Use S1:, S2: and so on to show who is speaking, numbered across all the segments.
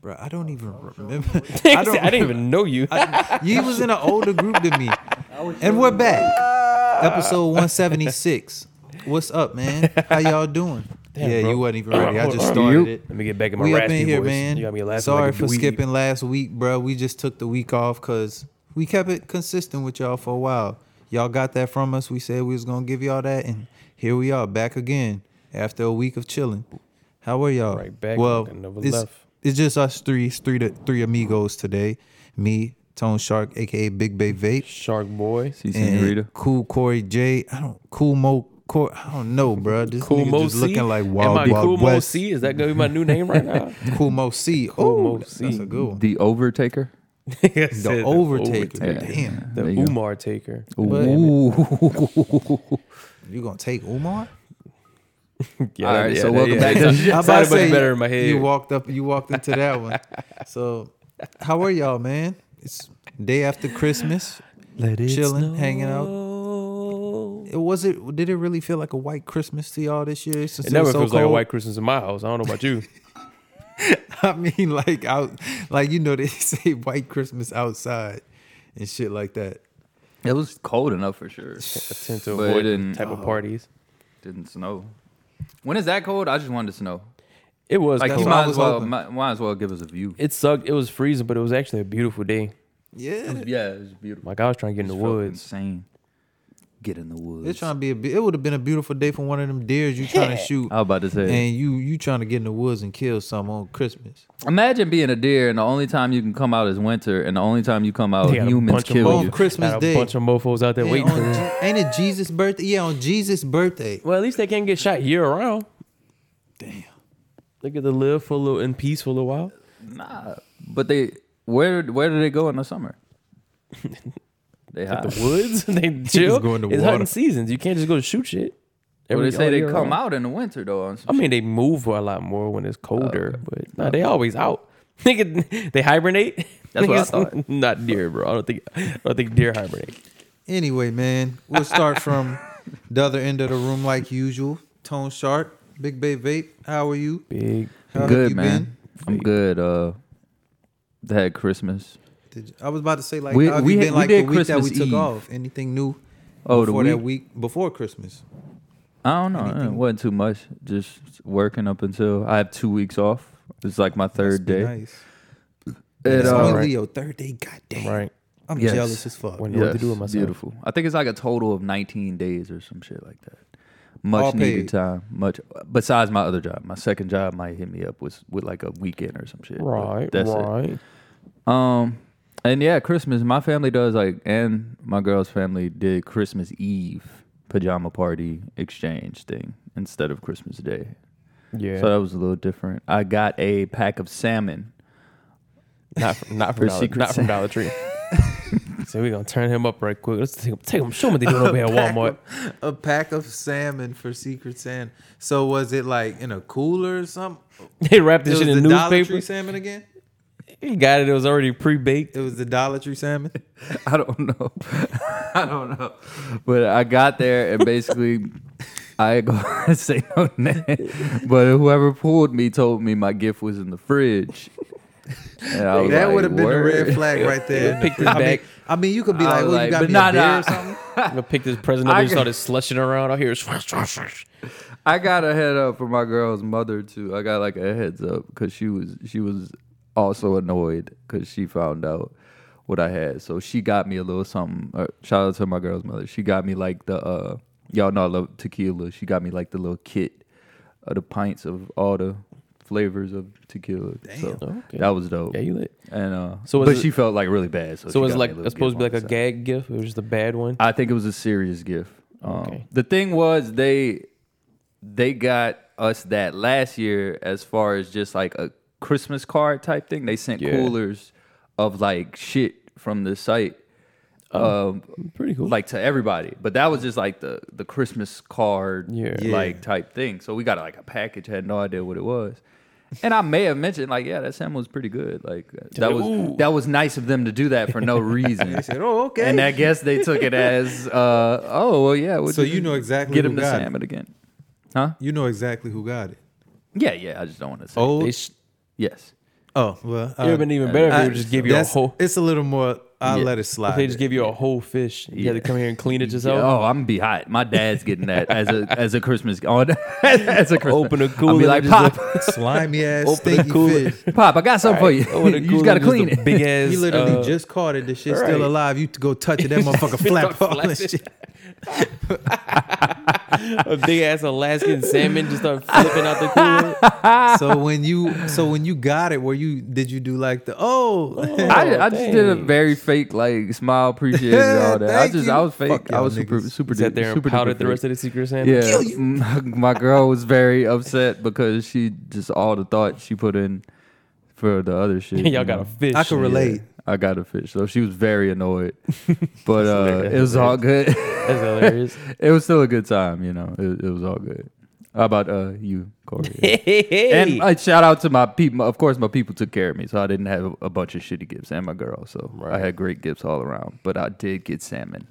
S1: bro, I don't even remember.
S2: I,
S1: don't
S2: didn't even know you.
S1: You was in an older group than me. And we're back. Episode 176. What's up, man? How y'all doing? yeah,
S2: bro.
S1: you wasn't even ready. I just
S2: You-
S1: started it.
S2: Let me get back in my
S1: We up
S2: raspy
S1: in here,
S2: voice.
S1: man.
S2: You got me laughing
S1: Sorry
S2: like a
S1: for
S2: dweeb.
S1: skipping last week, bro. We just took the week off because we kept it consistent with y'all for a while. Y'all got that from us. We said we was gonna give y'all that, and here we are back again after a week of chilling. How were y'all?
S2: Right back,
S1: Well,
S2: like I never
S1: it's,
S2: left.
S1: it's just us three, it's three to three amigos today. Me, Tone Shark, aka Big Bay Vape,
S2: Shark boy.
S3: See, Senorita.
S1: and Cool Corey J. I don't Cool Mo. Cor- I don't know, bro. This
S2: Cool
S1: nigga
S2: Mo
S1: just
S2: C?
S1: looking like Wild
S2: Am I
S1: Wild
S2: Cool Mo
S1: West.
S2: C? Is that gonna be my new name right now?
S1: Cool Mo C.
S2: Cool Mo
S1: Oh, that's
S2: C.
S1: a good one.
S3: The Overtaker.
S2: Yes,
S1: The
S2: it-
S1: overtaker.
S3: Overtaker.
S1: Damn.
S2: The
S3: There you go.
S2: Umar taker.
S3: Ooh.
S1: You gonna take Umar?
S2: Yeah,
S3: All
S2: that-
S3: right,
S2: yeah,
S3: so
S2: that-
S3: welcome
S2: yeah,
S3: back.
S2: that
S3: I'm
S1: about
S2: sounded
S1: to say,
S2: much better in my head.
S1: You walked up you walked into that one. So how are y'all, man? It's day after Christmas.
S2: Let it
S1: chilling, hanging out.
S2: snow.
S1: It was it did it really feel like a white Christmas to y'all this year? Since
S2: It never
S1: was so
S2: feels
S1: cold?
S2: like a white Christmas in my house. I don't know about you.
S1: I mean, like out like you know they say white Christmas outside and shit like that.
S3: It was cold enough for sure.
S2: I tend to
S3: But it
S2: avoid
S3: didn't- uh,
S2: the type of parties.
S3: Didn't snow. When is that cold? I just wanted to snow.
S2: It was
S3: Like you
S1: what
S2: cold.
S1: I
S3: might as
S1: was
S3: well
S1: hoping.
S3: might, might as well give us a view.
S2: it sucked. It was freezing, but it was actually a beautiful day.
S1: Yeah.
S3: yeah, it was beautiful.
S2: Like I was trying to get in the
S3: It felt
S2: woods.
S3: Insane. Get in the woods.
S1: It's trying to be a be- it would have been a beautiful day for one of them deers you trying to shoot.
S3: I was about to say.
S1: And you you trying to get in the woods and kill some on Christmas.
S3: Imagine being a deer and the only time you can come out is winter and the only time you come out
S2: They had a
S3: humans
S2: bunch of
S3: kill
S1: on
S3: you.
S2: mofos-
S1: Christmas
S2: had a
S1: Day.
S2: bunch of mofos out there
S1: And
S2: waiting for
S1: on
S2: us.
S1: Je- ain't it Jesus' birthday? Yeah, on Jesus' birthday.
S2: Well, at least they can't get shot year round.
S1: Damn.
S2: They get to live for a little in peace for a little while.
S3: Nah. But they where where do they go in the summer? they hide.
S2: The woods, Ah. they chill.
S1: go in the
S2: it's
S1: water.
S2: hunting seasons. You can't just go shoot shit.
S3: Well, they
S2: Every-
S3: say
S2: all
S3: they
S2: year
S3: come
S2: round.
S3: out in the winter though. On some
S2: I mean, they move a lot more when it's colder, but nah, they always out. Nigga, they hibernate.
S3: That's what I
S2: Niggas-
S3: thought.
S2: Not deer, bro. I don't think. I don't think deer hibernate.
S1: Anyway, man, we'll start from the other end of the room like usual. Tone Sharp, Big Bay Vape, how are you?
S2: Big.
S1: How have
S3: good
S1: you
S3: man. I'm
S2: Vape.
S3: good. Uh, they had Christmas.
S1: Did you- I was about to say like
S3: We-
S1: how have
S3: we
S1: you
S3: had-
S1: been
S3: we
S1: like the
S3: did
S1: week that we
S3: Christmas
S1: took
S3: Eve.
S1: off? Anything new?
S3: Oh, the
S1: before
S3: week.
S1: that week before Christmas.
S3: I don't know. It wasn't too much. Just working up until I have two weeks off. It's like my third
S1: Must be
S3: day.
S1: Nice.
S3: It,
S1: It's
S3: uh,
S1: only
S2: right.
S1: Leo third day. Goddamn,
S2: Right.
S1: I'm
S3: Yes.
S1: jealous as fuck.
S2: When- I don't know what
S3: yes,
S2: to do with myself.
S3: beautiful. I think it's like a total of 19 days or some shit like that. Much
S1: All
S3: needed
S1: paid.
S3: time. Much besides my other job. My second job might hit me up with with like a weekend or some shit. but
S2: Right.
S3: That's it.
S2: right.
S3: Um, and yeah, Christmas. My family does like, and my girl's family did Christmas Eve pajama party exchange thing instead of Christmas Day.
S2: Yeah.
S3: So that was a little different. I got a pack of salmon.
S2: Not from, not
S3: For
S2: from, Dollar,
S3: Secret
S2: not from
S3: Santa.
S2: Dollar Tree. so we're gonna turn him up right quick. Let's take him. Take him. Show him what they doing over here at
S1: pack
S2: Walmart.
S1: of- a pack of salmon for Secret Santa. So was it like in a cooler or something?
S2: They wrapped
S1: It
S2: this
S1: was
S2: shit
S1: the
S2: in
S1: Dollar Tree
S2: newspaper.
S1: salmon again.
S2: He got it. It was already pre-baked.
S1: It was the Dollar Tree salmon.
S3: I don't know. I don't know. But I got there and basically I ain't gonna say no name. But whoever pulled me told me my gift was in the fridge. And I was
S1: that
S3: like,
S1: would have been a red
S3: "Word."
S1: flag right there.
S2: Pick this
S1: I mean,
S2: back.
S1: I mean, you could be
S3: I
S1: like,
S3: was
S1: "Well, you
S3: like,
S1: got
S3: but
S1: me
S3: nah,
S1: a beer
S3: nah.
S1: or something."
S2: I'm gonna pick this present up
S3: I
S2: and
S3: got-
S2: started slushing around. I hear it.
S3: I got a head up for my girl's mother too. I got like a heads up because she was she was also annoyed because she found out what I had. So she got me a little something. Uh, shout out to my girl's mother. She got me like the uh y'all know I love tequila. She got me like the little kit of the pints of all the flavors of tequila. So
S2: Okay.
S3: that was dope.
S2: Yeah, you lit.
S3: and uh,
S2: So
S3: so
S2: was
S3: but
S2: it-
S3: she felt like really bad. So,
S2: So it
S3: she
S2: was
S3: got me
S2: like
S3: a little
S2: it's supposed to be like
S3: gift on
S2: a
S3: the side.
S2: gag gift. It was just a bad one.
S3: I think it was a serious gift. Um,
S2: Okay.
S3: The thing was they they got us that last year as far as just like a Christmas card type thing. They sent
S2: Yeah.
S3: coolers of like shit from the site. um,
S2: Pretty cool.
S3: like to everybody, but that was just like the the Christmas card,
S2: Yeah.
S1: Yeah.
S3: like type thing. So we got like a package, had no idea what it was, and I may have mentioned like, yeah, that salmon was pretty good. Like uh, that was
S2: Ooh.
S3: that was nice of them to do that for no reason.
S1: They said, "Oh, okay."
S3: And I guess they took it as, uh, oh, well, yeah. we'll
S1: So
S3: just
S1: you know exactly
S3: Get
S1: who
S3: him the
S1: got it.
S3: salmon again. Huh?
S1: you know exactly who got it.
S2: Oh.
S1: uh,
S3: Yeah, yeah. I just don't want to say.
S1: Old
S2: They sh-
S3: Yes.
S1: Oh well,
S2: it would have been even better if they
S1: I-
S2: would just give you a
S1: uh, that's-
S2: whole.
S1: It's a little more. I will
S3: Yeah.
S1: let it slide.
S2: If they just give you a whole fish, you had to come here and clean it yourself.
S3: Oh, I'm gonna be hot. My dad's getting that as a as a Christmas on as a Christmas.
S2: Open a
S3: I'll
S2: cooler
S3: be
S2: and
S3: like,
S2: just a-
S3: pop,
S1: slimy ass
S2: Open the
S1: stinky
S2: cooler.
S1: fish.
S3: pop. I got something for you.
S2: Open the
S3: you
S2: cooler,
S3: just gotta
S2: just
S3: clean
S2: a
S3: it.
S2: Big ass.
S1: He literally
S2: uh,
S1: just caught it. The shit's
S2: right.
S1: still alive. You to go touch it. That motherfucker flap all and shit.
S2: a big ass Alaskan salmon just start flipping out the cooler.
S1: So when you so when you got it, where you did you do like the oh?
S3: I, I just did a
S2: thanks.
S3: very fake like smile appreciation and all that. I
S1: Thank
S3: just
S1: you.
S3: I was fake.
S1: Fuck
S3: I
S1: y'all
S3: was super
S1: niggas.
S3: super
S2: Sat
S3: duper-
S2: there and
S3: super
S2: powdered
S3: duper
S2: the
S3: fake.
S2: rest of the secret Santa.
S3: Yeah, my, my girl was very upset because she just all the thought she put in for the other shit. you
S2: Y'all got
S3: know.
S2: a fish.
S1: I can relate.
S3: I got a fish, so she was very annoyed, but uh, it was all good.
S2: That's hilarious.
S3: it was still a good time, you know. It, it was all good. How about uh, you, Corey?
S2: hey,
S3: And uh, shout out to my people. Of course, my people took care of me, so I didn't have a bunch of shitty gifts, and my girl. So I had great gifts all around. But I did get salmon.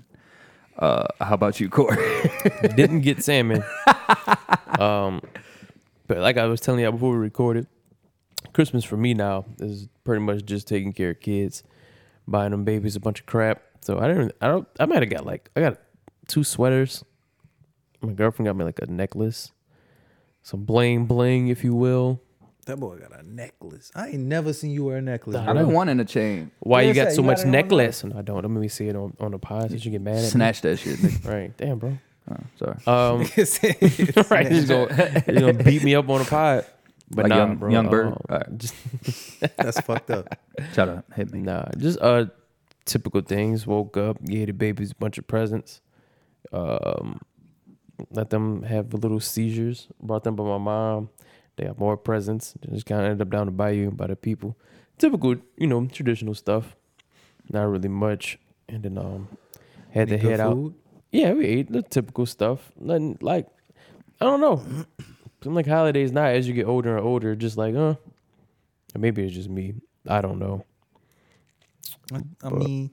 S3: Uh, how about you, Corey?
S2: didn't get salmon. um, but like I was telling y'all before we recorded, Christmas for me now is pretty much just taking care of kids, buying them babies a bunch of crap. So I didn't. I don't. I might have got like I got two sweaters. My girlfriend got me like a necklace, some bling bling, if you will.
S1: That boy got a necklace. I ain't never seen you wear a necklace.
S2: Nah,
S1: bro.
S3: been wanting a chain.
S2: Why you
S1: Yes,
S2: got
S1: sir,
S2: so
S1: you
S2: much
S1: got it on
S2: necklace? No, I don't. Don't make me see it on, on the pod. Did you get mad at
S3: Snatch that shit. nigga.
S2: me? Right. Damn, bro.
S3: Oh, sorry.
S2: Um, right. He's gonna, he's gonna beat me up on a pod. But
S3: Like
S2: nah,
S3: young-
S2: bro.
S3: young bird?
S2: uh,
S3: Alright.
S2: just
S1: That's fucked up.
S3: Try to hit me.
S2: nah, just uh, typical things. Woke up, gave the babies a bunch of presents. Um, let them have little seizures. Brought them by my mom. They got more presents. Just kind of ended up down the bayou by the people. Typical, you know, traditional stuff. Not really much. And then um, had to
S1: Any
S2: head
S1: good
S2: out.
S1: food?
S2: Yeah, we ate the typical stuff. Nothing like I don't know. Seem like holidays now as you get older and older, just like, huh? Or maybe it's just me. I don't know.
S1: I, I mean,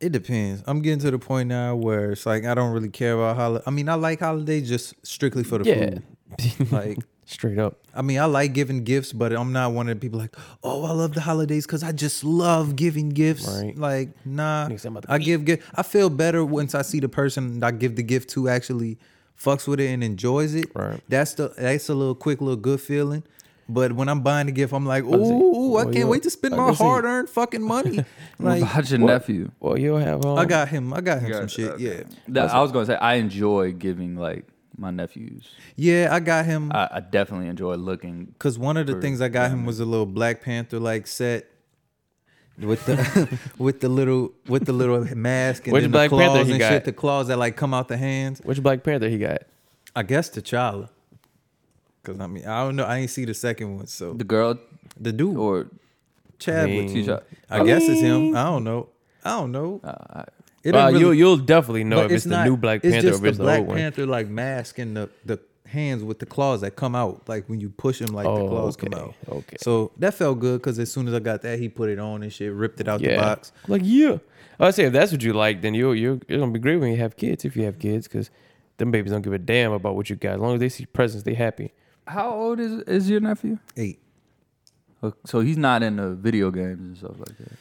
S1: it depends. I'm getting to the point now where it's like I don't really care about holiday. I mean, I like holidays just strictly for the
S2: Yeah.
S1: food. Like,
S2: Straight up.
S1: I mean, I like giving gifts, but I'm not one of the people like, oh, I love the holidays because I just love giving gifts.
S2: Right.
S1: Like, nah,
S2: Niggas, I'm about to
S1: I give gift. I feel better once I see the person I give the gift to actually fucks with it and enjoys it.
S2: Right.
S1: That's the that's a little quick, little good feeling. But when I'm buying the gift, I'm like, ooh,
S2: Let's see.
S1: ooh, I
S2: Oh,
S1: can't
S2: yeah.
S1: wait to spend my
S2: Let's see.
S1: hard earned fucking money. like,
S3: How about your nephew?
S2: Well, you'll have um,
S1: I got him. I got him some
S3: Got-
S1: shit.
S3: okay.
S1: Yeah.
S3: That, I was gonna say I enjoy giving like my nephews.
S1: Yeah, I got him.
S3: I, I definitely enjoy looking.
S1: Cause one of the things I got him was a little Black Panther like set with the with the little with the little mask and
S2: Which
S1: then
S2: Black
S1: the
S2: Panther
S1: claws
S2: he
S1: and
S2: got?
S1: shit, the claws that like come out the hands.
S2: which Black Panther he got?
S1: I guess T'Challa. Cause I mean I don't know I ain't see the second one so
S3: The girl
S1: the dude
S2: Oh,
S3: or
S1: Chadwick.
S2: mean,
S3: Tisha.
S1: I guess it's him. I don't know. I don't know.
S3: Uh,
S1: It
S2: Well,
S1: don't
S2: you'll
S1: really-
S2: you'll definitely know
S1: but
S2: if it's, the
S1: not-
S2: new Black
S1: it's
S2: Panther
S1: just
S2: or if it's the,
S1: Black
S2: old one.
S1: Panther like mask and the the hands with the claws that come out like when you push him like the
S2: Oh,
S1: claws come
S2: okay,
S1: out.
S2: okay.
S1: So that felt good because as soon as I got that, he put it on and shit, ripped it out the
S2: Yeah.
S1: box.
S2: Like yeah. I say if that's what you like, then you you it's gonna be great when you have kids if you have kids, because them babies don't give a damn about what you got. As long as they see presents, they happy.
S3: how old is is your nephew?
S1: Eight.
S3: Oh, So he's not into video games and stuff like that.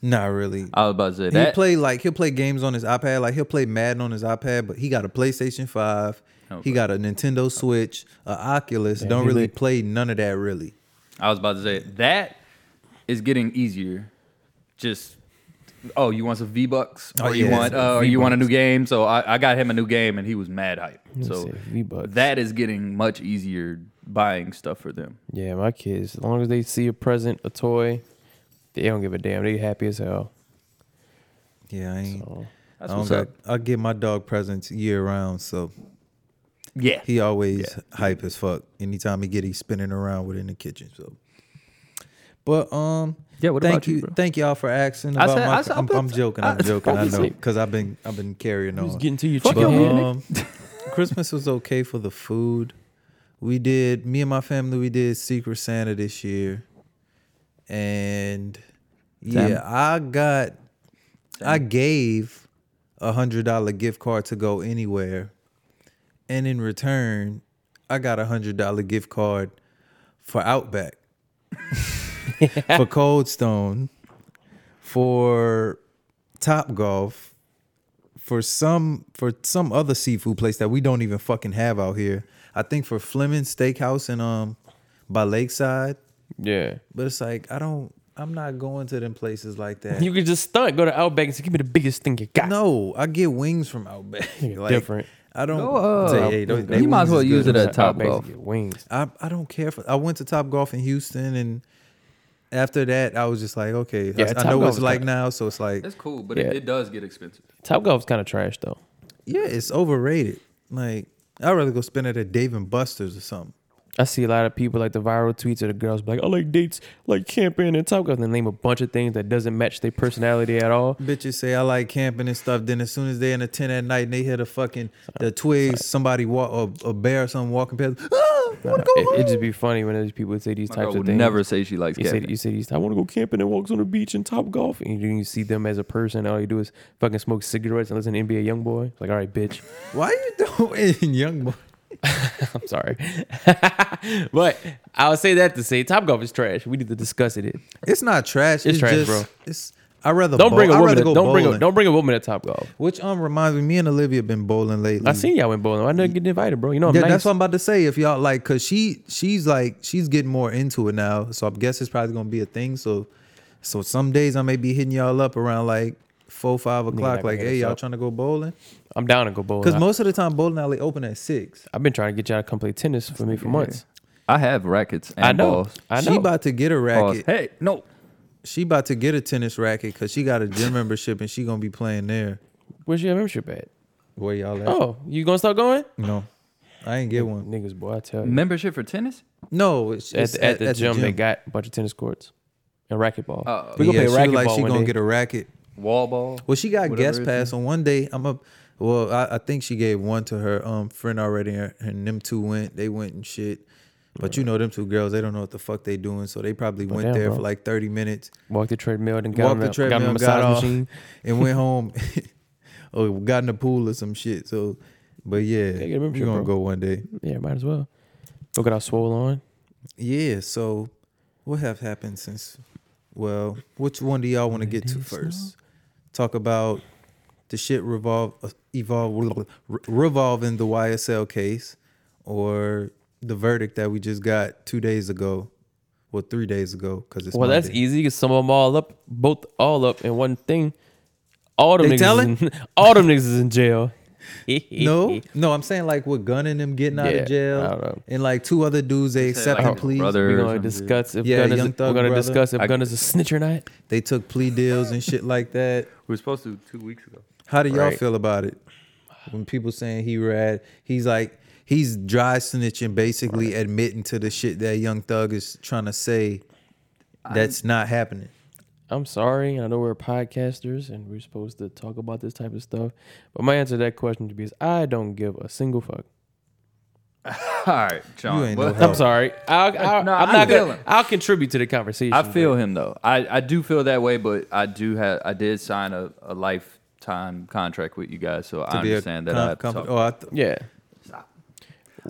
S1: Not really.
S3: I was about to say
S1: He will
S3: that.
S1: play like he'll play games on his iPad. Like he'll play Madden on his iPad, but he got a PlayStation Five.
S3: Oh,
S1: He got a Nintendo Switch, a Oculus. Don't
S2: he
S1: really
S2: lit.
S1: play none of that really.
S3: I was about to say that is getting easier. Just oh, you want some V bucks,
S1: Oh,
S3: or you
S1: yeah.
S3: want uh, or you want a new game. So I, I got him a new game, and he was mad hype. So
S2: say V-Bucks.
S3: that is getting much easier buying stuff for them.
S2: Yeah, my kids, as long as they see a present, a toy, they don't give a damn. They happy as hell.
S1: Yeah, I ain't. I,
S2: So,
S3: That's
S1: don't
S3: what's
S1: got,
S3: up.
S1: I get my dog presents year round, so
S3: Yeah,
S1: He always hype as fuck. Anytime he get, he's spinning around within the kitchen. So, but um,
S3: Yeah, what
S1: thank
S3: about you, bro?
S1: thank y'all for asking
S3: I
S1: about
S3: said-
S1: my.
S3: I said-
S1: I'm, I'm joking. I'm
S3: I-
S1: joking. I know
S2: obviously.
S1: because I've been I've been carrying on.
S2: getting to your
S3: Fuck
S1: But,
S3: your head,
S1: um, Christmas was okay for the food. We did me and my family. We did Secret Santa this year, and yeah,
S3: Damn.
S1: I got I gave a hundred dollar gift card to go anywhere, and in return, I got a hundred dollar gift card for Outback. for Cold Stone, for Top Golf, for some for some other seafood place that we don't even fucking have out here. I think for Fleming's Steakhouse and um by Lakeside,
S2: Yeah.
S1: but it's like I don't. I'm not going to them places like that.
S2: You could just stunt, go to Outback and say, give me the biggest thing you got.
S1: no, I get wings from Outback. like,
S2: different.
S1: I don't.
S3: Go, uh,
S1: say, hey, those- they
S3: you might as
S1: wings
S3: well
S1: is
S3: use
S1: good.
S3: it
S2: Go to
S3: at Top
S2: Outback to
S3: Golf.
S2: get wings.
S1: I I don't care for. I went to Top Golf in Houston, and after that, I was just like, okay,
S2: Yeah,
S1: I, I know
S2: Topgolf
S1: what it's
S2: is
S1: like
S2: kinda-
S1: now, so it's like,
S3: That's cool, but
S2: Yeah.
S3: it, it does get expensive.
S2: Top Golf's kind of trash though.
S1: yeah, it's overrated. Like I'd rather go spend it at Dave and Buster's or something.
S2: I see a lot of people like the viral tweets of the girls be like, I like dates, like camping and Top Golf, and they name a bunch of things that doesn't match their personality at all.
S1: Bitches say I like camping and stuff. Then as soon as they in a tent at night and they hear the fucking the twigs, somebody walk or a bear or something walking past. Ah, I wanna go
S2: It, it
S1: home."
S2: just be funny when these people say these
S3: My
S2: types
S3: girl
S2: of
S3: would
S2: things.
S3: never say she likes
S2: You say,
S3: camping.
S2: you say these, I want to go camping and walks on the beach and top golf. And you, you see them as a person. All you do is fucking smoke cigarettes and listen to NBA Youngboy. Like, all right, bitch.
S1: Why you doing, young boy?
S2: I'm sorry. but I'll say that to say top golf is trash. We need to discuss it.
S1: It's not trash. It's,
S2: trash,
S1: just,
S2: bro.
S1: It's I rather
S2: Don't bring a
S1: I
S2: woman.
S1: rather
S2: To,
S1: go
S2: don't bring a,
S1: bowling.
S2: don't bring a woman to top golf.
S1: Which um reminds me, me and Olivia been bowling lately.
S2: I seen y'all went bowling. I never get invited, bro. You know I'm
S1: Mm. Yeah,
S2: nice.
S1: that's what I'm about to say. If y'all like, cause she she's like she's getting more into it now, so I guess it's probably gonna be a thing. So, so some days I may be hitting y'all up around like four five o'clock.
S2: can
S1: Like,
S2: hit
S1: hey,
S2: us
S1: y'all
S2: up.
S1: trying to go bowling?
S2: I'm down to go bowling.
S1: Cause
S2: I-
S1: most of the time bowling alley open at six.
S2: I've been trying to get y'all to come play tennis for me for months.
S3: I have rackets and
S2: I know.
S3: balls.
S2: I know.
S1: She about to get a
S3: Balls.
S1: racket.
S3: Hey, no.
S1: She about to get a tennis racket because she got a gym membership and she gonna be playing there.
S2: Where's your membership at?
S1: Where y'all at?
S2: Oh, you gonna start going?
S1: No, I ain't get one.
S2: Niggas, boy, I tell you.
S3: Membership for tennis?
S1: No, it's,
S2: at,
S1: it's
S2: the, at, the gym, Oh, they got a bunch of tennis courts and racquetball.
S3: Uh-oh.
S2: we gonna
S1: yeah,
S2: play
S1: she
S2: racquetball
S1: like she
S2: one
S1: gonna
S2: day.
S1: get a racket.
S3: Wall ball?
S1: Well, she got
S3: Whatever
S1: guest
S3: it
S1: pass, and one day I'm up. Well, I, I think she gave one to her um friend already, and, and them two went. They went and shit. But you know them two girls, they don't know what the fuck they doing, so they probably went
S2: damn,
S1: there
S2: bro.
S1: for like thirty minutes,
S2: Walk the treadmill and got
S1: walked
S2: on
S1: the
S2: a- got on
S1: treadmill, got,
S2: a massage
S1: off,
S2: machine.
S1: and went home, or got in the pool or some shit. So, but yeah,
S2: get a
S1: we're
S2: membership,
S1: gonna
S2: bro.
S1: go one day.
S2: Yeah, might as well. Look at our swole on.
S1: Yeah. So, what have happened since? Well, which one do y'all want to get to first? Talk about the shit revolve uh, evolve re- revolving the YSL case, or the verdict that we just got two days ago, well three days ago because it's
S2: Well, that's
S1: Monday.
S2: easy because some of them all up, both all up in one thing. All them
S1: They telling?
S2: niggas, is in, all them niggas is in jail.
S1: No, no, I'm saying like with Gunn and them getting out
S2: e-, Yeah,
S1: of jail,
S2: I don't know.
S1: and like two other dudes they
S3: Say, like,
S1: accepting pleas.
S3: brother
S2: We're
S3: or
S2: gonna
S3: something.
S2: discuss if
S1: Yeah,
S2: Gunna's
S1: Young
S2: we're
S1: Thug
S2: gonna
S1: brother.
S2: discuss if
S3: I-
S2: Gunna's a snitch or not.
S1: They took plea deals and shit like that.
S3: We were supposed to two weeks ago.
S1: How do y'all all
S2: Right.
S1: feel about it? When people saying he rad, he's like he's dry snitching, basically admitting to the shit that Young Thug is trying to say that's not happening.
S2: I'm sorry. I know we're podcasters and we're supposed to talk about this type of stuff, but my answer to that question to be is I don't give a single fuck.
S3: All right, John.
S1: You ain't
S3: well,
S1: no help.
S2: I'm sorry. I'll, I'll,
S3: Uh, No,
S2: I'm
S3: I
S2: not
S3: feel
S2: gonna.
S3: him.
S2: I'll contribute to the conversation.
S3: I feel him though. I, I do feel that way, but I do have I did sign a, a lifetime contract with you guys, so I
S1: Be a
S3: understand that.
S1: com-
S3: I have to
S1: com-
S3: talk.
S1: oh, I th-
S2: but- Yeah.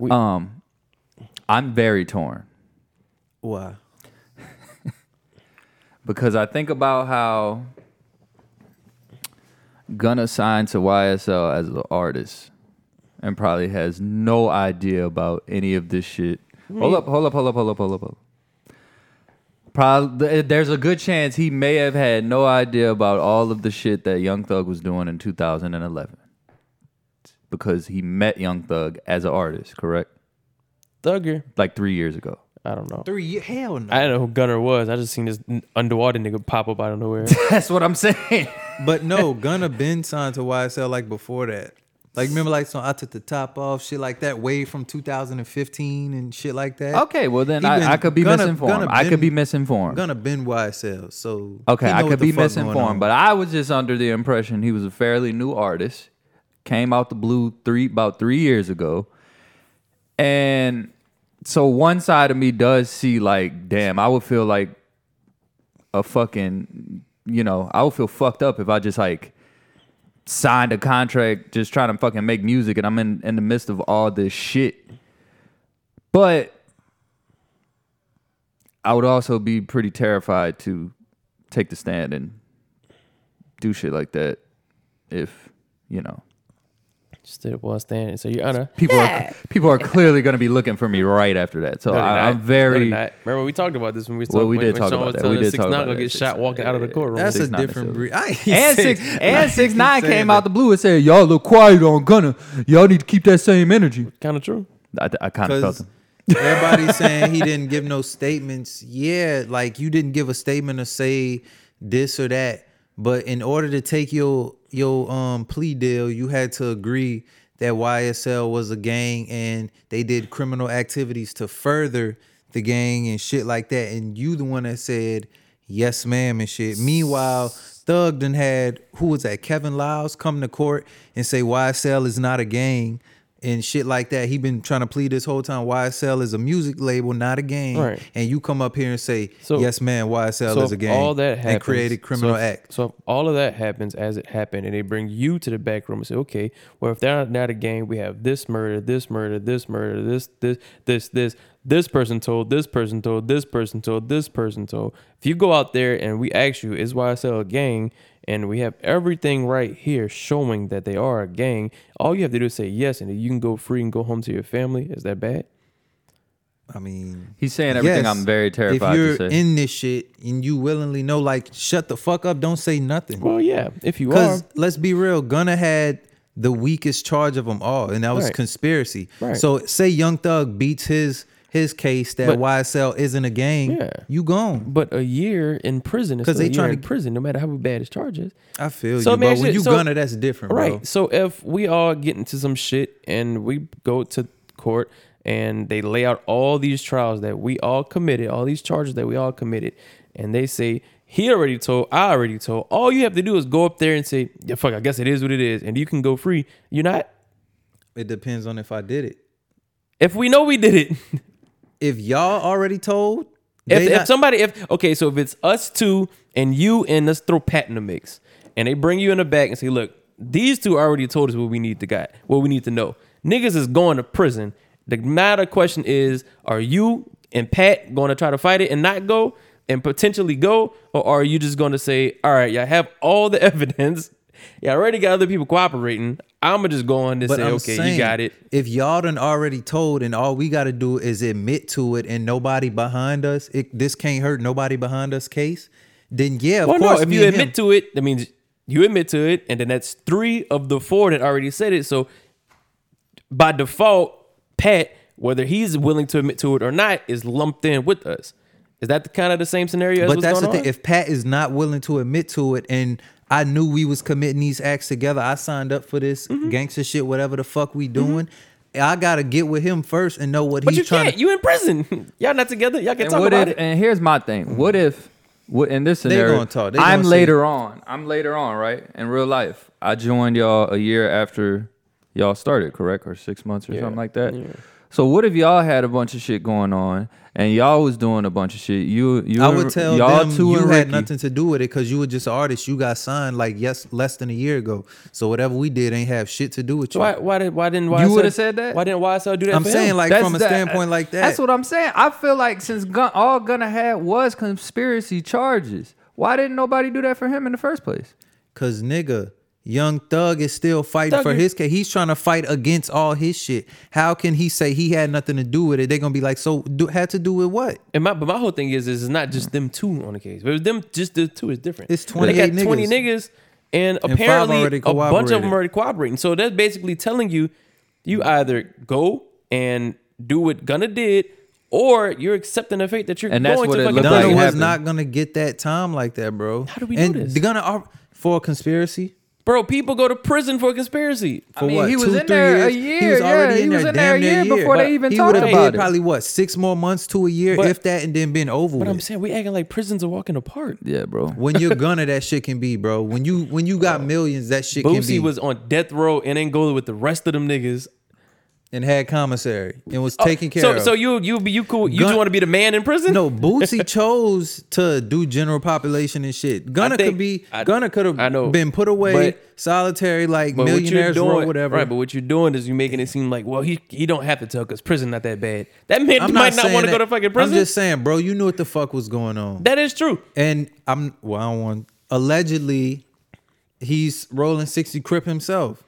S3: Um, I'm very torn
S1: why?
S3: because I think about how Gunna signed to YSL as an artist and probably has no idea about any of this shit. Hold up, hold up, hold up, hold up, hold up, hold up. Probably, there's a good chance he may have had no idea about all of the shit that Young Thug was doing in 2011 because he met Young Thug as an artist, correct?
S2: Thugger.
S3: Like three years ago.
S2: I don't know.
S1: Three years? Hell no.
S2: I didn't know who Gunner was. I just seen this n- underwater nigga pop up out of nowhere.
S3: That's what I'm saying.
S1: but no, Gunna been signed to YSL like before that. Like remember, like so I took the top off, shit like that, way from 2015 and shit like that.
S3: Okay, well then
S1: He been-
S3: I, I could be
S1: Gunna-
S3: misinformed.
S1: Gunna
S3: I could be
S1: been-
S3: misinformed.
S1: Gunna been YSL, so
S3: okay,
S1: he
S3: I
S1: know what
S3: could
S1: the
S3: be
S1: fuck going on.
S3: misinformed, but I was just under the impression he was a fairly new artist, came out the blue three about three years ago, and so one side of me does see like, damn, I would feel like a fucking, you know, I would feel fucked up if I just like signed a contract just trying to fucking make music and I'm in in the midst of all this shit. But I would also be pretty terrified to take the stand and do shit like that if you know
S2: Stood while standing. So your honor.
S3: people are people are clearly going to be looking for me right after that. So
S2: No, they're
S3: I,
S2: not.
S3: am very
S2: No, they're not. Remember, we talked about this when we was
S3: Well,
S2: talking-
S3: we
S2: when,
S3: did
S2: when
S3: talk
S2: Sean
S3: about
S2: was
S3: that.
S2: telling us
S3: We did
S2: six
S3: talk
S2: nine
S3: about
S2: gonna
S3: that.
S2: get
S3: Six
S2: shot
S3: nine.
S2: walking out of the courtroom.
S1: That's a
S3: Six nine
S1: different
S3: is
S1: breed. I ain't
S3: and
S1: say-
S3: six and six nine
S1: keep saying
S3: came
S1: that.
S3: out the blue and said, "Y'all look quiet on Gunner. Y'all need to keep that same energy."
S2: kind of true.
S3: I, I kind of felt
S1: Because
S3: him.
S1: everybody's saying he didn't give no statements. Yeah, like you didn't give a statement or say this or that. But in order to take your your um plea deal, you had to agree that YSL was a gang and they did criminal activities to further the gang and shit like that. And you the one that said yes, ma'am, and shit. Meanwhile, Thug done had who was that? Kevin Lyles come to court and say YSL is not a gang and shit like that. He been trying to plead this whole time. YSL is a music label, not a gang.
S2: Right.
S1: And you come up here and say,
S2: So-
S1: "Yes, man, YSL
S2: So
S1: is a
S2: if
S1: gang."
S2: all that happens,
S1: and created criminal
S2: so if,
S1: act.
S2: So if all of that happens as it happened, and they bring you to the back room and say, "Okay, well, if they're not, not a gang, we have this murder, this murder, this murder, this, this, this, this. This person told, this person told, this person told, this person told." If you go out there and we ask you, "Is YSL a gang?" and we have everything right here showing that they are a gang, all you have to do is say yes, and then you can go free and go home to your family. Is that bad?
S1: I mean,
S3: He's saying everything
S1: yes,
S3: I'm very terrified
S1: If you're
S3: to say.
S1: in this shit and you willingly know, like, shut the fuck up, don't say nothing.
S2: Well, yeah. If you are,
S1: Because let's be real, Gunna had the weakest charge of them all, and that was
S2: Right.
S1: conspiracy.
S2: Right.
S1: So say Young Thug beats his his case that
S2: But-
S1: YSL isn't a gang,
S2: Yeah.
S1: you gone.
S2: But a year in prison is
S1: 'Cause
S2: because
S1: they
S2: they
S1: trying
S2: trying
S1: to-
S2: in prison, no matter how bad his charges.
S1: I feel
S2: So,
S1: you,
S2: man,
S1: but when
S2: shit,
S1: you
S2: so-
S1: Gunna, that's different, bro.
S2: Right. So if we all get into some shit and we go to court and they lay out all these trials that we all committed, all these charges that we all committed, and they say he already told, I already told. All you have to do is go up there and say, "Yeah, fuck, I guess it is what it is," and you can go free. You're not.
S1: It depends on if I did it.
S2: If we know we did it,
S1: If y'all already told,
S2: if,
S1: they
S2: if
S1: not-
S2: somebody, if okay, so if it's us two and you and let's throw Pat in the mix, and they bring you in the back and say, look, these two already told us what we need to got, what we need to know. Niggas is going to prison. The matter question is, are you and Pat going to try to fight it and not go and potentially go, or are you just going to say, all right, y'all have all the evidence, y'all already got other people cooperating. I'ma just go on and
S1: but
S2: say,
S1: I'm
S2: okay,
S1: saying,
S2: you got it.
S1: If y'all done already told, and all we got to do is admit to it, and nobody behind us, it, this can't hurt nobody behind us case. Then yeah, of
S2: Well,
S1: course.
S2: no, if
S1: me
S2: you
S1: and
S2: admit
S1: him-
S2: to it, that means you admit to it, and then that's three of the four that already said it. So by default, Pat, whether he's willing to admit to it or not, is lumped in with us. Is that the kind of the same scenario? As
S1: But
S2: what's
S1: that's the
S2: going
S1: thing.
S2: on?
S1: If Pat is not willing to admit to it, and I knew we was committing these acts together, I signed up for this
S2: Mm-hmm.
S1: gangster shit, whatever the fuck we doing. I gotta get with him first and know what
S2: but you
S1: he's trying
S2: can't.
S1: to.
S2: You in prison. Y'all not together. Y'all can
S3: And
S2: talk
S3: what
S2: about
S3: if?
S2: it.
S3: And here's my thing. What if? What in this
S1: Mm-hmm. They
S3: scenario?
S1: gonna talk. They
S3: I'm
S1: gonna
S3: later on. I'm later on, right? In real life, I joined y'all a year after y'all started, correct, or six months or something like that. So what if y'all had a bunch of shit going on and y'all was doing a bunch of shit? You, you,
S1: I
S3: and-
S1: would tell
S3: y'all
S1: them
S3: two
S1: you
S3: and
S1: had
S3: Ricky.
S1: nothing to do with it because you were just an artist. You got signed like yes, less than a year ago. So whatever we did ain't have shit to do with you.
S2: Why? Why did? Why didn't?
S3: You
S2: YSL
S3: would've said that?
S2: Why didn't YSL do that?
S1: I'm
S2: for
S1: saying
S2: him?
S1: like
S3: That's
S1: from a
S3: the-
S1: standpoint like that.
S3: That's what I'm saying. I feel like since Gun, all Gunna had was conspiracy charges, why didn't nobody do that for him in the first place?
S1: Cause nigga, Young Thug is still fighting
S2: Thug
S1: for
S2: is-
S1: his case. He's trying to fight against all his shit. How can he say he had nothing to do with it? They're gonna be like, so do, had to do with what?
S2: And my but my whole thing is is it's not just them two on the case. But it's them just the two is different.
S1: Mm. It's
S2: They
S1: 28
S2: got twenty
S1: niggas.
S2: niggas, and
S1: five
S2: apparently
S1: already
S2: a bunch of
S1: cooperated.
S2: them already cooperating. So that's basically telling you, you either go and do what Gunna did, or you're accepting the fate that you're
S3: And that's
S2: going
S3: what
S2: to
S3: it
S2: fucking
S3: looked
S2: prison.
S1: Gunna
S3: like
S1: was
S3: it
S1: not
S3: happened.
S1: gonna get that time like that, bro. How
S2: do we know
S1: and
S2: this?
S1: they're Gonna ar- for a conspiracy.
S2: Bro, people go to prison for conspiracy.
S1: For
S3: mean,
S1: what,
S3: he was
S1: two,
S3: in
S1: three
S3: there a
S1: years? He
S3: year,
S1: was
S3: yeah,
S1: already in
S3: he
S1: there,
S3: was
S1: damn
S3: in there a
S1: near
S3: year before
S1: But
S3: they even
S1: he
S3: talked
S1: would've
S3: about
S1: did
S3: it.
S1: Probably what six more months to a year,
S2: But-
S1: if that, and then been over.
S2: But
S1: with.
S2: I'm saying we acting like prisons are walking apart.
S3: Yeah, bro.
S1: when you're Gunna, that shit can be, bro. When you when you got millions, that shit can
S2: Uh, Boosie
S1: be.
S2: was on death row in Angola with the rest of them niggas.
S1: and had commissary and was taken care
S2: Oh, so,
S1: of.
S2: So you you be you cool? You
S1: Gun-
S2: just want to be the man in prison?
S1: no, Bootsy chose to do general population and shit. Gunner
S2: think-
S1: could be
S2: I-
S1: Gunner could
S2: I know.
S1: have been put away
S2: But-
S1: solitary like
S2: But what you're
S1: millionaires
S2: doing,
S1: or whatever.
S2: right? But what you're doing is you're making it seem like, well, he he don't have to tell because prison not that bad. That man
S1: I'm
S2: might not
S1: saying
S2: want to go
S1: that-
S2: to fucking prison.
S1: I'm just saying, bro, you knew what the fuck was going on.
S2: that is true.
S1: and I'm well, I don't want allegedly he's rolling 60 crip himself.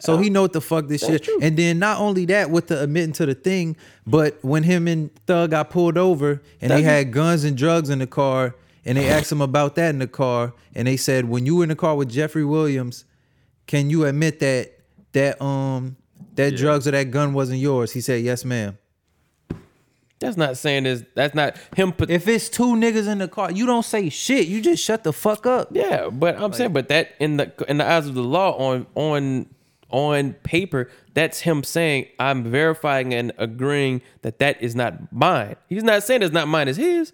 S1: So he know what the fuck this shit. And then not only that, with the admitting to the thing, but when him and Thug got pulled over and they
S2: Doesn't-
S1: had guns and drugs in the car, and they asked him about that in the car, and they said, when you were in the car with Jeffrey Williams, can you admit that that um that drugs or that gun wasn't yours? He said, yes, ma'am.
S2: That's not saying this. That's not him. Put,
S1: If it's two niggas in the car, you don't say shit. You just shut the fuck up.
S2: yeah, but I'm saying, but that in the in the eyes of the law, on on on paper, that's him saying I'm verifying and agreeing that that is not mine. He's not saying it's not mine. It's his.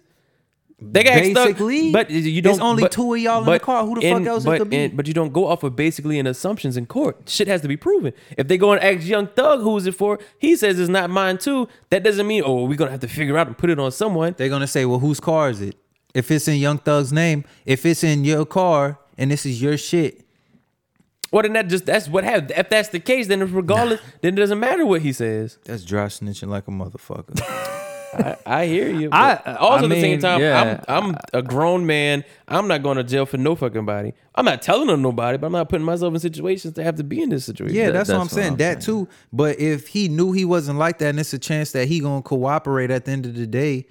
S2: They got
S1: Basically,
S2: stuck, but you don't.
S1: there's only
S2: but-
S1: two of y'all in the
S2: but
S1: car. Who the fuck else it
S2: But
S1: could be?
S2: but you don't go off of basically and assumptions in court. Shit has to be proven. If they go and ask Young Thug who is it for, he says it's not mine too. That doesn't mean oh we're gonna have to figure out and put it on someone.
S1: They're gonna say, well, whose car is it? If it's in Young Thug's name, if it's in your car and this is your shit,
S2: Well, then that just that's what happened. If that's the case, then regardless, then it doesn't matter what he says.
S1: that's dry snitching like a motherfucker.
S2: I, I hear you.
S3: I-
S2: but also
S3: I
S2: at the same
S3: mean,
S2: time,
S3: yeah.
S2: I'm I'm a grown man. I'm not going to jail for no fucking body. I'm not telling on nobody, but I'm not putting myself in situations to have to be in this situation.
S1: yeah,
S3: That-
S1: that's, what
S3: that's
S1: I'm
S3: what
S1: saying.
S3: I'm
S1: that too. But if he knew he wasn't like that, and it's a chance that he gonna cooperate at the end of the day,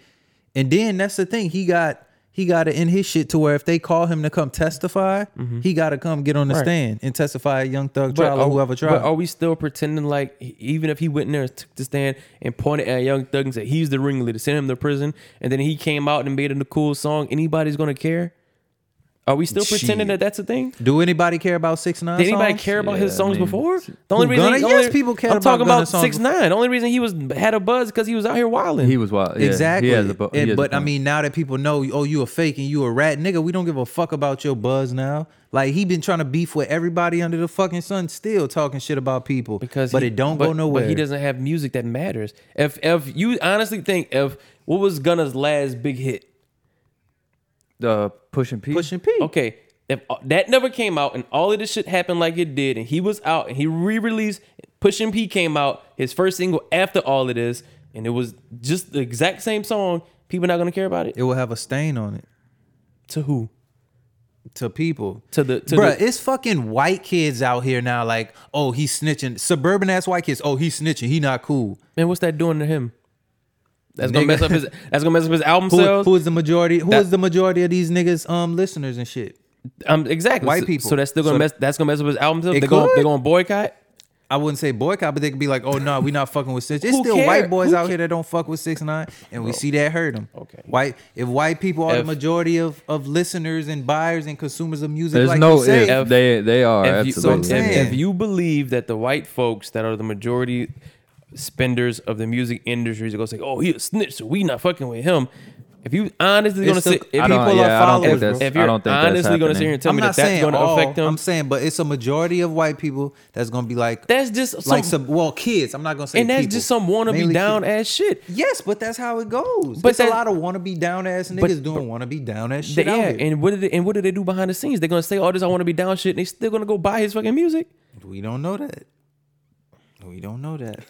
S1: and then that's the thing. He got he got it in his shit to where if they call him to come testify, he got to come get on the
S2: Mm-hmm. Right.
S1: stand and testify at Young Thug
S2: But
S1: trial or
S2: are-
S1: whoever trial.
S2: But are we still pretending like he- even if he went in there and took the stand and pointed at Young Thug and said he's the ringleader, sent him to prison, and then he came out and made it a cool song, anybody's gonna care? Are we still pretending
S1: Shit.
S2: that that's a thing?
S1: Do anybody care about six nine?
S2: Did anybody
S1: songs?
S2: care about his
S3: Yeah, I
S2: songs
S3: mean,
S2: before?
S3: who,
S2: The only reason,
S1: Gunna?
S2: the only-
S1: Yes, people cared
S2: I'm
S1: about
S2: talking
S1: Gunna's
S2: about
S1: songs
S2: six nine. The only reason he was had a buzz because he was out here wilding.
S3: He was wild. Yeah,
S1: Exactly.
S3: He has a bu- he
S1: And-
S3: has a
S1: but I
S3: point.
S1: mean, now that people know, oh, you a fake and you a rat, nigga, we don't give a fuck about your buzz now. Like he been trying to beef with everybody under the fucking sun, still talking shit about people.
S2: because
S1: but
S2: he-
S1: it don't
S2: but-
S1: go nowhere.
S2: But he doesn't have music that matters. If if you honestly think if what was Gunna's last big hit?
S3: uh, pushing P.
S1: pushing P.
S2: Okay, if uh, that never came out and all of this shit happened like it did, and he was out and he re-released Pushin' P came out his first single after all of this, and it was just the exact same song. People not gonna care about it.
S1: It will have a stain on it
S2: To who?
S1: to people.
S2: To the to
S1: Bruh,
S2: the,
S1: it's fucking white kids out here now. Like, oh, he's snitching. Suburban ass white kids. Oh, he's snitching. He not cool.
S2: man. What's that doing to him? That's gonna
S1: Nigga.
S2: mess up his. That's gonna mess up his album
S1: Who,
S2: sales.
S1: who is the majority? Who is
S2: That-
S1: the majority of these niggas um listeners and shit?
S2: um, exactly.
S1: white
S2: So-
S1: people.
S2: So that's still gonna
S1: So-
S2: mess. That's gonna mess up his album sales.
S1: It
S2: They're gonna,
S1: could.
S2: they're gonna boycott.
S1: I wouldn't say boycott, but they could be like, "Oh no, we not fucking with six. It's
S2: Who
S1: still
S2: care?
S1: white boys
S2: Who
S1: out
S2: ca-
S1: here that don't fuck with six nine, and we see that hurt them.
S2: Okay.
S1: white if white people are the
S2: If-
S1: majority of of listeners and buyers and consumers of music,
S3: There's
S1: like
S3: no
S1: you say,
S3: if. They they are
S2: if you,
S1: So I'm
S3: absolutely.
S1: saying-
S2: if, if you believe that the white folks that are the majority spenders of the music industries are gonna say, "Oh, he a snitch, so we not fucking with him." If you honestly gonna
S1: It's
S2: say,
S1: the-
S2: if
S1: I
S2: people
S1: don't- yeah,
S2: are
S1: I don't
S2: followers,
S1: think
S2: if-
S1: that's-
S2: if
S3: I
S2: you're
S3: don't think that's
S2: honestly gonna sit here and tell
S1: I'm
S2: me
S1: not
S2: that that's
S1: saying
S2: gonna
S1: all.
S2: affect them,
S1: I'm saying, but it's a majority of white people that's gonna be like,
S2: that's just some,
S1: like some well kids. I'm not gonna say,
S2: and that's
S1: people.
S2: just some wannabe
S1: Mainly
S2: down
S1: kids.
S2: ass shit.
S1: Yes, but that's how it goes.
S2: But
S1: But it's a
S2: that-
S1: lot of wannabe down ass niggas
S2: but-
S1: doing wannabe down ass
S2: They-
S1: shit. out
S2: yeah,
S1: here.
S2: and what did they, and what do they do behind the scenes? They're gonna say all this I want to be down shit, and they still gonna go buy his fucking music.
S1: we don't know that. We don't know that.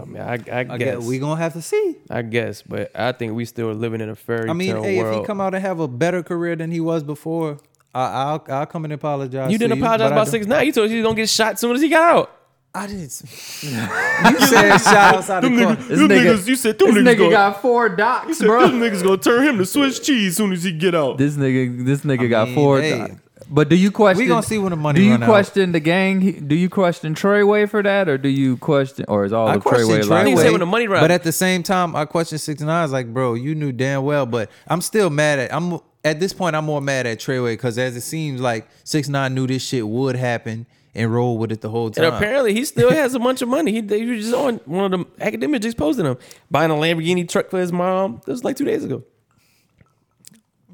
S2: I mean, I, I
S1: I
S2: guess
S1: guess we gonna have to see.
S2: I guess, but I think we still living in a fairy
S1: I mean,
S2: tale
S1: hey,
S2: world.
S1: if he come out and have a better career than he was before, I, I'll I'll come and apologize.
S2: you
S1: to
S2: didn't apologize
S1: but I
S2: about
S1: don't-
S2: six nine. You told us he was gonna get shot as soon as he got out.
S1: I didn't. s- you said shout outside the court.
S3: This nigga-
S2: you said
S3: this nigga got four docs, bro.
S2: niggas gonna turn him to Swiss cheese as soon as he get out.
S3: This nigga, this nigga got
S1: mean,
S3: four
S1: hey.
S3: docs. But do you question?
S1: gonna see when the money
S3: Do you
S1: run out.
S3: question the gang? He- Do you question Treyway for that, or do you question, or is all
S1: I
S3: of Treyway
S1: questioned
S3: like?
S2: He
S1: Treyway,
S2: said when the money run
S1: but
S2: out.
S1: at the same time, I questioned six nine. It's like, bro, you knew damn well, but I'm still mad at. I'm at this point, I'm more mad at Treyway because as it seems like six nine knew this shit would happen and rolled with it the whole
S2: And
S1: time.
S2: apparently he still has a bunch of money. He they was just on one of them academics just posting him buying a Lamborghini truck for his mom. It was like two days ago.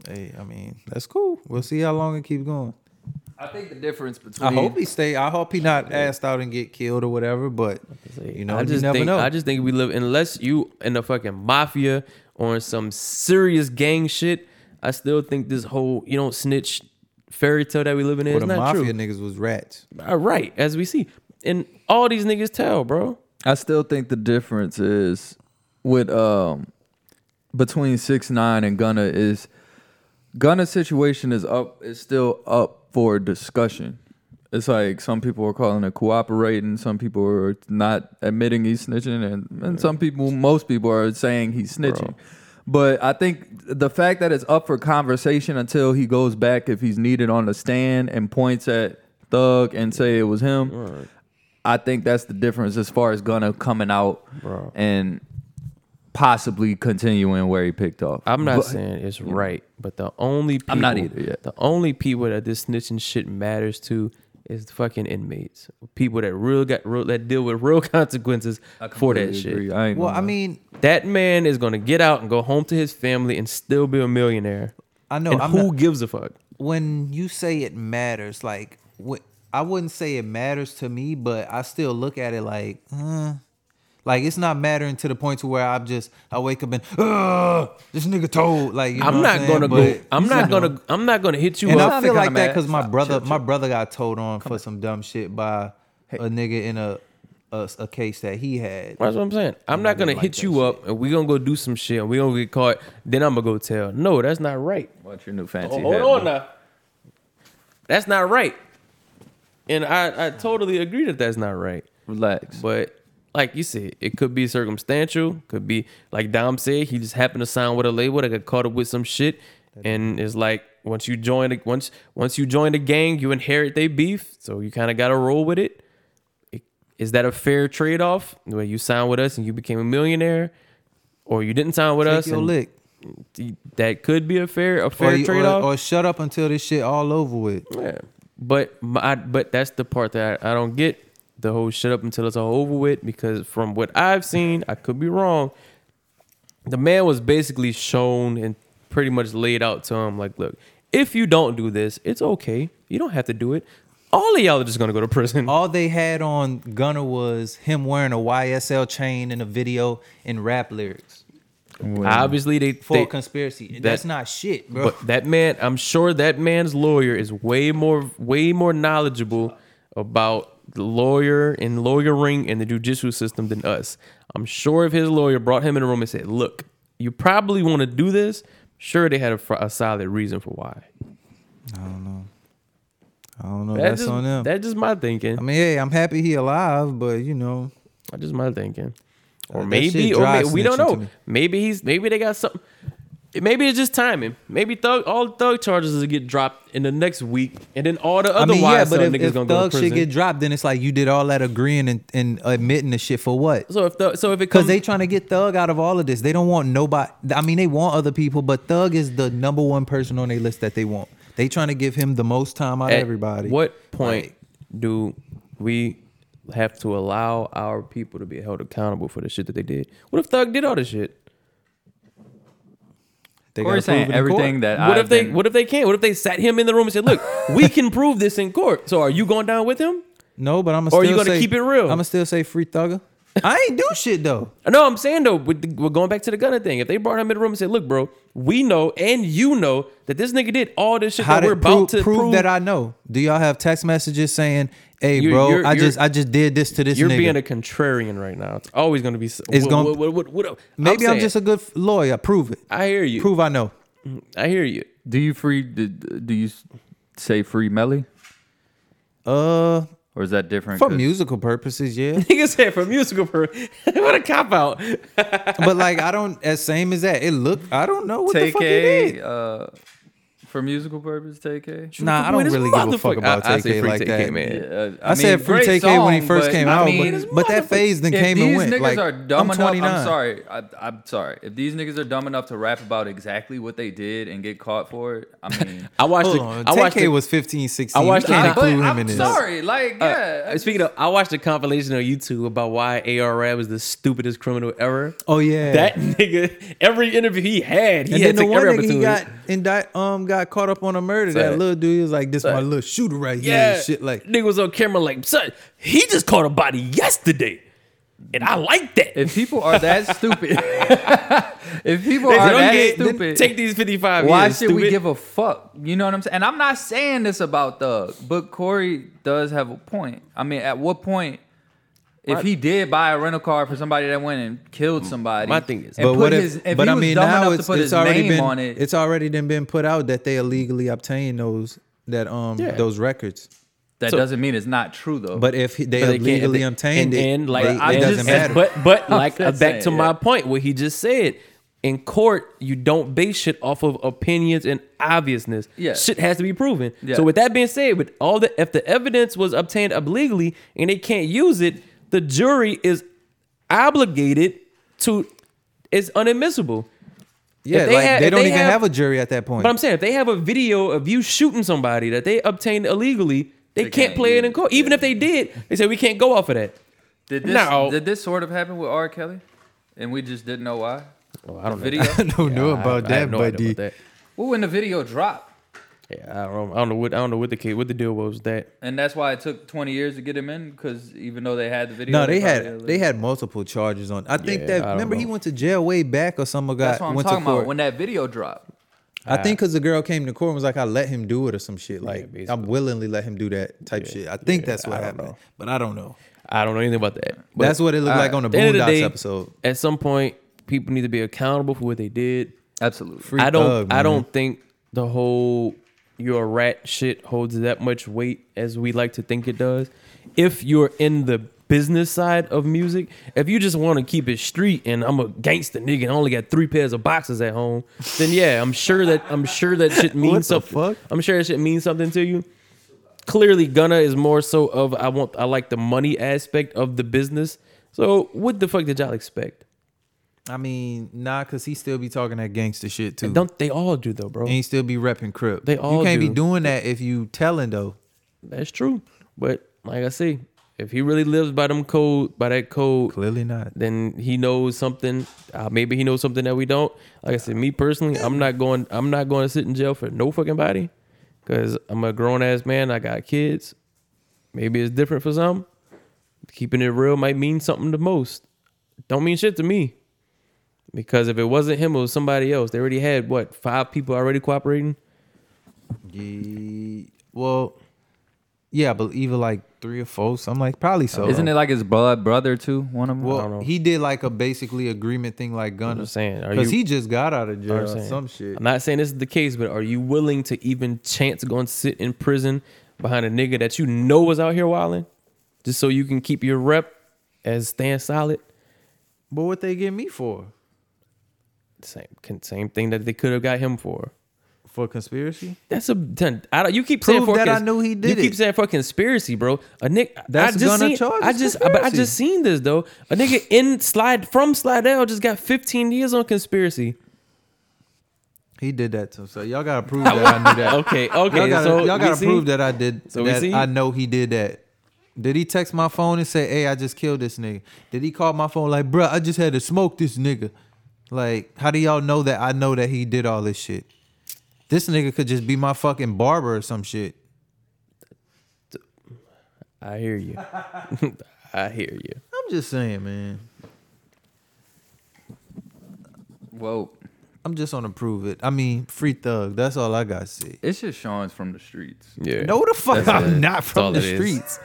S1: hey, I mean, that's cool. We'll see how long it keep going.
S3: I think the difference between
S1: I hope he stay. I hope he not asked out and get killed or whatever. But you know,
S2: I just
S1: you never
S2: think
S1: know.
S2: I just think we live unless you in the fucking mafia or in some serious gang shit. I still think this whole you don't snitch fairy tale that we living in
S1: Well,
S2: is
S1: the
S2: not
S1: mafia
S2: true.
S1: niggas was rats.
S2: All right, as we see, and all these niggas tell, bro.
S3: I still think the difference is with um between six nine and Gunna is Gunna's situation is up is still up for discussion. It's like some people are calling it cooperating, some people are not admitting he's snitching, and, and some people, most people are saying he's snitching. But I think the fact that it's up for conversation until he goes back if he's needed on the stand and points at Thug and say it was him. I think that's the difference as far as Gunna coming out
S2: Bro.
S3: and possibly continuing where he picked off.
S2: I'm not
S3: But-
S2: saying it's right, but the only people,
S3: I'm not either yet.
S2: The only people that this snitching shit matters to is the fucking inmates, people that real got real, that deal with real consequences for that
S3: completely
S2: shit.
S3: agree. I ain't
S1: Well,
S3: gonna
S1: I
S3: lie.
S1: mean,
S2: That man is gonna get out and go home to his family and still be a millionaire.
S1: I know.
S2: and
S1: I'm
S2: who
S1: not-
S2: gives a fuck?
S1: when you say it matters, like what I wouldn't say it matters to me, but I still look at it like, uh, like it's not mattering to the point to where I'm just I wake up and Ugh, this nigga told like you know
S2: I'm
S1: what
S2: not
S1: saying?
S2: gonna
S1: But-
S2: go. I'm not gonna. I'm not gonna hit you
S1: And
S2: up.
S1: I feel
S3: kinda
S1: like that
S3: mad-
S1: because my
S3: Stop,
S1: brother,
S3: chill, chill.
S1: my brother got told on for some dumb shit by a nigga in a, a a case that he had.
S2: That's what I'm saying. I'm not gonna
S1: like
S2: hit
S1: that
S2: you up and we gonna go do some shit and we gonna get caught. Then I'm gonna go tell. No, that's not right.
S3: What's your new fancy
S2: Oh, hold
S3: hat,
S2: on
S3: bro?
S2: now. That's not right. And I, I totally agree that that's not right.
S3: Relax.
S2: But like you said, it could be circumstantial. Could be like Dom said, he just happened to sign with a label that got caught up with some shit, and it's like once you join, a- once once you join the gang, you inherit their beef, so you kind of got to roll with it. It- Is that a fair trade off? Where you signed with us and you became a millionaire, or you didn't sign with
S1: Take
S2: us?
S1: your
S2: and
S1: lick,
S2: That could be a fair a
S1: or,
S2: fair
S1: you-
S2: trade
S1: or,
S2: off.
S1: or shut up until this shit all over with.
S2: Yeah. But my, but that's the part that I, I don't get. The whole shut up until it's all over with. Because from what I've seen, I could be wrong. The man was basically shown and pretty much laid out to him, like, look, if you don't do this, it's okay. You don't have to do it. All of y'all are just gonna go to prison.
S1: All they had on Gunner was him wearing a YSL chain in a video and rap lyrics
S2: Obviously, they,
S1: for
S2: they
S1: a conspiracy.
S2: that-
S1: That's not shit, bro.
S2: But that man, I'm sure that man's lawyer is way more way more knowledgeable about the lawyer and lawyering and the judicial system than us. I'm sure if his lawyer brought him in a room and said, "Look, you probably want to do this," sure they had a, fr- a solid reason for why.
S1: I don't know. I don't know.
S2: That
S1: Oh, That's
S2: just,
S1: on them.
S2: That's just my thinking.
S1: I mean, hey, I'm happy he alive, but you know,
S2: That's just my thinking. Or
S1: Uh, that
S2: maybe,
S1: shit
S2: or
S1: dry
S2: maybe, we don't
S1: snitching to
S2: know.
S1: me.
S2: Maybe he's maybe they got something. Maybe it's just timing. Maybe thug all thug charges will get dropped in the next week, and then all the
S1: I
S2: other
S1: mean, yeah,
S2: wild
S1: but
S2: son
S1: if,
S2: niggas
S1: if
S2: gonna go to
S1: thug
S2: prison.
S1: shit get dropped, then it's like you did all that agreeing and, and admitting the shit for what?
S2: So if the, so if it
S1: Because
S2: comes,
S1: they trying to get Thug out of all of this. They don't want nobody. I mean, they want other people, but Thug is the number one person on their list that they want. They trying to give him the most time out of
S2: at
S1: everybody.
S2: What point do we have to allow our people to be held accountable for the shit that they did? What if Thug did all this shit?
S1: They gotta prove
S3: Corey's saying
S1: it in court.
S3: everything that
S2: What
S3: I've
S2: if they
S3: been-
S2: What if they can't? What if they sat him in the room and said, "Look, we can prove this in court." So are you going down with him?
S1: No, but I'm
S2: Or you gonna keep it real?
S1: I'm gonna still say free Thugger. I ain't do shit though.
S2: No, I'm saying though, with the, we're going back to the gunner thing. If they brought him in the room and said, "Look, bro, we know and you know that this nigga did all this shit
S1: How
S2: that
S1: did
S2: we're
S1: prove,
S2: about to
S1: prove,
S2: prove,
S1: that I know? Do y'all have text messages saying, "Hey,
S2: You're-
S1: bro,
S2: you're-
S1: I
S2: you're-
S1: just I just did this to this
S2: you're
S1: nigga"?
S2: being a contrarian right now. It's always going to be. It's
S1: gonna-
S2: What, what, what, what,
S1: Maybe I'm,
S2: saying,
S1: just a good f- lawyer. Prove it.
S2: I hear you.
S1: Prove I know.
S2: I hear you.
S3: Do you free? Did, do you s- say free Melly,
S1: Uh,
S3: or is that different?
S1: for
S3: 'Cause
S1: musical purposes, yeah.
S2: Nigga said for musical per what a cop out.
S1: but like I don't as same as that. It look I don't know what the fuck he
S3: TK,
S1: did.
S3: uh, for musical purpose, TK.
S1: Nah, I don't really give a fuck about
S2: I, I say
S1: TK
S2: free
S1: like
S2: TK,
S1: that.
S2: man.
S3: Yeah,
S1: I, said
S3: Uh, mean,
S1: free
S3: great
S1: TK when he
S3: song,
S1: first
S3: but
S1: came
S3: I
S1: out,
S3: mean,
S1: but, but that phase then
S3: if
S1: came
S3: these
S1: and went.
S3: niggas
S1: like,
S3: are dumb
S1: I'm
S3: enough,
S1: 29.
S3: I'm sorry. I, I'm sorry. If these niggas are dumb enough to rap about exactly what they did and get caught for it, I mean,
S2: I watched
S1: Hold
S2: the,
S1: on,
S2: I watched
S1: TK
S2: the,
S1: was 15, 16.
S2: I
S1: I
S2: watched
S1: watched
S2: the-
S1: can't
S2: I-
S3: but
S1: include him
S3: I'm
S1: in this.
S3: sorry. Like,
S2: uh,
S3: yeah.
S2: uh, speaking of, I watched the compilation on YouTube about why AR was the stupidest criminal ever.
S1: Oh yeah,
S2: That nigga, every interview he had, he
S1: and
S2: had
S1: then the
S2: took
S1: one
S2: every
S1: nigga he
S2: opportunity.
S1: got and that um got caught up on a murder.
S2: Say it.
S1: That little dude he was like, "This my
S2: it.
S1: little shooter right here."
S2: Yeah,
S1: and shit like
S2: nigga was on camera like, son, he just caught a body yesterday, and I like that.
S3: If people are that stupid, if people
S2: They
S3: are
S2: don't
S3: that
S2: get-
S3: stupid,
S2: Take these fifty five.
S3: why
S2: years,
S3: should we
S2: stupid.
S3: give a fuck? You know what I'm saying? And I'm not saying this about Thug, but Corey does have a point. I mean, at what point, if he did buy a rental car for somebody that went and killed somebody,
S2: My thing is-
S3: and
S1: but
S3: put
S1: what if,
S3: his, if
S1: but
S3: he
S1: I
S3: was
S1: mean
S3: dumb
S1: now
S3: enough to
S1: it's,
S3: put
S1: it's
S3: his
S1: already
S3: name
S1: been
S3: on it,
S1: it's already then been put out that they illegally obtained those that um
S2: Yeah.
S1: those records.
S3: that
S2: so-
S3: doesn't mean it's not true though.
S1: But if he, they,
S2: But they can't-
S1: illegally
S2: they-
S1: obtained
S2: and,
S1: it,
S2: and like
S1: they-
S2: I
S1: it
S2: just-
S1: doesn't
S2: and-
S1: matter.
S2: But but like
S3: just
S2: back to
S3: saying,
S2: my
S3: yeah.
S2: point, what he just said. In court, you don't base shit off of opinions and obviousness.
S3: Yeah.
S2: Shit has to be proven.
S3: Yeah.
S2: So with that being said, with all the if the evidence was obtained illegally and they can't use it, the jury is obligated to it's unadmissible.
S1: yeah,
S2: if they
S1: like
S2: had-
S1: they
S2: if
S1: don't
S2: they
S1: even
S2: have-
S1: have, a jury at that point.
S2: But I'm saying if they have a video of you shooting somebody that they obtained illegally, they,
S3: They
S2: can't,
S3: can't
S2: play it
S3: use
S2: in
S3: it,
S2: court. Even
S3: yeah.
S2: if they did, they said we can't go off of that.
S3: did this
S2: no.
S3: did this sort of happen with R. Kelly, and we just didn't know why?
S2: Well, Oh, I don't know.
S3: Video.
S1: I don't know about that, buddy.
S3: well, when the video dropped,
S2: Yeah, I don't, I don't know what I don't know what the kid what the deal was with that.
S3: and that's why it took 20 years to get him in because even though they had the video
S1: No, they
S3: probably
S1: had they
S3: illegal.
S1: had multiple charges on. I think
S2: Yeah, I
S1: that
S2: don't
S1: remember he
S2: know.
S1: went to jail way back or some guy
S3: that's what i'm
S1: went to
S3: talking about
S1: court.
S3: when that video dropped
S1: I think because the girl came to court and was like, "I let him do it" or some shit. Like
S2: basically.
S1: I'm willingly let him do that type shit. I think that's what
S2: I don't
S1: happened,
S2: know.
S1: but I don't know.
S2: I don't know anything about that. But
S1: that's what it looked like on the
S2: at the end of the
S1: Boondocks
S2: day,
S1: episode.
S2: At some point, people need to be accountable for what they did.
S3: absolutely
S1: Free
S2: I don't
S1: Thug,
S2: I
S1: man.
S2: don't think the whole you're a rat shit holds that much weight as we like to think it does. If you're in the business side of music, if you just want to keep it street and I'm a gangster nigga and I only got three pairs of boxes at home, then yeah, I'm sure that I'm sure that shit means
S1: the
S2: something.
S1: fuck?
S2: I'm sure that shit means something to you. Clearly Gunna is more so of I want I like the money aspect of the business. So what the fuck did y'all expect?
S1: I mean, nah, cause he still be talking that gangster shit too.
S2: Don't they all do though, bro?
S1: and he still be repping Crip.
S2: They all
S1: you can't
S2: do.
S1: be doing that if you telling though.
S2: That's true. But like I say, if he really lives by them code, by that code,
S1: Clearly not.
S2: then he knows something. Uh, maybe he knows something that we don't. Like I said, me personally, I'm not going. I'm not going to sit in jail for no fucking body, because I'm a grown ass man. I got kids. Maybe it's different for some. Keeping it real might mean something to most. Don't mean shit to me. Because if it wasn't him, it was somebody else. They already had what five people already cooperating.
S1: Ye- well, yeah, but even like three or four, something like probably so.
S3: isn't it like his blood brother too one of them
S2: don't know.
S1: Well, he did like a basically agreement thing, like Gunna.
S2: just saying, are
S1: because
S2: you-
S1: he just got out of jail
S2: I'm
S1: or
S2: saying.
S1: Uh, some shit.
S2: I'm not saying this is the case, but are you willing to even chance going to sit in prison behind a nigga that you know was out here wilding, just so you can keep your rep as stand solid?
S1: But what they get me for?
S2: Same can, same thing that they could have got him for.
S1: For conspiracy?
S2: That's a ten- I don't. You keep saying
S1: Prove
S2: for
S1: that I
S2: cons-
S1: knew he
S2: You
S1: did
S2: keep
S1: it.
S2: saying for conspiracy, bro. A nigga.
S1: That's
S2: I just
S1: gonna
S2: seen,
S1: charge
S2: I
S1: as
S2: just. But I
S1: conspiracy.
S2: just seen this though. A nigga in slide from Slidell just got 15 years on conspiracy.
S1: He did that to himself. Y'all gotta prove that I knew that.
S2: Okay. Okay.
S1: y'all gotta,
S2: so
S1: y'all
S2: we
S1: gotta
S2: see-
S1: prove that I did.
S2: So
S1: So
S2: we
S1: that
S2: see?
S1: I know he did that. Did he text my phone and say, "Hey, I just killed this nigga"? Did he call my phone like, "Bruh, I just had to smoke this nigga"? Like, how do y'all know that I know that he did all this shit? This nigga could just be my fucking barber or some shit.
S2: I hear you. I hear you.
S1: I'm just saying, man.
S3: whoa
S1: I'm just gonna prove it. I mean, free thug. That's all I gotta say.
S3: it's just sean's from the streets
S2: Yeah.
S1: No, the fuck,
S2: That's it.
S1: I'm not
S2: That's all
S1: from the
S2: it is.
S1: streets.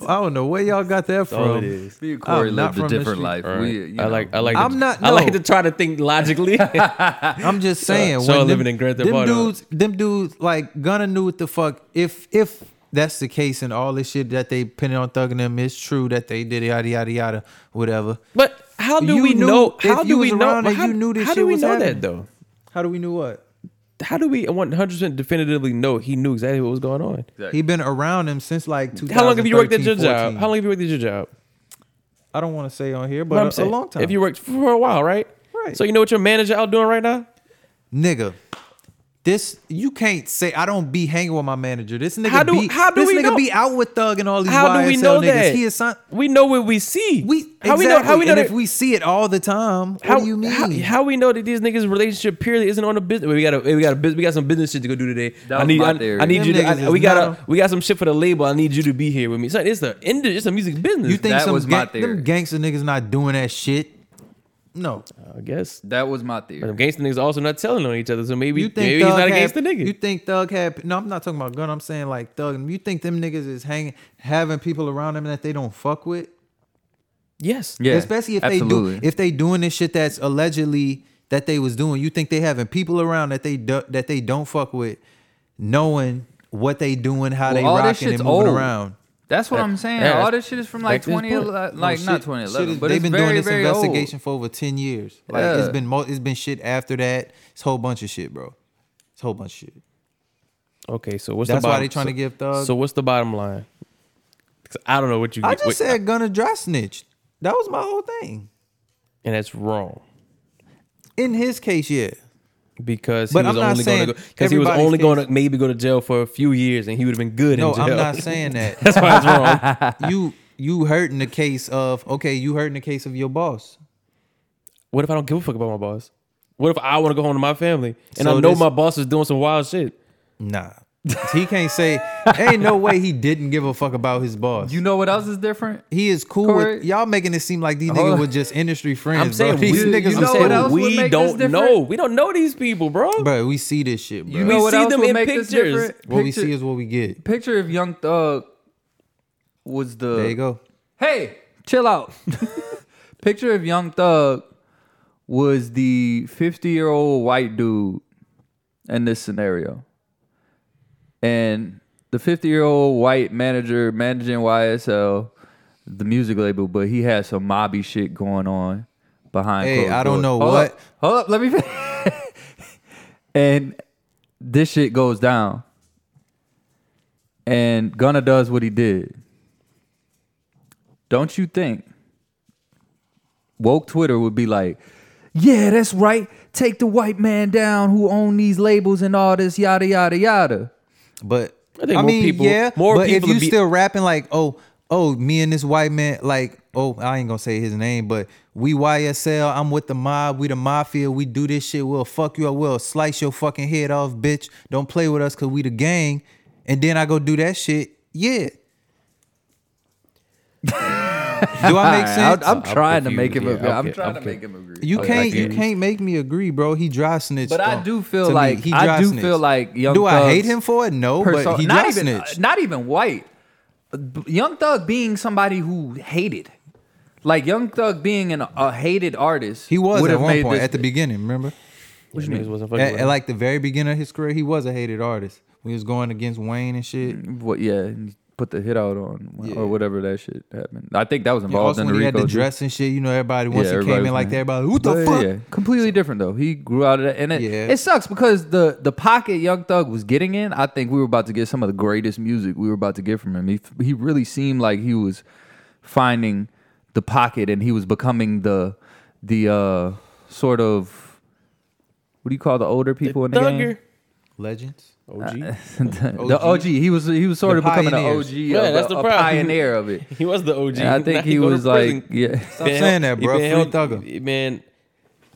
S1: I don't know where y'all got that
S2: all
S1: from.
S2: it is.
S3: me and corey
S1: I'm Oh, not
S3: lived a
S1: from the
S3: different
S1: street.
S3: life
S2: All right.
S3: we, you
S2: I
S3: know.
S2: like. I like.
S1: I'm
S2: to,
S1: not-
S2: I like
S1: no.
S2: to try to think logically.
S1: I'm just saying.
S2: so
S1: when
S2: I'm Uh, living in Grand Theft
S1: them
S2: Auto.
S1: dudes, them dudes, like Gunna knew what the fuck. If if that's the case and all this shit that they pinning on thugging them is true that they did it, yada yada yada, whatever.
S2: but how do
S1: You
S2: we
S1: knew
S2: know?
S1: if
S2: How
S1: you
S2: do we
S1: was
S2: know?
S1: around
S2: but
S1: and
S2: How,
S1: you knew this
S2: how do
S1: shit
S2: we
S1: was
S2: know that
S1: happening.
S2: though?
S1: How do we know what?
S2: How do we 100 percent definitively know he knew exactly what was going on?
S1: He been around him since like 2013,
S2: How long have you worked at your job?
S1: 14.
S2: How long have you worked at your job?
S1: I don't want to say on here,
S2: What I'm
S1: but a, a
S2: saying,
S1: long time.
S2: If you worked for a while, right?
S1: Right.
S2: So you know what your manager out doing right now?
S1: nigga, This you can't say I don't be hanging with my manager. This nigga
S2: How do-
S1: be
S2: how do
S1: this
S2: we
S1: nigga
S2: know?
S1: be out with Thug and all these
S2: How
S1: YSL
S2: do we know
S1: niggas.
S2: that?
S1: He is son.
S2: We know what we see.
S1: We
S2: how
S1: exactly.
S2: we know how we know
S1: and
S2: that,
S1: if we see it all the time,
S2: how,
S1: what do you mean?
S2: How, how we know that these niggas relationship purely isn't on the business? We got a we got a bus- we got some business shit to go do today.
S3: That
S2: I
S3: was
S2: need
S3: my
S2: I,
S3: theory.
S2: I need
S1: Them
S2: you. To,
S1: niggas
S2: I,
S1: is
S2: we got
S1: not
S2: a, we got some shit for the label. I need you to be here with me. Son, it's the end. It's a music business.
S1: you think
S3: That
S1: some
S3: was my
S1: gang-
S3: theory.
S1: them gangster niggas not doing that shit? No.
S2: I guess.
S3: That was my
S2: But them
S3: theory.
S2: gangster niggas also not telling on each other, so maybe,
S1: You think
S2: maybe he's
S1: Thug
S2: not a
S1: had,
S2: gangster nigga.
S1: You think Thug had? No, I'm not talking about gun. I'm saying like Thug. You think them niggas is hanging, having people around them that they don't fuck with?
S2: yes.
S3: Yeah,
S1: especially if they
S3: absolutely.
S1: do if they doing this shit that's allegedly that they was doing. You think they having people around that they do, that they don't fuck with, knowing what they doing, how
S3: Well,
S1: they
S3: all this
S1: rocking
S3: shit's
S1: and moving
S3: old.
S1: around.
S3: That's what
S2: That-
S3: I'm saying.
S2: yeah,
S3: All this shit is from like
S2: that's his point.
S3: 2011, like
S1: Shit-
S3: not
S1: shit
S3: 2011,
S1: is-
S3: but
S1: they've
S3: it's
S1: been
S3: very,
S1: doing this
S3: very
S1: investigation
S3: Old.
S1: for over ten years. Like
S3: Yeah.
S1: it's been mo- it's been shit after that. It's a whole bunch of shit, bro. It's a whole bunch of shit.
S2: Okay, so what's
S1: That's
S2: the
S1: why
S2: bottom,
S1: they trying
S2: so,
S1: to give Thug.
S2: So what's the bottom line? 'Cause I don't know what you.
S1: I
S2: get-
S1: just
S2: what-
S1: said gonna dry snitch. That was my whole thing.
S2: and that's wrong
S1: In his case, yeah.
S2: because he
S1: But
S2: was
S1: I'm not
S2: only going
S1: saying
S2: to because he was
S1: everybody's
S2: only going
S1: case-
S2: to maybe go to jail for a few years, and he would have been good
S1: No,
S2: in jail.
S1: I'm not saying that.
S2: that's why it's wrong.
S1: you you hurting the case of okay, you hurting the case of your boss.
S2: What if I don't give a fuck about my boss? What if I want to go home to my family and I
S1: So
S2: know
S1: this-
S2: my boss is doing some wild shit?
S1: Nah. He can't say ain't no way he didn't give a fuck about his boss.
S3: You know what else is different?
S1: he is cool
S3: Corey-
S1: with y'all making it seem like these
S3: Hold
S1: niggas
S3: on.
S1: were just industry friends.
S2: I'm saying
S1: bro. These
S2: we,
S1: niggas was
S2: I'm
S3: you know
S2: saying
S1: cool.
S3: what else would
S2: we
S3: make this
S2: don't
S3: different?
S2: know. We don't know these people, bro.
S1: bro, we see this shit, bro.
S3: You
S2: We
S3: know what
S2: see
S3: else
S2: them
S3: would
S2: in
S3: make this
S2: pictures.
S3: different?
S1: what we
S3: Picture-
S1: see is what we get.
S3: picture of Young Thug was the
S1: There you go.
S3: Hey, chill out. Picture of Young Thug was the 50 year old white dude in this scenario. And the 50 year old white manager managing YSL, the music label, but he had some mobby shit going on behind
S1: Hey,
S3: closed
S1: I don't
S3: doors.
S1: know
S3: Hold
S1: what-
S3: up, hold up, let me fin- And this shit goes down. And Gunna does what he did. Don't you think woke Twitter would be like, yeah, that's right. Take the white man down who own these labels and all this yada yada yada.
S1: But
S2: I
S1: I,
S2: think more
S1: mean,
S2: people-
S1: yeah.
S2: more
S1: but
S2: people
S1: if you
S2: be-
S1: still rapping like, oh, oh, me and this white man, like, oh, I ain't gonna say his name, but we YSL, I'm with the mob, we the mafia, we do this shit, we'll fuck you up, we'll slice your fucking head off, bitch. Don't play with us, cause we the gang. And then I go do that shit. Yeah. do I make
S3: I,
S1: sense?
S3: am trying to
S2: confused.
S3: make him
S2: Yeah,
S3: agree. I'm
S2: okay,
S3: trying to
S2: okay.
S3: make him agree.
S1: you
S2: Okay,
S1: can't,
S2: I
S1: you
S2: get it.
S1: can't make me agree, bro. He dry snitched.
S3: But I
S1: on-
S3: do feel
S1: to me.
S3: like-
S1: he
S3: I
S1: dry
S3: do
S1: snitched.
S3: feel like Young
S1: Do I hate
S3: Thug's
S1: him for it? No,
S3: Perso-
S1: but he
S3: not
S1: dry
S3: even uh,
S1: snitched.
S3: not even white. B- Young Thug being somebody who hated, like Young Thug being an, a hated artist.
S1: He was
S3: would
S1: at
S3: have
S1: one
S3: made
S1: point
S3: this-
S1: at the beginning. Remember,
S2: Which niggas wasn't fucking
S1: at,
S2: with
S1: at
S2: him.
S1: like the very beginning of his career, he was a hated artist. When he was going against Wayne and shit.
S3: what? Yeah, and put the hit out on
S1: Yeah.
S3: or whatever that shit happened. I think that was
S1: And
S3: involved
S1: also
S3: in
S1: when
S3: the
S1: he had
S3: Rico
S1: the
S3: too.
S1: dress and shit, you know, everybody once he
S3: Yeah, everybody
S1: came
S3: was
S1: in like that,
S3: mad.
S1: everybody, what the
S3: Yeah,
S1: fuck?
S3: yeah. completely different though. He grew out of that, and it,
S1: Yeah.
S3: it sucks because the the pocket Young Thug was getting in. I think we were about to get some of the greatest music we were about to get from him. He he really seemed like he was finding the pocket, and he was becoming the the uh, sort of what do you call the older people in the game?
S2: Thugger.
S1: Legends.
S2: OG.
S3: the
S1: OG.
S3: the OG. He was he was sort
S1: The
S3: of becoming an
S1: pioneers.
S3: OG,
S2: Yeah,
S3: of
S2: that's
S3: a-
S2: the
S3: a
S2: problem.
S3: pioneer of it.
S2: He was the OG.
S3: And I
S2: Now
S3: think
S2: he
S3: he
S2: go to
S3: was
S2: prison.
S3: like, yeah.
S1: Stop saying that,
S2: he
S1: bro.
S2: been
S1: Free
S2: held-
S1: thugger.
S2: Man,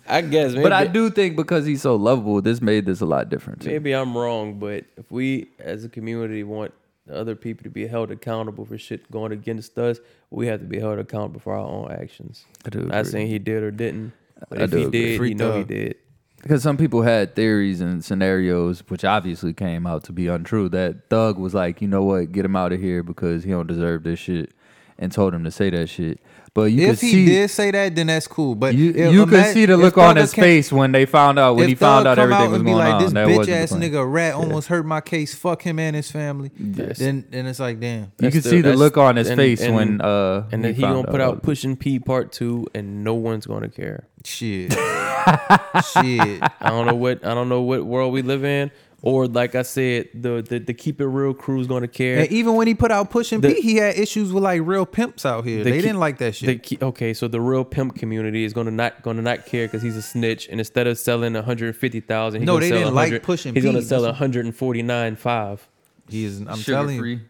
S2: I guess. Maybe,
S3: But I do think because he's so lovable, this made this a lot different. Too.
S2: Maybe I'm wrong, but if we as a community want other people to be held accountable for shit going against us, we have to be held accountable for our own actions.
S3: I do
S2: Not
S3: agree.
S2: saying he did or didn't, but
S3: I
S2: if
S3: do
S2: he
S3: agree.
S2: did,
S1: Free
S2: you know he
S1: thug.
S2: did.
S3: Because some people had theories and scenarios, which obviously came out to be untrue. That Thug was like, you know what, get him out of here because he don't deserve this shit, and told him to say that shit. But you could
S1: If he
S3: see,
S1: did say that, then that's cool. But
S3: you,
S1: if-
S3: you could
S1: imagine-
S3: see the
S1: if
S3: look on
S1: Thugger
S3: his
S1: came-
S3: face when they found out when
S1: if
S3: he found
S1: Thug
S3: out
S1: come
S3: everything
S1: and
S3: was
S1: be
S3: going
S1: like,
S3: on.
S1: This
S3: that
S1: bitch
S3: wasn't the
S1: ass
S3: plan.
S1: nigga rat almost hurt my case. Fuck him and his family.
S2: Yes.
S1: Then then it's like, damn.
S3: You
S2: That's
S3: could
S2: the-
S3: see the
S2: that's-
S3: look on his
S2: and-
S3: face
S2: and-
S3: when uh
S2: And then he
S3: found
S2: gonna put
S3: all
S2: out pushing P part two, and no one's gonna care.
S1: Shit. Shit.
S2: I don't know what I don't know what world we live in, Or like I said, the the, the keep it real crew's gonna care.
S1: And even when he put out Push and
S2: The-
S1: P, he had issues with like real pimps out here.
S2: The
S1: they
S2: key-
S1: didn't like that
S2: The
S1: shit.
S2: key, okay, so the real pimp community is gonna not gonna not care because he's a snitch, and instead of selling one hundred fifty thousand,
S1: No, they
S2: sell
S1: didn't like
S2: 100
S1: Push and
S2: He's gonna
S1: Pete.
S2: sell one hundred and forty nine five.
S1: he is. I'm
S3: sugar
S1: telling you,
S3: free.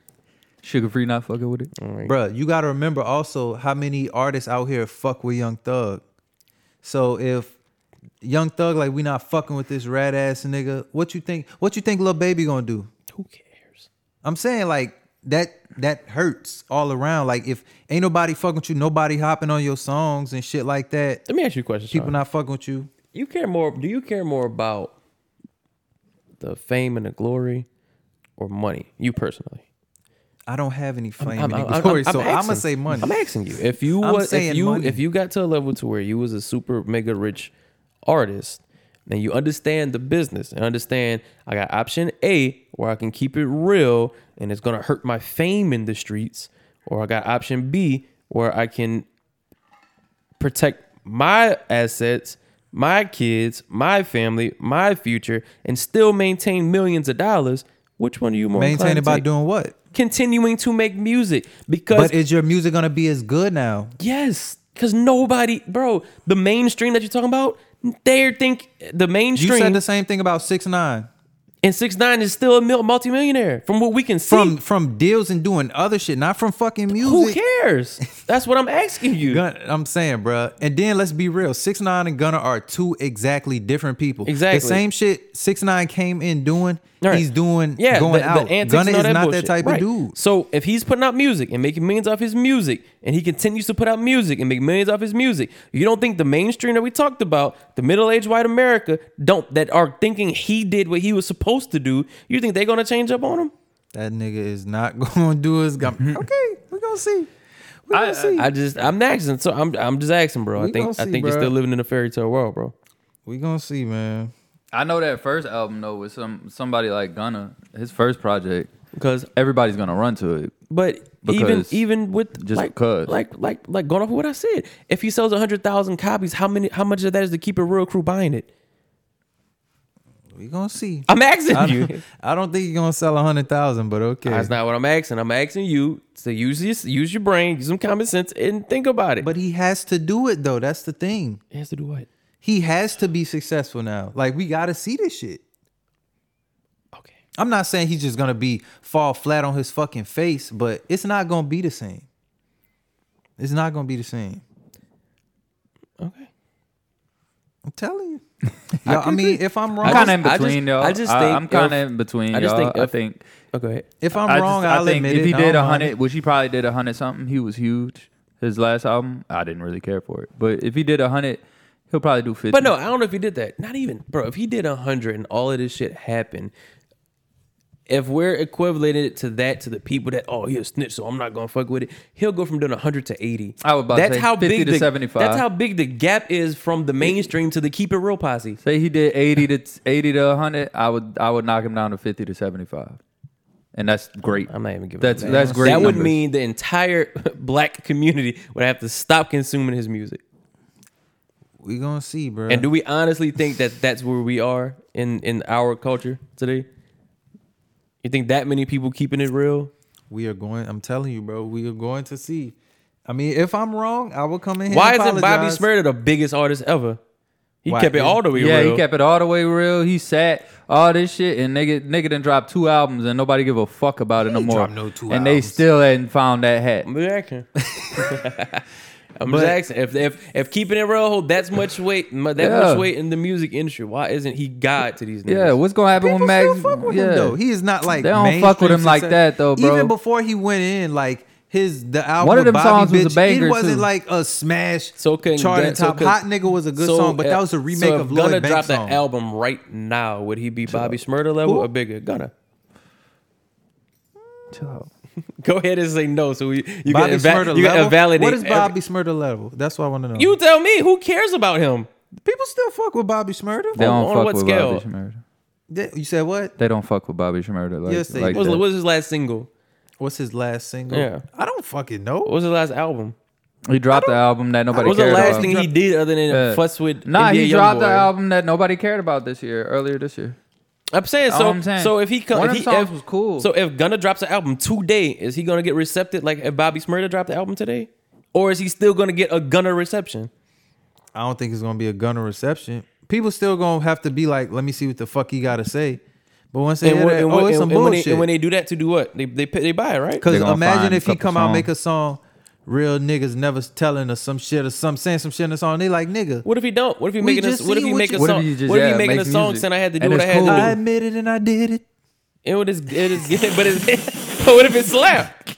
S3: Sugar free, not fucking with it.
S1: bruh, You got to remember also how many artists out here fuck with Young Thug. So if Young Thug like we not fucking with this rat ass nigga, what you think? What you think, little baby gonna do?
S2: Who cares?
S1: I'm saying like that that hurts all around. Like if ain't nobody fucking with you, nobody hopping on your songs and shit like that.
S2: Let me ask you a question.
S1: People
S2: Sean.
S1: not fucking with you.
S2: you care more? Do you care more about the fame and the glory, or money? You personally.
S1: I don't have any fame and glory, so I'm, gonna
S2: asking-
S1: say money.
S2: I'm asking you if you
S1: I'm
S2: was if
S1: saying
S2: you
S1: money.
S2: if you got to a level to where you was a super mega rich artist, then you understand the business and understand I got option A where I can keep it real and it's gonna hurt my fame in the streets, or I got option B where I can protect my assets, my kids, my family, my future, and still maintain millions of dollars. Which one are you more
S1: Maintain
S2: inclined
S1: it
S2: to
S1: by
S2: take?
S1: doing what?
S2: continuing to make music because
S1: But is your music gonna be as good now?
S2: yes, because nobody, bro, the mainstream that you're talking about, they think the
S1: You
S2: mainstream
S1: said the same thing about six nine
S2: and six nine is still a mil- multimillionaire from what we can see.
S1: from from deals and doing other shit, not from fucking music.
S2: who cares? That's what I'm asking you.
S1: Gun, I'm saying, bruh. And then let's be real. Six nine and Gunner are two exactly different people.
S2: Exactly.
S1: The same shit Six nine came in doing.
S2: All right.
S1: He's doing.
S2: yeah,
S1: going
S2: the, the
S1: out.
S2: antics
S1: Gunner
S2: and
S1: is
S2: all
S1: not
S2: bullshit.
S1: that type
S2: Right.
S1: of dude.
S2: So if he's putting out music and making millions off his music, and he continues to put out music and make millions off his music, you don't think the mainstream that we talked about, the middle-aged white America, don't that are thinking he did what he was supposed to do? You think they're gonna change up on him?
S1: That nigga is not gonna do his. Gum. okay, we gonna see. We gonna
S2: I,
S1: see.
S2: I, I just I'm asking, so I'm I'm just asking, bro. I
S1: We
S2: think
S1: gonna
S2: I
S1: see,
S2: think you're
S1: bro.
S2: still living in a fairy tale world, bro.
S1: we gonna see, man.
S3: I know that first album though with some somebody like Gunna, his first project,
S2: Because
S3: everybody's gonna run to it.
S2: But
S3: Because-
S2: even even with
S3: just
S2: like,
S3: because.
S2: like like like going off of what I said, if he sells hundred thousand copies, how many how much of that is to keep a real crew buying it?
S1: We gonna see.
S2: I'm asking
S1: I
S2: you.
S1: don't, I don't think you're gonna sell a hundred thousand, but okay.
S2: That's not what I'm asking. I'm asking you to use your, use your brain, use some common sense, and think about it.
S1: But he has to do it though. That's the thing.
S2: it has to do what?
S1: He has to be successful now. Like we gotta see this shit.
S2: Okay.
S1: I'm not saying he's just gonna be fall flat on his fucking face, but it's not gonna be the same. It's not gonna be the same.
S2: Okay.
S1: I'm telling you. Yo, I, mean, if I'm wrong,
S2: I
S3: I'm
S2: just-
S3: kind of in
S2: I just-
S3: between, y'all.
S2: I just
S3: I-
S2: think
S3: I'm kind
S2: if-
S3: of in between.
S2: I
S3: I
S2: just
S3: just
S2: think
S3: I
S2: if-
S3: think
S2: Oh, go ahead.
S1: if I'm
S3: I
S1: wrong,
S3: just-
S1: I'll
S3: I think
S1: admit
S3: if
S1: it.
S3: he
S1: I don't
S3: did a
S1: mind it.
S3: hundred, which he probably did a hundred something, he was huge. His last album, I didn't really care for it, but if he did a hundred, he'll probably do fifty.
S2: But no, I don't know if he did that. Not even, bro. If he did hundred and all of this shit happened, if we're equivalent it to that to the people that oh he a snitch, so I'm not gonna fuck with it. He'll go from doing hundred to eighty.
S3: I was about to
S2: that's
S3: say
S2: how
S3: 50
S2: big
S3: to
S2: the,
S3: 75.
S2: That's how big the gap is from the mainstream to the keep it real posse.
S3: say he did eighty to eighty to hundred, I would I would knock him down to fifty to seventy five, and that's great.
S2: I'm not even giving.
S3: That's
S2: him
S3: that's great.
S2: That would
S3: numbers.
S2: mean the entire black community would have to stop consuming his music.
S1: We gonna see, bro.
S2: And do we honestly think that that's where we are in in our culture today? You think that many people keeping it real?
S1: we are going. I'm telling you, bro. We are going to see. I mean, if I'm wrong, I will come in here.
S2: Why
S1: and
S2: isn't Bobby
S1: apologize.
S2: Smurda the biggest artist ever? He
S1: Why
S2: kept it
S1: is-
S2: all the way
S3: Yeah,
S2: real.
S3: he kept it all the way real. He sat all this shit, and nigga, nigga done dropped two albums, and nobody give a fuck about it no more.
S1: dropped no two
S3: and they
S1: albums.
S3: still hadn't found that hat.
S2: I'm just asking. I'm just asking. If, if if keeping it real hold that's much weight, mu- that
S3: Yeah.
S2: much weight in the music industry, why isn't he God to these niggas?
S3: Yeah, what's gonna happen
S1: People
S3: when Max?
S1: still fuck with
S3: yeah,
S1: him though. He is not like
S3: They don't fuck with
S1: mainstream
S3: him like
S1: success-
S3: that, though, bro.
S1: Even before he went in, like his the album
S3: One of
S1: with
S3: them
S1: Bobby
S3: songs was a
S1: Bitch,
S3: banger,
S1: It wasn't
S3: too.
S1: like a smash.
S2: So can
S1: chart
S2: Gun-
S1: and
S2: so
S1: top
S2: could-
S1: hot nigga was a good
S2: so
S1: song, but
S2: if-
S1: that was a remake
S2: so if
S1: of Lloyd
S2: Gunna
S1: Banks
S2: dropped
S1: song.
S2: an album right now, would he be Bobby Smurda level
S1: Who?
S2: or bigger? Gunna.
S3: Chill out.
S2: Go ahead and say no. So we, you
S1: Bobby
S2: can, eva-
S1: Smurda
S2: you can
S1: level.
S2: validate.
S1: What is
S2: every-
S1: Bobby Smurda level? That's what I want to know.
S2: you tell me. Who cares about him?
S1: people still fuck with Bobby Smurda?
S3: They
S2: On- on
S3: don't fuck
S2: what
S3: with
S2: scale?
S3: Bobby Shmurda.
S1: They- you said what?
S3: They don't fuck with Bobby Shmurda. Like,
S1: Yes, they
S3: like
S2: What was,
S3: that.
S2: what was his last single?
S1: What's his last single?
S2: Yeah.
S1: I don't fucking
S2: What
S1: know.
S2: was his last album?
S3: He dropped the album that nobody
S2: What was the
S3: cared
S2: last
S3: about.
S2: thing he did other than
S3: Yeah.
S2: fuss with
S3: Nah,
S2: NBA
S3: he dropped
S2: Youngboy?
S3: the album that nobody cared about this year, earlier this year.
S2: I'm saying
S3: All
S2: so.
S3: I'm saying.
S2: So if he comes,
S3: One
S2: if
S3: of
S2: he,
S3: them songs
S2: if-
S3: was cool.
S2: So if Gunna drops an album today, is he gonna get receptive like if Bobby Smurda dropped the album today, or is he still gonna get a Gunna reception?
S1: I don't think it's gonna be a gunner reception. People still gonna have to be like, let me see what the fuck he gotta say. But once they hear
S2: when-
S1: that, oh,
S2: when-
S1: it's some
S2: and when they-
S1: bullshit.
S2: and when they do that, to do what? They they pay- they buy it, right?
S1: Because
S3: They gonna
S1: imagine
S3: find
S1: if
S3: a
S1: he
S3: couple
S1: come out
S3: songs.
S1: make a song, real niggas never telling or some shit or some saying some shit in the song. They like nigga.
S2: What if he don't? What if he
S1: We
S2: making a
S1: just
S2: What if he
S1: seen what
S2: make a
S1: you-
S3: What if
S2: song?
S3: he just,
S2: what if he
S3: yeah,
S2: making a
S3: makes
S2: song
S3: music.
S2: and I had to do
S3: And
S2: what I
S3: it's
S2: had
S3: cool.
S1: I
S2: to do?
S1: admit it and I did it.
S2: And what is it is good, but it's but what if it's slap?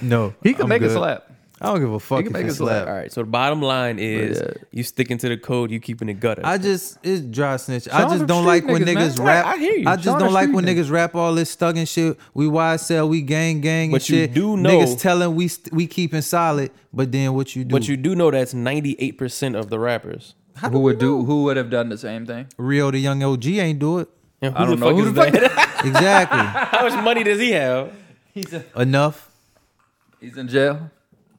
S1: No,
S3: He can
S1: I'm
S3: make
S1: good.
S3: a slap.
S1: I don't give a fuck.
S3: can
S1: if
S3: make
S1: it
S3: a slap.
S1: slap.
S2: All right. So the bottom line is
S3: Yeah.
S2: you sticking to the code. You keeping it gutter.
S1: I just it's dry snitch.
S3: Show
S1: I just
S3: them
S1: don't like
S3: street
S1: when
S3: niggas,
S1: niggas
S3: man.
S1: rap.
S2: Right, I hear you.
S1: I
S2: Show
S1: just
S3: them
S1: don't like
S3: street
S1: when
S3: niggas.
S1: niggas rap all this thugging shit. We YSL, we gang gang and
S2: But you
S1: shit.
S2: do know-
S1: niggas telling we st- we keeping solid, but then what you do?
S2: but you do know that's ninety eight percent of the rappers.
S3: Who would do? Who would have done the same thing?
S1: Rio the young OG ain't do it
S2: And who
S3: I don't
S2: the
S3: know
S2: fuck
S3: who
S2: is
S3: the fuck
S2: that?
S1: exactly
S2: How much money does he have?
S1: enough.
S3: He's in jail.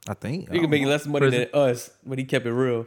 S1: I think
S2: He can make less money than us, but he kept it real.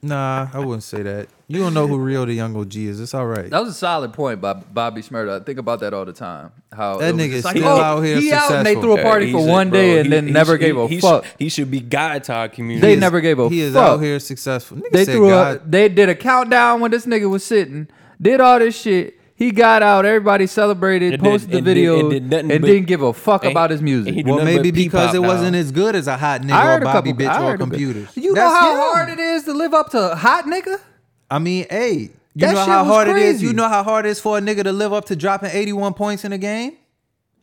S1: Nah, I wouldn't say that. You don't know who Rio the Young OG is. It's all right.
S3: That was a solid point by Bobby Smurda. I think about that all the time. How
S1: That
S3: it was
S1: nigga
S3: just
S1: still out here
S3: He out and they
S1: successful.
S3: threw a party
S2: Hey,
S3: for
S2: he's a-
S3: one
S2: bro,
S3: day and
S2: he-
S3: then
S2: he
S3: never
S2: should-
S3: gave a
S2: he should-
S3: fuck.
S2: he should be God to our community.
S3: They
S1: He is-
S3: never gave a
S1: He is
S3: fuck.
S1: out here successful. Nigga
S3: They
S1: said
S3: threw a,
S1: God.
S3: they did a countdown when this nigga was sitting, did all this shit. He got out, everybody celebrated,
S2: And did-
S3: posted
S2: and
S3: the
S2: did-
S3: video,
S2: and
S3: and,
S2: did nothing but-
S3: didn't give a fuck
S2: and-
S3: about his
S2: and he
S3: music.
S2: do
S1: well,
S2: nothing but
S1: maybe because
S2: peep-pop
S1: it
S2: now.
S1: wasn't as good as a hot
S3: I
S1: nigga or
S3: heard a
S1: Bobby
S3: couple. I
S1: bitch
S3: heard
S1: or
S3: a couple-
S1: computers.
S3: You know
S1: That's
S3: how
S1: him.
S3: hard it is to live up to hot nigga.
S1: I mean, hey, you
S3: That
S1: know
S3: shit
S1: how
S3: was
S1: hard it is.
S3: crazy.
S1: You know how hard it is for a nigga to live up to dropping 81 points in a game.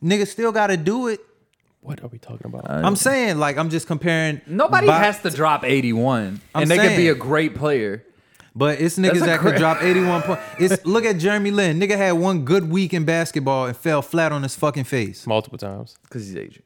S1: Nigga still got to do it.
S2: What are we talking about?
S3: Uh,
S1: I'm saying, like, I'm just comparing.
S3: Nobody
S1: Bob-
S3: has to drop 81,
S1: I'm
S3: and they can be
S1: saying.
S3: a great player.
S1: But it's
S3: That's
S1: niggas
S3: a
S1: that could
S3: cra-
S1: drop 81 points. It's look at Jeremy Lin. Nigga had one good week in basketball and fell flat on his fucking face.
S2: Multiple times.
S3: Because he's Asian.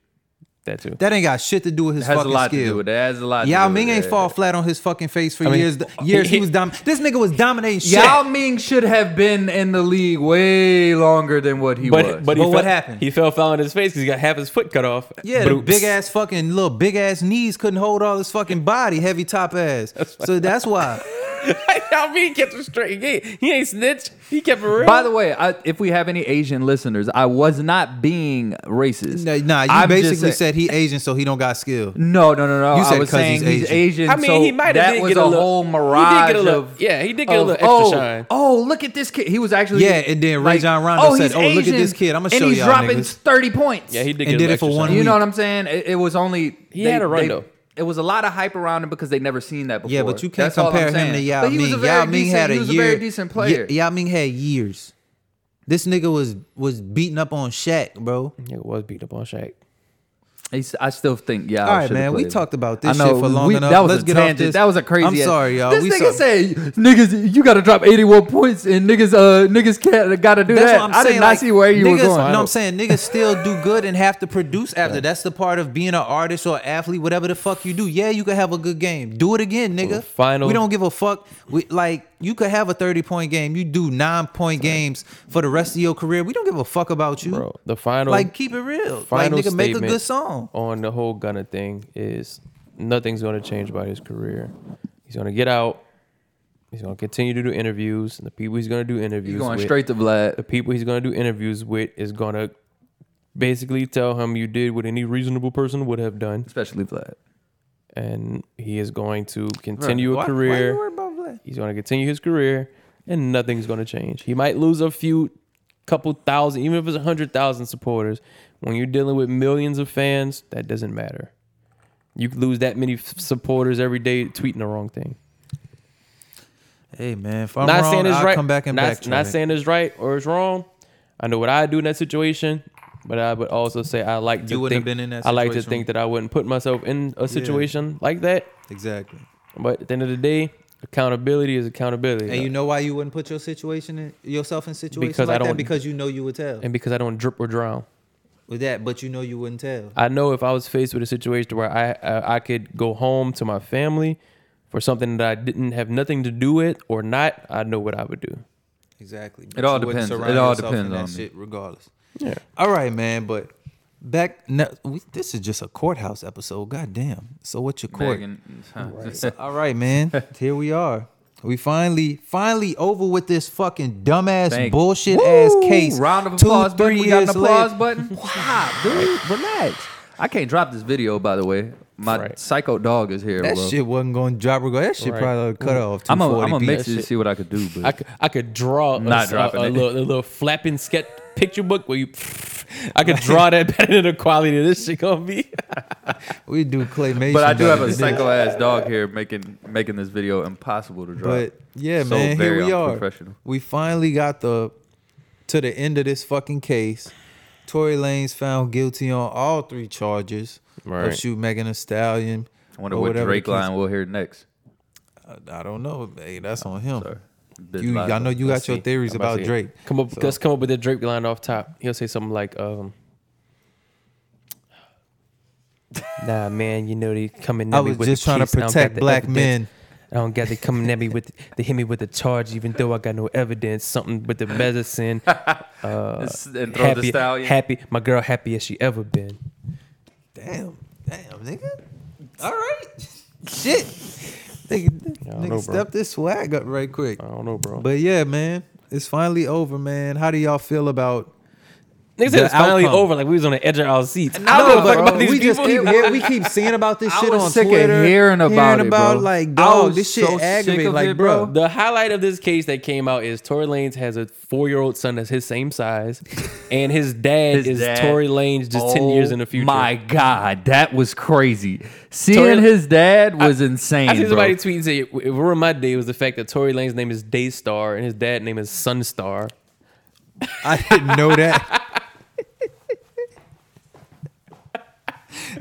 S2: That too.
S1: That ain't got shit to do with his
S3: Has a
S1: fucking
S3: lot
S1: skill.
S3: to do with that. Has a lot.
S1: Yao
S3: to do
S1: Ming
S3: with
S1: ain't
S3: that.
S1: fall flat on his fucking face for
S2: mean,
S1: years. years he,
S2: he-
S1: was dom. This nigga was dominating shit.
S3: Yao Ming should have been in the league way longer than what he was.
S1: But what
S2: fell-
S1: happened?
S2: He fell foul on his face because he got half his foot cut off.
S1: yeah, the
S2: Bloops.
S1: big ass fucking little big ass knees couldn't hold all his fucking body, heavy top ass. so that's why.
S2: I mean, he kept it straight. He ain't, he ain't snitch. He kept it real.
S3: By the way, I, if we have any Asian listeners, I was not being racist.
S1: Nah, nah, you
S3: I'm just
S1: basically
S3: saying-
S1: said he Asian, so he don't got skill.
S3: No, no, no, no.
S1: You
S3: I
S1: said
S3: was
S1: 'cause
S3: saying
S1: he's
S3: he's
S1: Asian.
S3: Asian.
S2: I mean,
S3: so
S2: he might have
S3: that
S2: did
S3: was
S2: get a little-
S3: whole
S2: he did get a
S3: mirage
S2: little-
S3: of
S2: yeah, he did get a
S3: of,
S2: little extra
S3: oh,
S2: shine."
S3: Oh, look at this kid. He was actually
S1: Yeah, and then Ray John Rondo
S3: oh,
S1: said,
S3: he's
S1: "Oh, look at
S3: Asian,
S1: this kid. I'ma
S3: and
S1: show
S3: he's
S1: y'all
S3: dropping
S1: niggas."
S3: thirty points.
S2: yeah, he did.
S1: And
S2: Get
S1: did
S2: a
S1: it for
S2: extra
S1: one
S2: shot.
S3: You
S1: week.
S3: know what I'm saying? It, it was only
S2: He had a Rondo.
S3: it was a lot of hype around him because they never seen that before.
S1: Yeah, but you can't
S3: That's all I'm
S1: compare him
S3: saying.
S1: to Yao
S3: But
S1: Ming.
S3: he was a very
S1: Yao Ming
S3: decent-
S1: had a
S3: he was
S1: year.
S3: a very decent player.
S1: Ye- Yao Ming had years. This nigga was was beating up on Shaq, bro.
S2: Nigga was beat up on Shaq.
S3: He's- I still think Yao.
S1: All right,
S3: should've
S1: man. We
S3: played.
S1: talked about
S3: I
S1: this
S3: know
S1: shit for long
S3: we,
S1: enough.
S3: That was
S1: Let's
S3: a
S1: get
S3: tangent.
S1: off this.
S3: That was a crazy.
S1: I'm
S3: ass-
S1: sorry, y'all.
S3: This
S1: we saw-
S3: nigga say, "Niggas, you got to drop 81 points, and niggas, uh, niggas can't got to do
S1: That's
S3: that."
S1: what I'm
S3: I
S1: saying.
S3: did not
S1: like,
S3: see where you
S1: niggas,
S3: were going.
S1: No, I'm saying niggas still do good and have to produce after. That's the part of being an artist or athlete, whatever the fuck you do. Yeah, you can have a good game. Do it again, nigga.
S2: Well, final-
S1: We don't give a fuck. We, like you could have a 30 point game. You do nine point games for the rest of your career. We don't give a fuck about you.
S2: Bro, the final
S1: Like keep it real. Like
S2: final
S1: nigga, make a
S2: statement
S1: good song.
S2: on the whole Gunna thing is nothing's going to change about his career. He's going to get out. He's going to continue to do interviews, and the people he's going to do interviews
S3: you going
S2: with,
S3: straight to
S2: the
S3: Vlad.
S2: people he's going to do interviews with is going to basically tell him you did what any reasonable person would have done,
S3: Especially Vlad.
S2: and he is going to continue
S1: Why-
S2: a
S1: Why
S2: career.
S1: you worried about Vlad?
S2: He's going to continue his career, and nothing's going to change. He might lose a few, couple thousand, even if it's a hundred thousand supporters. When you're dealing with millions of fans, that doesn't matter. You could lose that many f- supporters every day tweeting the wrong thing.
S1: Hey man, if I'm
S2: not
S1: wrong,
S2: saying it's
S1: I'll
S2: right.
S1: come back and
S2: not,
S1: backtrack.
S2: not saying it's right or it's wrong. I know what I do in that situation, but I would also say I like to
S1: You wouldn't have
S2: think
S1: been in that
S2: I like to
S1: situation.
S2: think that I wouldn't put myself in a situation like that.
S1: exactly.
S2: But at the end of the day, accountability is accountability.
S1: And you know why you wouldn't put your situation in yourself in situations
S2: Because I
S1: like
S2: don't-
S1: that because you know you would tell
S2: and because I don't drip or drown.
S1: with that, but you know you wouldn't tell.
S2: I know if I was faced with a situation where I uh, I, I could go home to my family for something that I didn't have nothing to do with or not, I know what I would do.
S1: Exactly.
S3: It all
S1: You wouldn't
S3: depends.
S1: surround
S3: It all
S1: yourself in
S3: depends
S1: that
S3: on me.
S1: shit, regardless.
S2: Yeah.
S1: All right, man. But back now, we, this is just a courthouse episode. Goddamn. So what's your court?
S3: Megan.
S1: So- all right, man. Here we are. We finally, finally over with this fucking dumbass
S3: Thank-
S1: bullshit ass
S3: Woo!
S1: case.
S3: Round of
S1: Two,
S3: applause button.
S1: three
S3: We got an
S1: years
S3: applause
S1: later-
S3: button. Wow, dude, relax. I can't drop this video, by the way. My
S2: Right.
S3: psycho dog is here,
S1: That
S3: bro.
S1: shit wasn't going to drop. regard- That shit
S2: Right.
S1: probably cut off.
S3: I'm gonna mix
S2: that
S3: it to
S2: shit.
S3: see what I could do, but
S2: I could, I could draw a,
S3: Not
S2: a-
S3: dropping
S2: a,
S3: it.
S2: little, a little flapping sketch picture book where you. I could draw that better than the quality of this shit gonna be.
S1: We do claymation.
S3: But I do
S1: better
S3: have a
S1: than this.
S3: psycho ass dog here making making this video impossible to drop.
S1: But yeah,
S3: So
S1: man,
S3: very
S1: here we are.
S3: unprofessional.
S1: We finally got the to the end of this fucking case. Tory Lane's found guilty on all three charges of
S2: Right.
S1: shoot Megan Thee Stallion.
S3: I wonder
S1: or
S3: what
S1: whatever the
S3: Drake
S1: case-
S3: line we'll hear next.
S1: I, I don't know. Hey, that's on him.
S3: Sorry. Bit
S1: You,
S3: live.
S1: I know you
S2: Let's
S1: got your
S2: see.
S1: theories
S2: I'm about to
S1: about
S2: see it.
S1: Drake.
S2: Come up,
S1: So-
S2: let's come up with the Drake line off top. He'll say something like, um, "Nah, man, you know they coming at
S1: I
S2: me
S1: was
S2: with
S1: just
S2: the
S1: trying to
S2: case. I don't got
S1: protect
S2: the
S1: black
S2: evidence.
S1: men.
S2: I don't got they coming at me with they hit me with the charge, even though I got no evidence. Something with the medicine. Uh,
S3: It's- and throw the
S2: happy,
S3: stallion.
S2: happy, my girl, happy as she ever been.
S1: Damn, damn, nigga. All right, shit. Nigga,
S2: Yeah, I
S1: nigga
S2: know, bro.
S1: step this swag up right quick.
S2: I don't know, bro.
S1: But yeah, man, it's finally over, man. How do y'all feel about?
S2: Niggas said
S1: the
S2: it's finally
S1: outcome.
S2: over. Like we was on the edge of our seats. I
S3: No,
S2: don't give a
S3: but
S2: fuck about
S3: bro,
S2: these
S1: we just
S2: people.
S1: keep hear- we keep seeing about this
S3: I
S1: shit
S3: was
S1: on
S3: sick of
S1: Twitter,
S3: hearing about it, bro.
S1: like,
S3: I
S1: dog,
S3: was
S1: this shit
S3: so sick
S1: aggravating,
S3: of
S1: like,
S3: it,
S1: bro.
S3: bro.
S2: The highlight of this case that came out is Tory Lanez has a four-year-old son that's his same size, and his dad
S3: His
S2: is
S3: dad.
S2: Tory Lanez just ten years in the future.
S3: Oh My God, that was crazy. Seeing
S2: Tory-
S3: his dad was insane.
S2: I see
S3: bro.
S2: somebody tweet and say, "If it were my day, it was the fact that Tory Lane's name is Daystar and his dad name is Sunstar."
S1: I didn't know that.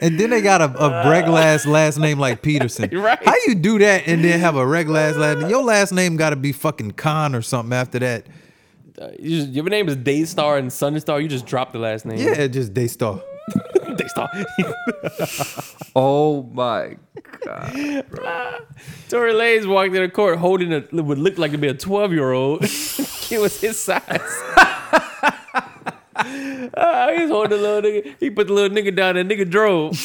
S1: and then they got a, a regular last name like Peterson.
S2: Right.
S1: How you do that and then have a regular ass last name? Your last name got to be fucking Khan or something after that.
S2: Uh, you just- your name is Daystar and Sunstar. You just dropped the last name.
S1: Yeah, just Daystar.
S2: Daystar.
S3: Oh my God.
S2: Tory Lanez walked into court holding a what looked like to be a twelve-year-old. it was his size. Ah, he's holding a little nigga. He put the little nigga down. That nigga drove.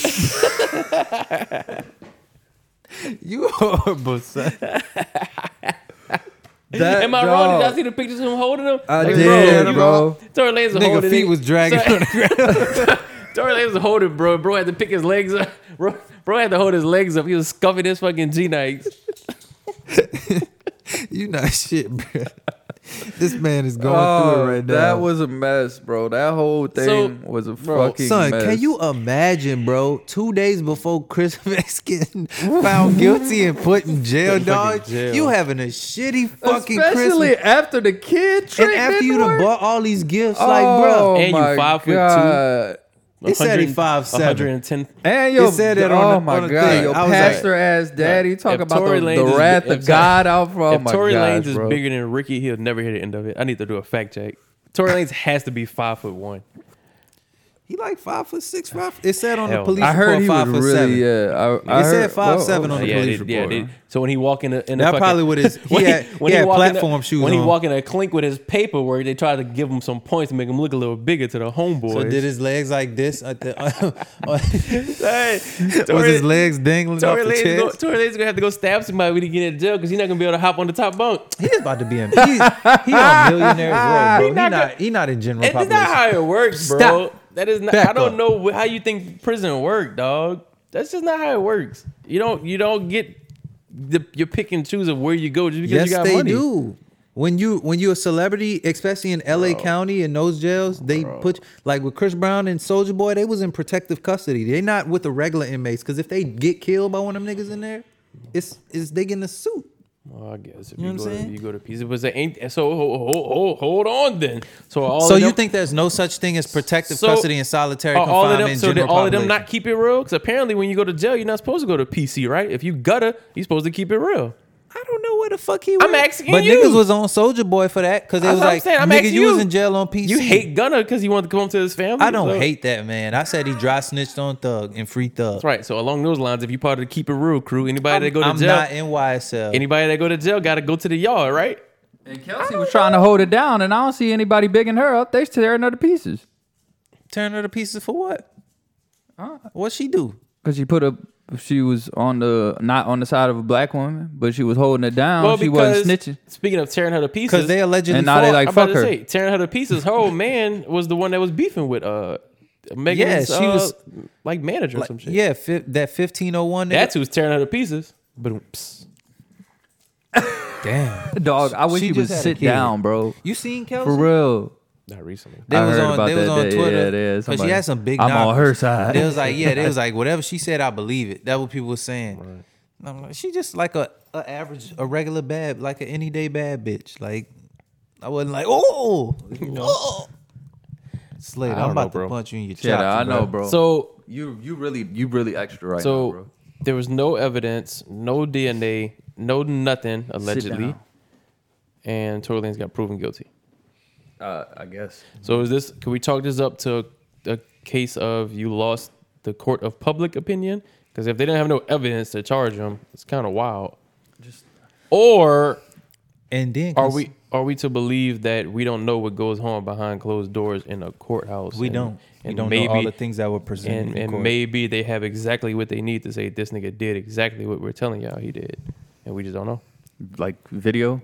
S1: You horrible son.
S3: That
S2: Am I wrong? Did y'all see the pictures of him holding him?
S3: I
S2: Like,
S3: did,
S2: you-
S3: bro.
S2: Tory Lanez was
S1: Nigga,
S2: holding
S1: feet
S2: it.
S1: was dragging
S2: Sorry. Tory Lanez was holding, bro. Bro had to pick his legs up. Bro, bro had to hold his legs up. He was scuffing his fucking G nights.
S1: You not shit, bro. This man is going
S3: Oh,
S1: through it right now.
S3: that was a mess, bro. That whole thing
S2: So-
S3: was a
S2: Bro,
S3: fucking
S1: Son,
S3: mess.
S1: can you imagine, bro? Two days before Chris getting found guilty and put in jail, dog,
S2: jail.
S1: you having a shitty fucking
S3: Especially
S1: Christmas.
S3: after the kid
S1: And
S3: treatment.
S1: after you done
S3: work? Oh
S1: bought all these gifts, like, bro,
S2: And you five foot two.
S3: God.
S1: It said he 5'7".
S2: 110.
S3: And your,
S1: It said it
S3: oh
S1: on the-
S3: my
S1: on the
S3: God,
S1: thing.
S3: your
S1: I was like-
S3: pastor ass daddy talking
S2: If
S3: about
S2: Tory
S3: the,
S2: Lanez
S3: the
S2: is-
S3: wrath
S2: if
S3: of
S2: Tory-
S3: God out for oh
S2: if
S3: my
S2: Tory
S3: God,
S2: Lanez is
S3: bro.
S2: bigger than Ricky, he'll never hit the end of it. I need to do a fact check. Tory Lanez has to be five foot one.
S1: he like five foot six, five. It said on the
S2: Hell.
S1: police
S3: I heard
S1: report
S3: he
S1: five
S3: was
S1: foot
S3: really uh,
S1: seven.
S3: yeah. I, I
S1: It said
S3: heard-
S1: 5'7"
S3: whoa,
S1: on the
S3: yeah,
S1: police
S2: they-
S1: report.
S2: they- so when he walk in, a, in
S1: That
S2: a fucking,
S1: probably with his- he had- he had
S2: walk in a-
S1: platform shoes
S2: When
S1: on.
S2: he walk in a clink with his paperwork, they try to give him some points to make him look a little bigger to the homeboys.
S1: So did his legs like this? At the,
S2: Hey,
S1: was
S2: Tory-
S1: his legs dangling
S2: Tory
S1: off the
S2: Lanez, go,
S1: chest?
S2: Tory Lanez gonna have to go stab somebody when he get in jail because he's not gonna be able to hop on the top bunk.
S1: He's about to be in. He's, he on millionaires row, bro. He
S2: not
S1: not. He not in general
S2: It's not
S1: population.
S2: how it works, bro.
S1: Stop.
S2: That is not.
S1: Back
S2: I don't
S1: up.
S2: know wh- how you think prison work, dog. That's just not how it works. You don't. You don't get. The, you pick and choose of where you go just because
S1: yes,
S2: you got
S1: they
S2: money.
S1: do. When you when you're a celebrity, especially in LA County in those jails, they put like with Chris Brown and Soldier Boy, they was in protective custody. They not with the regular inmates because if they get killed by one of them niggas in there, it's is they getting a suit.
S2: Well, Oh, I guess if
S1: know
S2: you,
S1: what
S2: go
S1: I'm
S2: to,
S1: saying?
S2: you go to pizza, but they ain't. So hold, hold, hold on then. So all
S1: so
S2: of
S1: you
S2: them-
S1: think there's no such thing as protective
S2: So,
S1: custody and solitary
S2: are all
S1: confinement?
S2: of them?
S1: in
S2: So did
S1: general
S2: all of them
S1: population?
S2: not keep it real? Because apparently when you go to jail, you're not supposed to go to PC, right? If you gutter, you're supposed to keep it real.
S1: I don't know where the fuck he.
S2: I'm
S1: went.
S2: asking
S1: but
S2: you.
S1: niggas was on Soldier Boy for that because it
S2: That's
S1: was
S2: what I'm
S1: like,
S2: saying. I'm
S1: nigga,
S2: asking
S1: you was
S2: you.
S1: in jail on PC.
S2: You hate Gunner because he wanted to come home to his family.
S1: I don't
S2: so-
S1: hate that man. I said he dry snitched on Thug and Free Thug.
S2: That's right. So along those lines, if you part of the Keep It Real crew, anybody that go to
S1: I'm
S2: jail,
S1: not in YSL.
S2: anybody that go to jail, got to go to the yard, right?
S3: And Kelsey was trying to hold it down, and I don't see anybody bigging her up. They tearing her to pieces
S1: Turn her to pieces for Uh, what? What she do?
S3: because she put a she was on the not on the side of a black woman, but she was holding it down. she wasn't snitching.
S2: Speaking of tearing her to pieces,
S1: Because they allegedly
S3: And now they
S1: fought.
S3: like,
S2: I'm about to
S3: fuck her.
S2: say tearing her to pieces. Her old man was the one that was beefing with uh, Megan.
S1: Yeah,
S2: Yeah,
S1: she
S2: she
S1: was-
S2: was like manager or
S1: like,
S2: some shit.
S1: yeah, fi- that 1501. nigga.
S2: that's who's tearing her to pieces. But psst.
S1: damn.
S3: Dog, I wish
S1: she
S3: you would
S1: just had a
S3: sit
S1: kid.
S3: down, bro.
S1: You seen Kelsey?
S3: For real.
S2: not recently.
S1: They
S3: I
S1: was
S3: heard
S1: on.
S3: about
S1: they was
S3: that.
S1: on
S3: Yeah, yeah,
S1: Twitter.
S3: yeah,
S1: 'cause she
S3: somebody-
S1: had some big.
S3: I'm on
S1: knockers.
S3: her side.
S1: They was like, yeah, they was like, whatever she said, I believe it. That's what people were saying. And I'm like, she just like a, a average, a regular bad, like an any day bad bitch. Like, I wasn't like, oh, oh. Slater,
S2: I
S1: I'm
S2: don't know,
S1: about to
S2: bro.
S1: punch you in your chest.
S3: Yeah, I know, bro.
S2: So
S3: you you really you really extra right now,
S2: so
S3: bro.
S2: there was no evidence, no DNA, no nothing allegedly,
S3: down.
S2: and Tory Lanez got proven guilty.
S3: Uh, I guess.
S2: So is this? Can we talk this up to a case of you lost the court of public opinion? Because if they didn't have no evidence to charge him, it's kind of wild.
S3: Just
S2: Or
S1: And then
S2: are
S1: cons-
S2: we are we to believe that we don't know what goes on behind closed doors in a courthouse?
S1: We
S2: and-
S1: don't. We
S2: and
S1: don't know all the things that were presented.
S2: And,
S1: in
S2: and
S1: court.
S2: maybe they have exactly what they need to say. This nigga did exactly what we're telling y'all he did, and we just don't know.
S3: like video.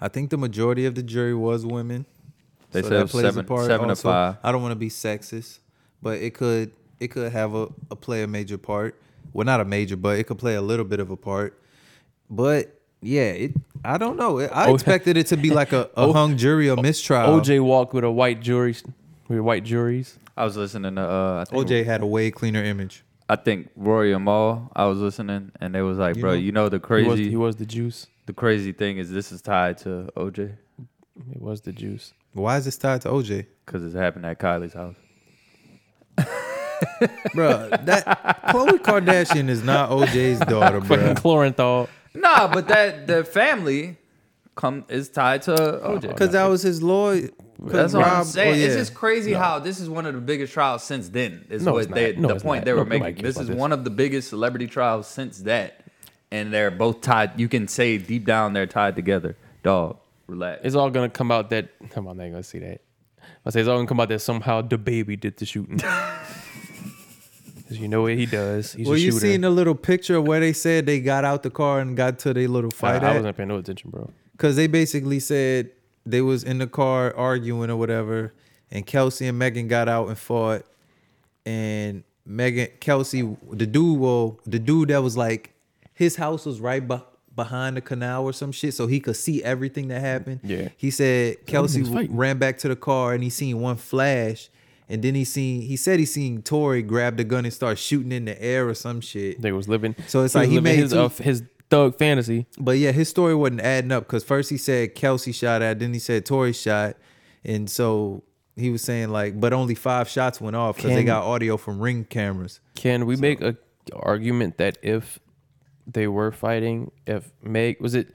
S1: I think the majority of the jury was women.
S3: They
S1: So
S3: said
S1: that
S3: it was
S1: plays a
S3: seven-
S1: part
S3: seven to
S1: also.
S3: five.
S1: I don't want to be sexist, but it could it could have a, a play a major part. Well, not a major, but it could play a little bit of a part. But yeah, it. I don't know. I
S2: Oh.
S1: expected it to be like a, a
S2: Oh.
S1: hung jury or mistrial. OJ,
S2: OJ walked with a white jury, with white juries.
S3: I was listening to uh I think,
S1: OJ had a way cleaner image.
S3: I think Rory Amal. I was listening and they was like, bro,
S1: know-
S3: you know the
S2: He
S3: crazy
S2: was, he was the juice.
S3: the crazy thing is this is tied to OJ
S2: It was the juice.
S1: Why is this tied to OJ,
S3: because it's happened at Kylie's house.
S1: bro? That Khloe Kardashian is not OJ's daughter, bro.
S2: Fucking Clorenthal.
S3: nah, but that the family come is tied to OJ.
S1: Because that was his lawyer. 'Cause
S3: That's what I'm
S1: Rob-
S3: saying.
S1: oh,
S3: It's
S1: yeah.
S3: just crazy how this is one of the biggest trials since then. Is
S2: No,
S3: what
S2: it's not.
S3: they,
S2: No,
S3: the
S2: it's
S3: point
S2: not.
S3: they were
S2: No- nobody
S3: making.
S2: cares
S3: This
S2: about
S3: is
S2: this.
S3: one of the biggest celebrity trials since that, and they're both tied. You can say deep down they're tied together. Dog, relax.
S2: It's all gonna come out that come on, they ain't gonna see that. I say it's all gonna come out that somehow the baby did the shooting. Cause you know what he does. He's
S1: well,
S2: a
S1: you
S2: shooter.
S1: seen the little picture where they said they got out the car and got to their little
S2: I,
S1: fight
S2: I
S1: at?
S2: wasn't paying no attention, bro.
S1: Because they basically said they was in the car arguing or whatever, and Kelsey and Megan got out and fought, and Megan Kelsey the dude well the dude that was like his house was right beh- behind the canal or some shit, so he could see everything that happened.
S2: Yeah.
S1: he said Kelsey
S2: Everything's fighting.
S1: ran back to the car and he seen one flash. And then he seen he said he seen Tori grab the gun and start shooting in the air or some shit.
S2: They was living.
S1: So it's
S2: was
S1: like he
S2: living
S1: made
S2: his
S1: two-
S2: uh, his thug fantasy.
S1: But yeah, his story wasn't adding up because first he said Kelsey shot at, then he said Tori shot, and so he was saying like, but only five shots went off because they
S2: Can-
S1: got audio from ring cameras.
S2: Can we make a argument that if they were fighting, if Meg was it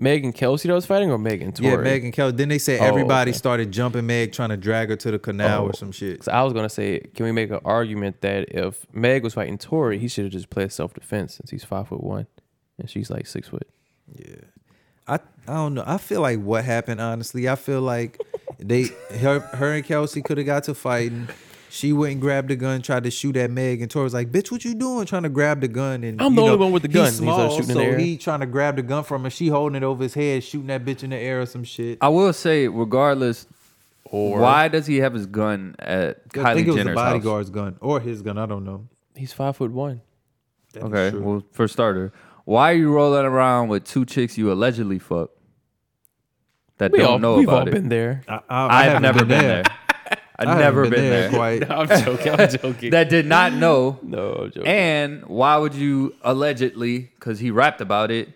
S2: Meg and Kelsey that was fighting or Meg and Tori?
S1: Yeah, Meg and Kelsey. Then they say
S2: Oh,
S1: everybody
S2: okay. Oh.
S1: started jumping Meg, trying to drag her to the canal or some shit.
S2: So I was gonna say, can we make an argument that if Meg was fighting Tori, he should have just played self defense since he's five foot one and she's like six foot.
S1: I I don't know. I feel like what happened. Honestly, I feel like they her her and Kelsey could have got to fighting. She went and grabbed the gun, tried to shoot at Meg, and Tori was like, "Bitch, what you doing?" Trying to grab the gun, and
S2: I'm
S1: you
S2: the
S1: know,
S2: only one with the gun.
S1: He's
S2: He's, like,
S1: small,
S2: shooting in
S1: so
S2: the air.
S1: he trying to grab the gun from her. She holding it over his head, shooting that bitch in the air or some shit.
S3: I will say, regardless,
S2: Or
S3: why does he have his gun at
S1: I think it
S3: Kylie
S1: was
S3: Jenner's
S1: the
S3: house?
S1: bodyguard's gun or his gun. I don't know.
S2: he's five foot one.
S1: That is
S3: Okay,
S1: true.
S3: well, for starter, why are you rolling around with two chicks you allegedly fucked that
S2: We
S3: don't
S2: all,
S3: know
S2: we've
S3: about
S2: all
S3: it?
S2: been there.
S1: I, I, I
S3: I've
S1: haven't
S3: never been there.
S1: I
S3: I've
S1: haven't
S3: never been
S1: there.
S3: there.
S1: Quite.
S2: I'm joking. I'm joking.
S3: That did not know
S2: no, I'm joking.
S3: And why would you allegedly, because he rapped about it,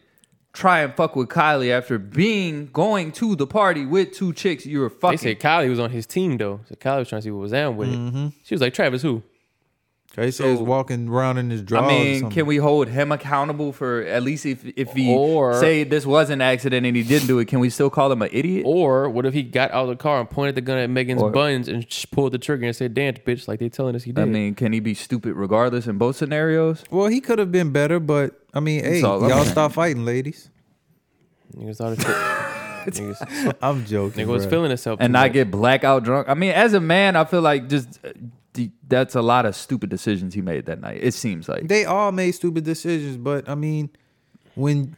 S3: try and fuck with Kylie after being going to the party with two chicks you were
S2: they
S3: fucking?
S2: said Kylie was on his team though. So Kylie was trying to see what was down with
S3: Mm-hmm.
S2: it. She was like, Travis, who?
S1: Tracy was walking around in his drawers.
S3: I mean, can we hold him accountable for at least if if he
S2: Or-
S3: say this was an accident and he didn't do it? Can we still call him an idiot?
S2: Or what if he got out of the car and pointed the gun at Megan's
S3: Or-
S2: buns and sh- pulled the trigger and said, "Dance, bitch!" Like they telling us he did.
S3: I mean, can he be stupid regardless in both scenarios?
S1: Well, he could have been better, but I mean, hey,
S3: all I'm
S1: y'all
S3: saying.
S1: stop fighting, ladies.
S2: niggas thought it. niggas,
S1: I'm joking.
S2: nigga was
S1: bruh.
S2: feeling himself.
S3: And
S2: too
S3: not
S2: much.
S3: get blackout drunk. I mean, as a man, I feel like just uh, the- that's a lot of stupid decisions he made that night. It seems like
S1: They all made stupid decisions, but I mean, when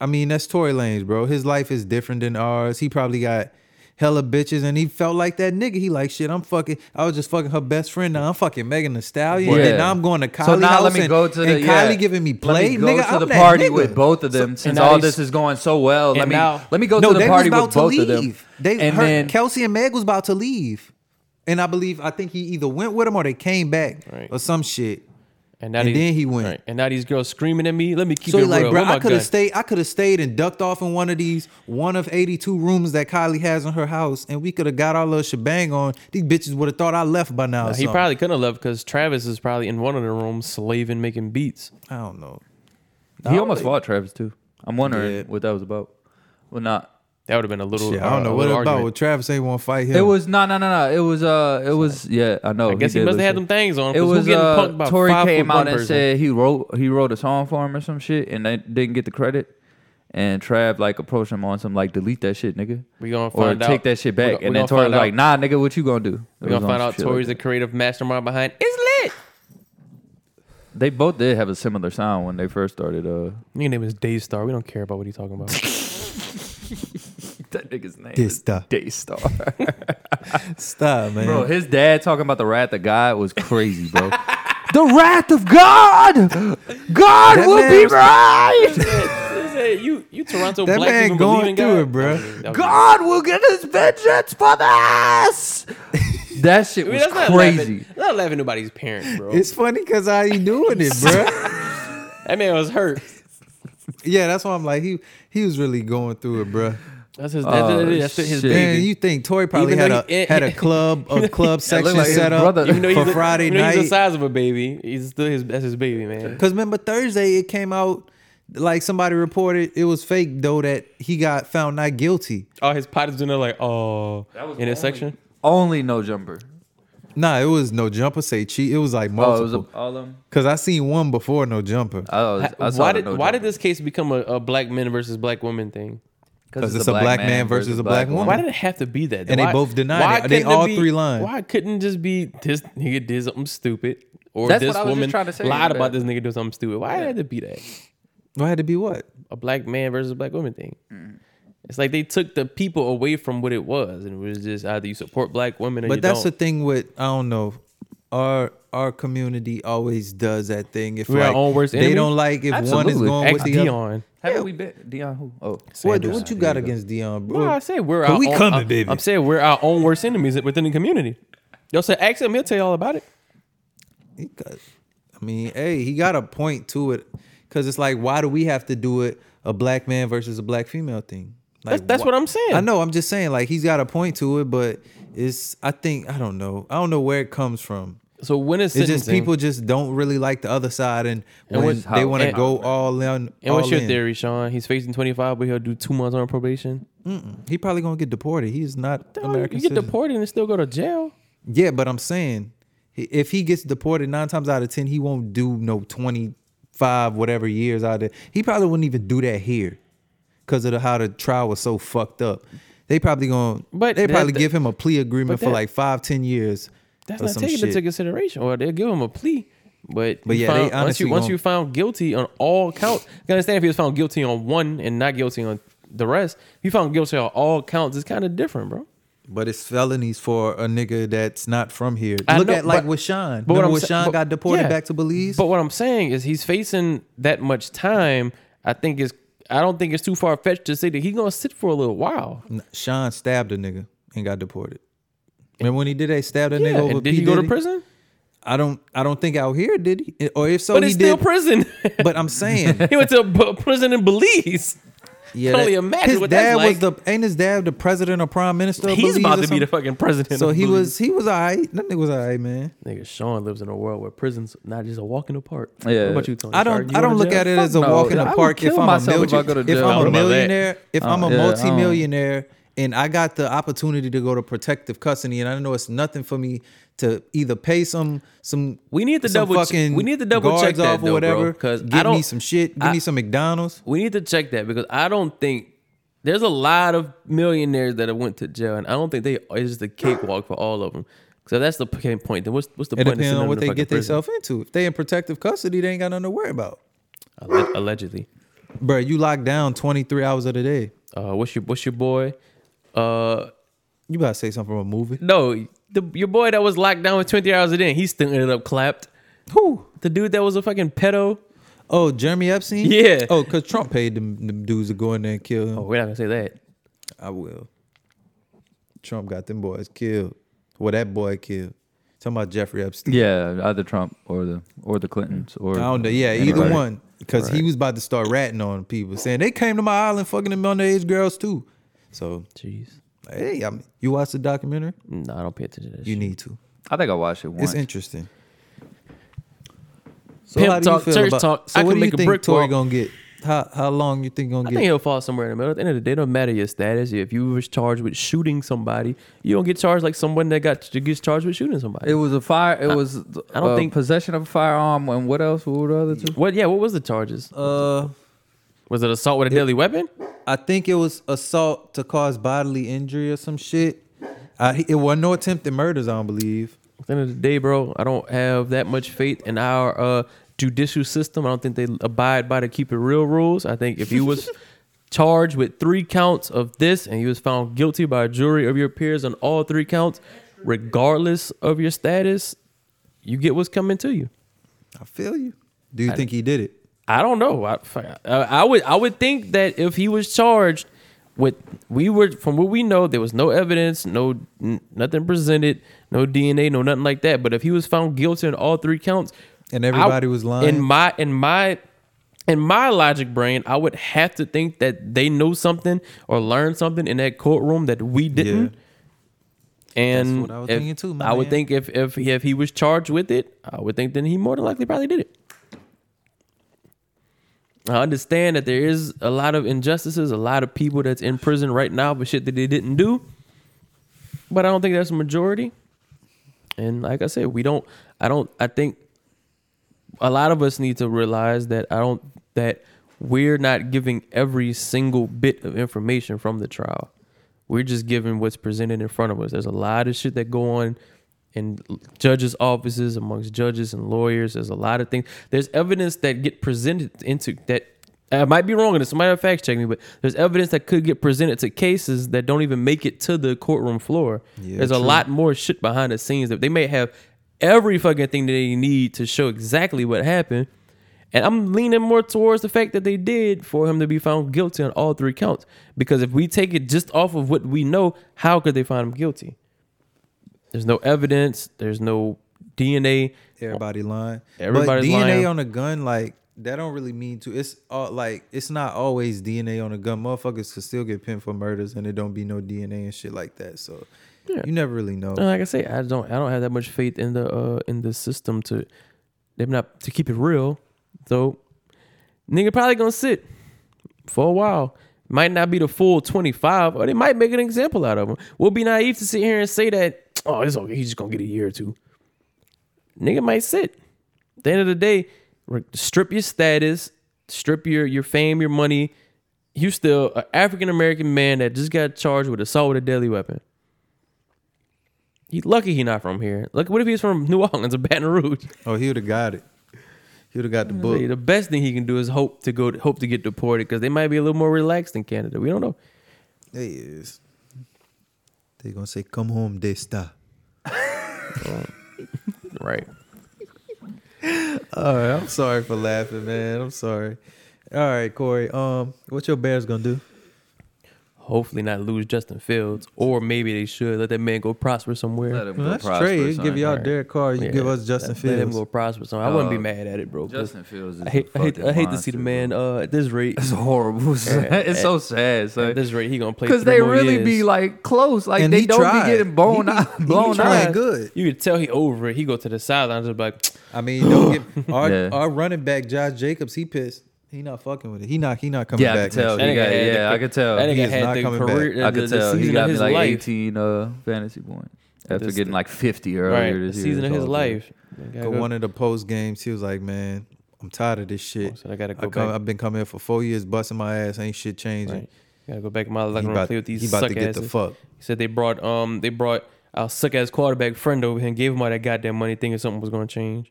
S1: I mean that's Tory Lanez, bro. His life is different than ours. He probably got hella bitches, and he felt like that nigga. He like shit. I'm fucking. I was just fucking her best friend. Now I'm fucking Megan Thee Stallion.
S3: Yeah.
S1: And now I'm going to Kylie.
S3: so now
S1: house
S3: let me
S1: and,
S3: go to
S1: and
S3: the yeah.
S1: Kylie giving me
S3: Let
S1: play.
S3: me go
S1: nigga,
S3: to
S1: I'm
S3: the
S1: that
S3: party
S1: nigga.
S3: with both of them since
S2: now
S3: all
S2: he's-
S3: this is going so well. Let
S2: and
S3: me
S2: now-
S3: let me go
S1: no,
S3: to the
S1: they
S3: party
S1: was
S3: with
S1: about
S3: both
S1: to
S3: of them.
S1: leave. They
S3: and
S1: her,
S3: then
S1: Kelsey and Meg was about to leave, and I believe I think he either went with him or they came back
S2: Right.
S1: or some shit.
S2: And, now
S1: And
S2: these-
S1: then he went.
S2: and now these girls screaming at me. Let me keep
S1: so
S2: it
S1: he like,
S2: real.
S1: bro,
S2: Where my
S1: I could
S2: gun?
S1: have stayed. I could have stayed and ducked off in one of these one of eighty-two rooms that Kylie has in her house, and we could have got our little shebang on. These bitches would have thought I left by now. or
S2: He
S1: something.
S2: probably couldn't have left because Travis is probably in one of the rooms slaving, making beats.
S1: I don't know.
S3: he almost fought Travis too. I'm wondering
S1: Yeah.
S3: what that was about. Well, not.
S2: That would have been a little.
S1: Shit, I don't
S2: uh,
S1: know
S2: a
S1: what it
S2: little
S1: about.
S2: argument.
S1: With Travis ain't want to fight him.
S3: It was no, no, no, no. It was uh, it was yeah. I know.
S2: I guess he,
S3: did
S2: must have had them
S3: listen.
S2: things on.
S3: It was
S2: getting
S3: uh,
S2: punked by
S3: Tory
S2: five
S3: came
S2: foot one
S3: out and
S2: person?
S3: said he wrote he wrote a song for him or some shit, and they didn't get the credit. And Trav like approached him on some like delete that shit, nigga.
S2: We gonna
S3: or
S2: find out.
S3: take that shit
S2: We
S3: back.
S2: gon- we
S3: and then
S2: gonna
S3: Tory
S2: find
S3: was like,
S2: out.
S3: Nah, nigga, what you gonna do?
S2: We're gonna find out Tory's the creative mastermind behind. It's lit.
S3: They both did have a similar sound when they first started. Uh,
S2: Nigga name is Dave Star. We don't care about what he's talking about.
S3: that nigga's name
S1: This
S3: is
S1: stuff.
S3: Daystar.
S1: Stop, man.
S3: bro, his dad talking about the wrath of God was crazy, bro. the wrath of God, God
S1: That
S3: will
S1: man
S3: be
S1: was-
S3: right.
S2: you, you Toronto
S1: That
S2: black
S1: man
S2: people
S1: going
S2: believe in
S1: through
S2: God?
S1: it, bruh.
S2: That was- that was-
S3: God will get his vengeance for this. that shit
S2: I mean,
S3: was
S2: that's not
S3: crazy.
S2: Laughing, not laughing at nobody's parents, bro.
S1: It's funny because how he doing it, bro.
S2: that man was hurt.
S1: yeah, that's why I'm like he he was really going through it, bro.
S2: That's his.
S3: Oh,
S2: that's, that's his
S3: shit.
S2: baby.
S1: Man, you think Tory probably
S2: Even
S1: had
S2: though
S1: a
S2: he-
S1: had a club a club section
S3: like his
S1: set up
S3: brother.
S2: Even though he's
S1: for
S2: a-
S1: Friday
S2: even though
S1: night?
S2: he's the size of a baby. He's still his. That's his baby, man.
S1: Because remember Thursday it came out like somebody reported it was fake though that he got found not guilty.
S2: All his pot is doing there like, oh, in his section.
S3: Only no jumper.
S1: Nah, it was no jumper. Say cheat. It was like
S3: Oh, it was a, Uh,
S1: multiple.
S3: all them.
S1: Cause I seen one before no jumper.
S3: I was, I saw
S2: why
S3: the
S2: did
S3: no
S2: Why did
S3: jumper.
S2: this case become a, a black men versus black women thing?
S1: 'Cause it's a black man versus a black woman.
S2: Why did it have to be that?
S1: And they
S2: Why-
S1: both denied
S2: why
S1: it. They
S2: couldn't
S1: all
S2: be-
S1: three lied.
S2: Why couldn't it just be this nigga did something stupid or
S3: That's
S2: this
S3: what I was just
S2: woman
S3: trying to say,
S2: lied
S3: man.
S2: about this nigga doing something stupid? Why had to be that?
S1: Why had to be what?
S2: A black man versus a black woman thing.
S3: Mm-hmm.
S2: It's like they took the people away from what it was, and it was just either you support black women or
S1: But
S2: you
S1: that's
S2: don't.
S1: the thing with I don't know. Our our community always does that thing. If
S2: We're our
S1: like,
S2: own worst
S1: they
S2: enemy?
S1: don't like if one
S3: Absolutely.
S1: is going
S2: Ex
S1: with the other.
S2: Dion.
S3: Haven't we been Dion? Who? Oh,
S1: What,
S2: Sanders.
S1: what you got against Dion, bro?
S2: Well, I say we're
S1: But
S2: our
S1: we
S2: own,
S1: coming,
S2: I-
S1: baby.
S2: I'm saying we're our own worst enemies within the community. Yo, so ask him; he'll tell you all about it.
S1: He got- I mean, hey, he got a point to it because it's like, why do we have to do it a black man versus a black female thing? Like,
S2: That's, that's
S1: wha-
S2: what I'm saying.
S1: I know. I'm just saying, like, he's got a point to it, but it's. I think I don't know. I don't know where it comes from.
S2: So when it's
S1: It's
S2: sentencing,
S1: just people just don't really like the other side, and,
S2: And
S1: when
S2: what's
S1: they
S3: how-
S1: want to
S2: and-
S1: go all in,
S2: and what's
S1: all
S2: your
S1: in.
S2: theory, Sean? He's facing 25, but he'll do two months on probation.
S1: He probably gonna get deported. He's not
S2: Dog,
S1: American.
S2: you get
S1: citizen.
S2: deported and still go to jail.
S1: Yeah, but I'm saying he- if he gets deported nine times out of ten, he won't do no twenty five whatever years out there. He probably wouldn't even do that here because of the, how the trial was so fucked up. They probably gonna,
S2: But
S1: but they
S2: that-
S1: probably give him a plea agreement
S2: but
S1: for
S2: that-
S1: like five ten years.
S2: That's
S1: or
S2: not
S1: some
S2: taken
S1: shit.
S2: into consideration, or they'll give him a plea. But,
S1: But
S2: you
S1: yeah, they
S2: found- once you
S1: honestly
S2: once
S1: gon-
S2: you found guilty on all counts, you can understand if he was found guilty on one and not guilty on the rest. If you found guilty on all counts, it's kind of different, bro.
S1: But it's felonies for a nigga that's not from here.
S2: I
S1: Look
S2: know,
S1: at like
S2: but-
S1: with Sean.
S2: But what
S1: Remember
S2: I'm
S1: when
S2: sa-
S1: Sean
S2: but-
S1: got deported
S2: yeah.
S1: back to Belize?
S2: But what I'm saying is he's facing that much time. I think it's I don't think it's too far fetched to say that he's gonna sit for a little while.
S1: N- Sean stabbed a nigga and got deported. Remember when he did that? Stabbed a
S2: Yeah.
S1: nigga over
S2: And did
S1: P.
S2: he go to
S1: Diddy?
S2: prison?
S1: I don't. I don't think out here did he, or if so,
S2: but
S1: he
S2: it's still
S1: did.
S2: prison.
S1: But I'm saying,
S2: he went to a bu- prison in Belize.
S1: yeah,
S2: Can only imagine
S1: his
S2: what
S1: dad
S2: that's
S1: was
S2: like.
S1: the ain't his dad the president or prime minister. of
S2: He's
S1: Belize
S2: about
S1: or
S2: to be the
S1: something?
S2: fucking president.
S1: So
S2: of
S1: he
S2: Belize.
S1: was he was alright. That nigga was alright, man.
S2: Nigga, Sean lives in a world where prison's not just a walk in the park.
S3: Yeah.
S2: What about you, Tony?
S1: I don't
S2: Shark? You
S1: I don't
S2: going
S1: look
S2: to jail?
S1: at it as a
S3: Fuck
S1: walk
S3: no.
S1: in
S3: I
S1: the
S3: would
S1: park.
S3: kill
S1: If I'm a
S3: myself if I go to
S1: millionaire, if I'm a
S2: What about
S3: jail.
S2: that?
S1: millionaire, if I'm
S3: Uh,
S1: a
S3: yeah, I don't-
S1: multimillionaire, and I got the opportunity to go to protective custody, and I know it's nothing for me to either pay some some
S2: We need to
S1: some
S2: double. Che-
S1: fucking
S2: we need to double check
S1: guards
S2: that
S1: off
S2: though,
S1: or whatever.
S2: Because I
S1: give
S2: don't.
S1: me some shit. Give
S2: I-
S1: me some McDonald's.
S2: we need to check that because I don't think there's a lot of millionaires that have went to jail, and I don't think they it's just a cakewalk for all of them. So that's the p- point. Then what's what's the
S1: It
S2: point? of
S1: depends
S2: sending
S1: on
S2: them
S1: what
S2: to
S1: they
S2: fucking
S1: get
S2: prison?
S1: themselves into. If they in protective custody, they ain't got nothing to worry about.
S2: Alle- allegedly.
S1: Bro, you locked down 23 hours of the day.
S2: Uh, what's your what's your boy? Uh,
S1: You about to say something from a movie?
S2: no, the, your boy that was locked down with twenty hours a day, he still ended up clapped.
S1: Who?
S2: The dude that was a fucking pedo.
S1: Oh, Jeremy Epstein?
S2: Yeah.
S1: Oh, because Trump paid them, them dudes to go in there and kill him.
S2: Oh, we're not gonna say that.
S1: I will. Trump got them boys killed. Well, that boy killed. Talking about Jeffrey Epstein.
S3: Yeah, either Trump or the or the Clintons or
S1: I don't know. Yeah, either
S3: anybody.
S1: one. Because he was about to start ratting on people, saying they came to my island fucking them underage girls too. So,
S2: Jeez,
S1: hey, I mean, you watch the documentary?
S2: no, I don't pay attention to that.
S1: You
S2: shit.
S1: need to.
S3: I think I watched it once.
S1: It's interesting. So
S2: Pimp
S1: how do you
S2: talk,
S1: feel
S2: church
S1: about-
S2: talk,
S1: So
S2: I
S1: what
S2: can
S1: do
S2: make
S1: you
S2: a
S1: think
S2: brick
S1: Tory
S2: wall.
S1: gonna get? How how long you think gonna
S2: I
S1: get?
S2: think he'll fall somewhere in the middle. At the end of the day, it don't matter your status. If you was charged with shooting somebody, you don't get charged like someone that got that gets charged with shooting somebody.
S3: It was a fire. It was
S2: I don't
S3: uh,
S2: think-
S3: possession of a firearm and what else? What were the other two?
S2: what? Yeah, what was the charges?
S1: uh,
S2: Was it assault with a deadly weapon?
S1: I think it was assault to cause bodily injury or some shit. I, it wasn't no attempted murders. I don't believe.
S2: At the end of the day, bro, I don't have that much faith in our uh, judicial system. I don't think they abide by the keep it real rules. I think if you was charged with three counts of this and you was found guilty by a jury of your peers on all three counts, regardless of your status, you get what's coming to you.
S1: I feel you. Do you think he did it?
S2: I don't know. I, fuck, I- I would I would think that if he was charged with we were from what we know there was no evidence, no n- nothing presented, no DNA, no nothing like that. But if he was found guilty on all three counts,
S1: And everybody
S2: I-
S1: was lying?
S2: in my in my in my logic brain, I would have to think that they know something or learned something in that courtroom that we didn't.
S1: Yeah.
S2: And
S1: what I was
S2: if-
S1: thinking too, my
S2: I would
S1: man.
S2: think if if he, if he was charged with it, I would think then he more than likely probably did it. I understand that there is a lot of injustices, a lot of people that's in prison right now for shit that they didn't do. But I don't think that's a majority. And like I said, we don't I don't I think a lot of us need to realize that I don't that we're not giving every single bit of information from the trial. We're just giving what's presented in front of us. There's a lot of shit that go on in judges' offices, amongst judges and lawyers. There's a lot of things. There's evidence that get presented into that. I might be wrong on this. Somebody fact check me, but there's evidence that could get presented to cases that don't even make it to the courtroom floor.
S1: Yeah,
S2: there's a
S1: true.
S2: lot lot more shit behind the scenes that they may have every fucking thing that they need to show exactly what happened. And I'm leaning more towards the fact that they did for him to be found guilty on all three counts. Because if we take it just off of what we know, how could they find him guilty? There's no evidence. There's no DNA.
S1: Everybody lying.
S2: Everybody's
S1: but DNA
S2: lying.
S1: on a gun, like that, don't really mean to. It's all like it's not always DNA on a gun. Motherfuckers could still get pinned for murders, and it don't be no DNA and shit like that. So you never really know.
S2: And like I say, I don't. I don't have that much faith in the uh, in the system to them not to keep it real. So nigga probably gonna sit for a while. Might not be the full 25, or they might make an example out of him. We'll be naive to sit here and say that, oh, it's okay. He's just gonna get a year or two. Nigga might sit. At the end of the day, re- strip your status, strip your your fame, your money. You still an African American man that just got charged with assault with a deadly weapon. He lucky he not from here. Look, what if he's from New Orleans or Baton Rouge?
S1: Oh, he would have got it. He would have got the book.
S2: Hey, the best thing he can do is hope to go hope to get deported because they might be a little more relaxed in Canada. We don't know.
S1: They is. They gonna say, "Come home, Desta."
S2: Right.
S1: All right, I'm sorry for laughing, man. I'm sorry. All right, Corey. Um, what your Bears gonna do?
S2: Hopefully not lose Justin Fields. Or maybe they should let that man go prosper somewhere.
S3: Let him
S1: Well,
S3: go
S1: that's
S3: prosper,
S1: trade.
S3: son.
S1: Give y'all
S2: Right.
S1: Derek Carr. You
S2: Yeah,
S1: give us Justin
S2: let- Let him
S1: Fields.
S2: go prosper somewhere. I wouldn't be
S3: Dog,
S2: mad at it, bro. 'cause
S3: Justin Fields. Is
S2: I hate
S3: a
S2: I hate,
S3: fucking
S2: I hate to see the
S3: monster,
S2: man
S3: bro.
S2: uh, at this rate.
S3: It's horrible. it's so sad.
S2: At
S3: son.
S2: this rate, he gonna play
S3: Because
S2: three
S3: they
S2: more
S3: really
S2: years.
S3: be like close. Like
S1: And
S3: they
S1: he
S3: don't
S1: tried.
S3: be getting blown
S1: He-
S3: out.
S1: he
S3: Blown
S1: tried.
S3: out.
S1: good.
S2: You could tell he over it. He go to the sidelines and be like,
S1: I mean, don't get our
S3: Yeah.
S1: our running back Josh Jacobs. He pissed. He not fucking with it. He not. He not coming
S3: Yeah, I
S1: back.
S3: can tell.
S1: next year.
S2: "That
S3: got-
S2: nigga had
S3: yeah,
S2: the-
S3: I could tell.
S2: That
S1: He
S2: nigga
S1: is not
S2: had the
S1: coming back.
S2: career.
S3: I could
S2: the- the
S3: tell he
S2: season of
S3: got me
S2: his
S3: like
S2: life.
S3: 18 uh, fantasy points after
S2: This-
S3: getting like 50 earlier
S2: Right, the
S3: this year.
S2: season of
S3: It's
S2: his
S3: all good.
S2: life. Gotta
S1: Go
S2: go-
S1: one of the post games, he was like, "Man, I'm tired of this shit.
S2: Oh, so I gotta go
S1: come,
S2: back.
S1: I've been coming here for four years, busting my ass. Ain't shit changing.
S2: Right. Gotta go back in my locker
S1: He
S2: room
S1: about,
S2: play with these
S1: he about
S2: suck
S1: to get the
S2: asses.
S1: fuck.
S2: He said they brought um they brought our suck ass quarterback friend over here and gave him all that goddamn money thinking something was gonna change.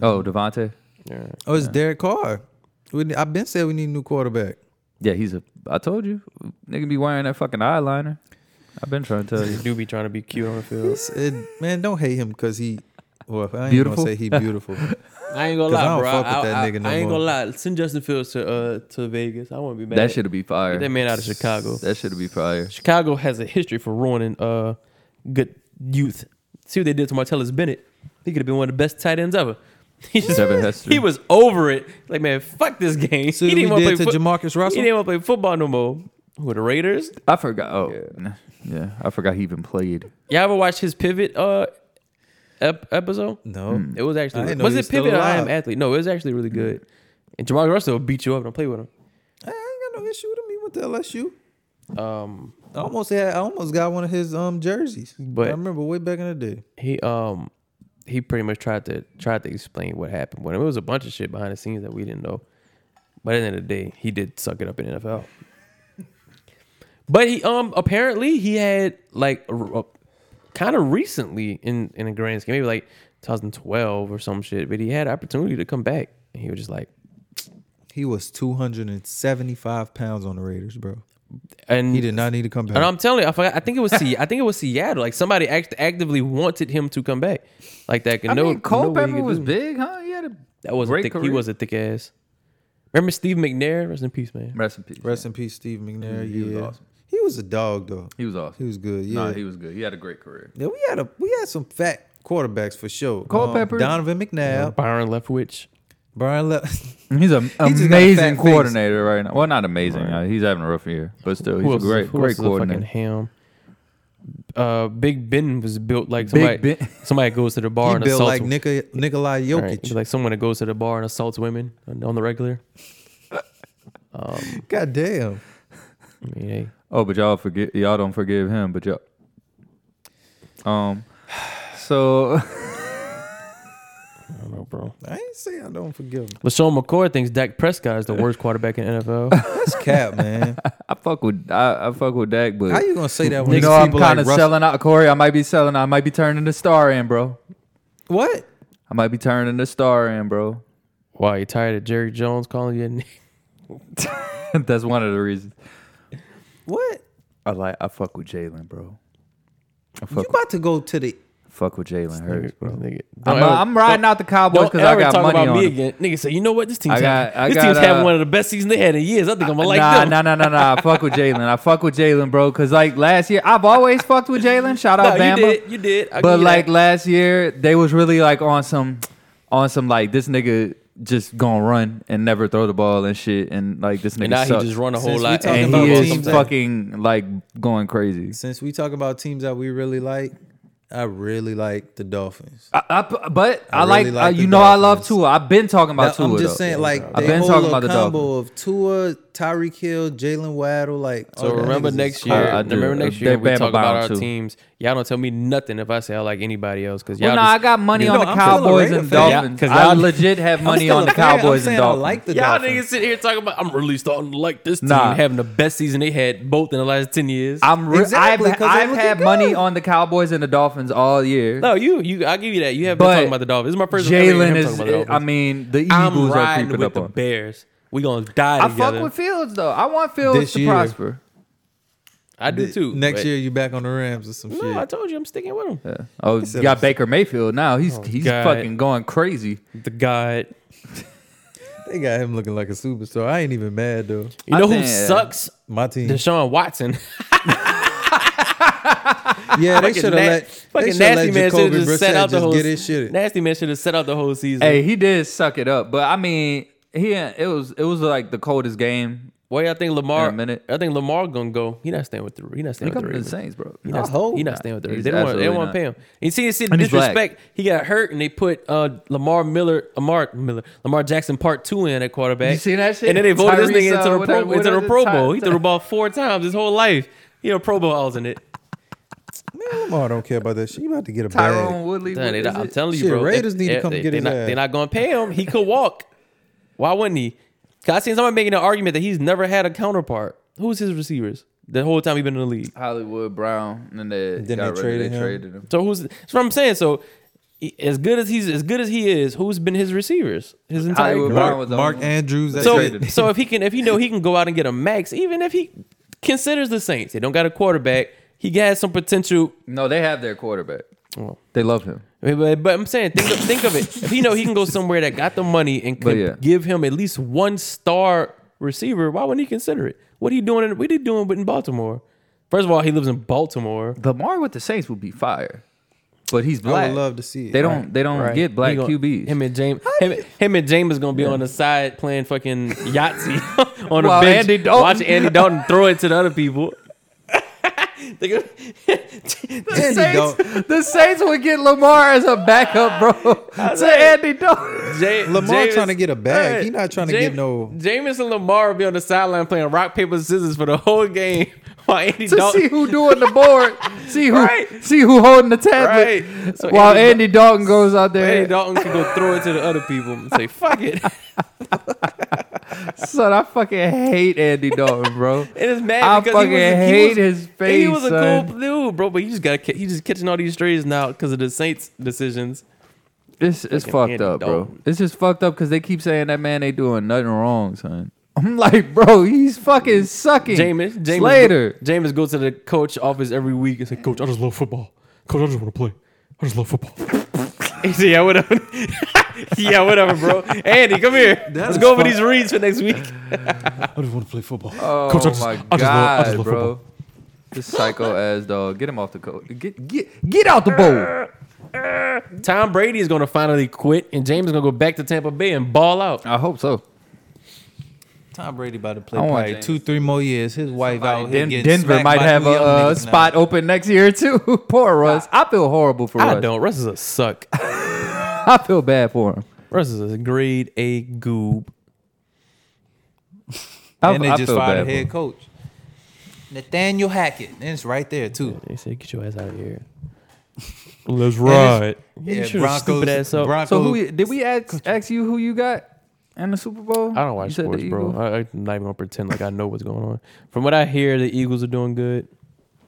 S3: Oh, Devontae.
S2: Yeah.
S1: Oh, it's Derek Carr. We, I've been saying we need a new quarterback.
S3: Yeah, he's a. I told you, nigga be wearing that fucking eyeliner. I've been trying to tell you.
S2: They do be trying to be cute on the field.
S1: It- man, don't hate him because he. Well, I ain't
S3: Beautiful?
S1: gonna say he beautiful.
S2: I ain't
S1: 'Cause
S2: gonna
S1: I
S2: lie,
S1: don't
S2: bro.
S1: fuck with
S2: I,
S1: that
S2: I-
S1: nigga no
S2: I ain't
S1: more.
S2: gonna lie. Send Justin Fields to uh to Vegas. I want to be mad.
S3: That should be
S2: Get that
S3: fire.
S2: man out of Chicago.
S3: That should be fire.
S2: Chicago has a history for ruining uh good youth. See what they did to Martellus Bennett. He could have been one of the best tight ends ever. He just
S3: Devin Hester.
S2: he was over it. Like man, fuck this game.
S1: See
S2: he
S1: what we
S2: didn't want
S1: did
S2: to
S1: to
S2: play. Fo-
S1: Jamarcus
S2: he
S1: Russell.
S2: didn't want to play football no more. Who are the Raiders?
S3: I forgot. Oh, yeah. I forgot he even played.
S2: Y'all ever watched his pivot uh ep- episode?
S1: No,
S2: It was
S1: I
S2: actually
S1: didn't know
S2: was
S1: he
S2: it
S1: was still
S2: pivot or I am
S1: alive.
S2: athlete? No, it was actually really good. And Jamarcus Russell will beat you up. Don't play with him.
S1: I ain't got no issue with him. He went to LSU.
S2: Um,
S1: I almost had. I almost got one of his um jerseys.
S2: But-
S1: I remember way back in the day.
S2: he um he pretty much tried to tried to explain what happened with him. It was a bunch of shit behind the scenes that we didn't know. But at the end of the day, he did suck it up in NFL. But he um apparently he had like kind of recently in in a grand scheme, maybe like 2012 or some shit. But he had opportunity to come back, and he was just like,
S1: He was 275 pounds on the Raiders, bro.
S2: and
S1: He did not need to come back.
S2: And I'm telling you, I forgot. I think it was Se- I think it was Seattle. Like somebody act- actively wanted him to come back. Like that.
S3: I
S2: no,
S3: mean, Cole
S2: no way he
S3: Pepper
S2: could
S3: was
S2: do it.
S3: big, huh? He had a
S2: That was a
S3: great
S2: thick. He
S3: career.
S2: was a thick ass. Remember Steve McNair? Rest in peace, man.
S3: Rest in peace.
S1: Rest in peace, Steve McNair.
S3: He was
S1: yeah,
S3: awesome.
S1: he was a dog though.
S3: He was
S1: He
S3: awesome.
S1: was good. Yeah,
S3: Nah, he was good. He had a great career.
S1: yeah. We had a we had some fat quarterbacks for sure. Um,
S3: Culpepper.
S1: Donovan McNabb,
S2: Byron Leftwich.
S1: Brian. Le-
S3: He's an
S1: got a fat
S3: amazing
S1: face.
S3: coordinator right now. Well, not amazing. Uh, he's having a rough year, but still, Oh, he's
S2: Who
S3: a
S2: else? is-
S3: great,
S2: who
S3: great
S2: else is a fucking
S3: coordinator.
S2: ham? Uh, Big Ben was built like somebody.
S3: Big Ben.
S2: Somebody goes to the bar
S1: he
S2: and
S1: built
S2: assaults.
S1: like Nikola Nikolai Jokic.
S2: right, he's like someone that goes to the bar and assaults women on on the regular.
S1: God damn.
S2: I mean, hey,
S3: Oh, but y'all forget. Y'all don't forgive him, but y'all. Um. So
S2: I don't know, bro.
S1: I ain't say I don't forgive him.
S2: LaShawn McCoy thinks Dak Prescott is the worst quarterback in NFL.
S1: That's cap, man.
S3: I fuck with I, I fuck with Dak, but
S1: How you gonna say that when
S3: you
S1: it's
S3: know I'm
S1: people
S3: kind of
S1: like Russell-
S3: selling out, Corey. I might be selling. out. I might be turning the star in, bro.
S1: What?
S3: I might be turning the star in, bro.
S2: Why you tired of Jerry Jones calling you? a n-
S3: That's one of the reasons.
S1: What?
S3: I like I fuck with Jalen, bro. I
S1: You
S3: fuck with,
S1: about to go to the
S3: fuck with Jalen Hurts, bro.
S2: Nigga,
S3: I'm,
S2: don't ever-
S3: I'm riding out the Cowboys
S2: Don't
S3: because I
S2: ever
S3: got
S2: talk
S3: money
S2: about
S3: on
S2: me
S3: them.
S2: again. Nigga say, you know what? This team's
S3: I got-
S2: having,
S3: I
S2: this
S3: got,
S2: team's having
S3: uh,
S2: one of the best seasons they had in years. I think I'm gonna like
S3: nah,
S2: them.
S3: nah, nah, nah, nah. I fuck with Jalen. I fuck with Jalen, bro. Cause like last year, I've always fucked with Jalen. Shout out
S2: No,
S3: Bama.
S2: you did. You did. I'll give
S3: but
S2: you
S3: like
S2: that.
S3: last year, they was really like on some, on some like this nigga just gonna run and never throw the ball and shit, and like this nigga
S2: and now he
S3: sucks.
S2: just run a whole
S1: Since we
S2: lot.
S1: talking
S3: and
S1: about
S3: he is
S1: teams that-
S3: fucking like going crazy.
S1: since we talk about teams that we really like, I really like the Dolphins.
S3: I, I p- but I,
S1: I
S3: like,
S1: really like
S3: uh, you
S1: the
S3: know I love
S1: Dolphins.
S3: Tua. I've been talking about
S1: Now,
S3: Tua.
S1: I'm just
S3: though.
S1: saying, like
S3: I've
S1: they
S3: been
S1: whole
S3: talking
S1: little
S3: about the
S1: combo of Tua, Tyreek Hill, Jalen Waddle, like. all
S2: So
S1: them
S2: remember
S1: niggas is
S2: next year.
S1: cold.
S3: I- I do.
S2: remember next
S3: They
S2: year we
S3: Bama
S2: talk about
S3: bound
S2: our
S3: too.
S2: teams. Y'all don't tell me nothing if I say I like anybody else because y'all.
S3: Well, no, I
S2: just,
S3: got money
S1: You
S3: on
S1: know,
S3: the
S1: I'm still a
S3: Cowboys
S1: Raider
S3: and
S1: fan.
S2: Yeah,
S3: Dolphins.
S2: 'cause
S3: I
S2: y'all-
S3: legit have
S1: I'm
S3: money
S1: still
S3: on
S1: a
S3: the
S1: fan. I'm
S3: Cowboys and
S1: saying I
S3: Dolphins.
S1: like the
S2: y'all
S1: Dolphins.
S2: niggas sitting here talking about I'm really starting to like this team
S3: Nah.
S2: having the best season they had both in the last ten years.
S3: I'm re-
S1: Exactly, 'cause
S3: I've,
S1: they
S3: I've
S1: looking
S3: had
S1: good.
S3: money on the Cowboys and the Dolphins all year.
S2: no, you, you. I'll give you that. You have been
S3: But
S2: talking about the Dolphins. This is my first. time ever hearing
S3: Jalen
S2: him talking about
S3: is.
S2: the
S3: I
S2: Dolphins.
S3: mean, the
S2: I'm
S3: Eagles are
S2: riding
S3: creeping
S2: with
S3: up
S2: the
S3: on.
S2: Bears. We gonna die
S3: I fuck
S2: together.
S3: with Fields though. I want Fields
S1: This
S3: to
S1: year.
S3: prosper.
S2: I do too.
S1: Next
S2: but-
S1: year, you back on the Rams or some
S2: No, I
S1: shit.
S2: told you I'm sticking with him.
S3: Yeah. Oh,
S1: It's Oh,
S3: you got
S1: a-
S3: Baker Mayfield now. He's he's
S2: God.
S3: fucking going crazy.
S2: The God.
S1: They got him looking like a superstar. I ain't even mad though.
S2: You
S3: I
S2: know who
S3: think-
S2: sucks?
S1: My team.
S2: Deshaun Watson.
S1: Yeah, they
S2: Fucking
S1: should have
S2: na-
S1: let. They
S2: Fucking
S1: should have
S2: nasty
S1: let
S2: man should
S1: Jacoby
S2: have just set
S1: Brissett
S2: out the
S1: just
S2: whole.
S1: get his shit.
S2: Nasty man should have set out the whole season.
S3: Hey, he did suck it up, but I mean, he it was it was like the coldest game.
S2: where y'all think Lamar?
S3: In a minute.
S2: I think Lamar gonna go. He not staying with the. He not
S3: He
S2: staying with
S3: coming
S2: the
S3: to the
S2: Ravens.
S3: Saints, bro.
S2: He
S1: I
S2: not,
S1: hope
S2: he not staying with the Ravens.
S3: He's
S2: They don't want. They don't
S3: absolutely
S2: want to pay him. You see, you see the
S3: And he's black.
S2: disrespect. He got hurt, and they put uh, Lamar Miller, Lamar Miller, Lamar Jackson part two in at quarterback.
S3: You seen that shit?
S2: And then they voted this
S3: Tyrese,
S2: nigga into
S3: uh,
S2: the
S3: what-
S2: pro,
S3: what
S2: into
S3: is
S2: the
S3: it?
S2: Pro
S3: Ty-
S2: Bowl. He threw the ball four times his whole life. You know, Pro Bowl alternate.
S1: Man, Lamar don't care about that shit. You about to get a bag.
S3: Tyrone Woodley.
S2: Done
S3: what
S2: it.
S3: is
S2: I'm
S3: it?
S2: telling you,
S1: Shit,
S2: bro.
S1: Raiders need to come
S2: they,
S1: get
S2: they
S1: his
S2: not,
S1: ass.
S2: They're not gonna pay him. He could walk. Why wouldn't he? Cause I seen somebody making an argument that he's never had a counterpart. Who's his receivers? The whole time he been in the league.
S3: Hollywood Brown, and then they
S1: Then
S3: got
S1: they traded
S3: rid of- they
S1: him.
S3: traded him.
S2: So who's that's what I'm saying. So he- as good as he's as good as he is, who's been his receivers? His entire
S3: Hollywood Brown
S1: Mark,
S3: was the
S1: Mark
S3: only one.
S1: Andrews. That
S2: so
S1: traded.
S2: so if he can if he know he can go out and get a max, even if he considers the Saints, they don't got a quarterback. He has some potential.
S3: No, they have their quarterback.
S1: Oh.
S2: Well,
S3: They love him.
S2: but, but I'm saying think of, think of it. If he know he can go somewhere that got the money and
S3: But
S2: can
S3: yeah.
S2: give him at least one star receiver, why wouldn't he consider it? What he doing? In, what he doing in Baltimore? First of all, he lives in Baltimore.
S3: Lamar with the Saints would be fire, but he's black.
S1: I would love to see it.
S3: They don't. They don't
S2: Right.
S3: get black
S2: He gon-
S3: QBs.
S2: Him and James, him, him and James is gonna be on the side playing fucking Yahtzee on
S3: While
S2: a bench.
S3: Andy Dalton-
S2: Watch Andy Dalton throw it to the other people. They gonna-
S1: Andy Dalton.
S3: the Saints would get Lamar as a backup, bro. to Andy Dalton.
S2: Ja-
S1: Lamar
S2: Jameis-
S1: trying to get a bag.
S2: Hey,
S1: He not trying to
S2: Jame-
S1: get no-
S2: Jameis and Lamar will be on the sideline playing rock paper scissors for the whole game. While Andy
S3: To
S2: Dalton,
S3: see who doing the board, see who
S2: Right.
S3: see who holding the tablet,
S2: Right. So
S3: while
S2: Andy-
S3: Andy Dalton goes out there.
S2: Andy Dalton can go throw it to the other people and say "fuck it."
S3: Son, I fucking hate Andy Dalton, bro.
S2: It is mad
S3: I
S2: because he was,
S3: fucking
S2: he
S3: hate
S2: was-
S3: his
S2: He was
S3: face,
S2: a
S3: son.
S2: cool dude, bro. But he just got he just catching all these strays now because of the Saints' decisions.
S3: It's it's
S2: Fucking
S3: fucked
S2: Andy
S3: up, bro.
S2: Dalton.
S3: It's just fucked up because they keep saying that man ain't doing nothing wrong, son. I'm like, bro, he's fucking sucking.
S2: Jameis, Jameis
S3: Slater.
S2: go, Jameis go to the coach office every week and say, "Coach, I just love football. Coach, I just want to play. I just love football." he said, "Yeah, whatever. yeah, whatever, bro. Andy, come here. Let's go over these reads for next week."
S4: I just want to play football.
S3: Oh
S4: Coach, I just-
S3: my
S4: I just
S3: god,
S4: love- I just love
S3: bro. This psycho ass dog. Get him off the coat. Get get get out the bowl.
S2: Tom Brady is going to finally quit, and James is going to go back to Tampa Bay and ball out.
S3: I hope so.
S1: Tom Brady about to play
S3: I want
S1: probably
S3: James.
S1: two, three more years. His wife out here
S3: Den-
S1: getting
S3: Denver
S1: smacked
S3: might
S1: by
S3: have a
S1: them young
S3: uh,
S1: niggas now.
S3: spot open next year too. Poor Russ. I feel horrible for
S2: I
S3: Russ.
S2: don't. Russ is a suck.
S3: I feel bad for him.
S2: Russ is a grade A goob.
S3: I,
S1: and they
S3: I
S1: just
S3: feel
S1: fired
S3: bad
S1: the
S3: for
S1: head
S3: him.
S1: coach. Nathaniel Hackett. And it's right there, too.
S2: They said, "Get your ass out of here." Let's
S1: ride.
S2: Yeah,
S1: Yeah,
S2: you Broncos. Ass up.
S1: Broncos.
S3: So who did we ask ask you who you got in the Super Bowl?
S2: I don't watch
S3: You said the
S2: sports, bro.
S3: Eagles?
S2: I, I'm not even gonna pretend like I know what's going on. From what I hear, the Eagles are doing good.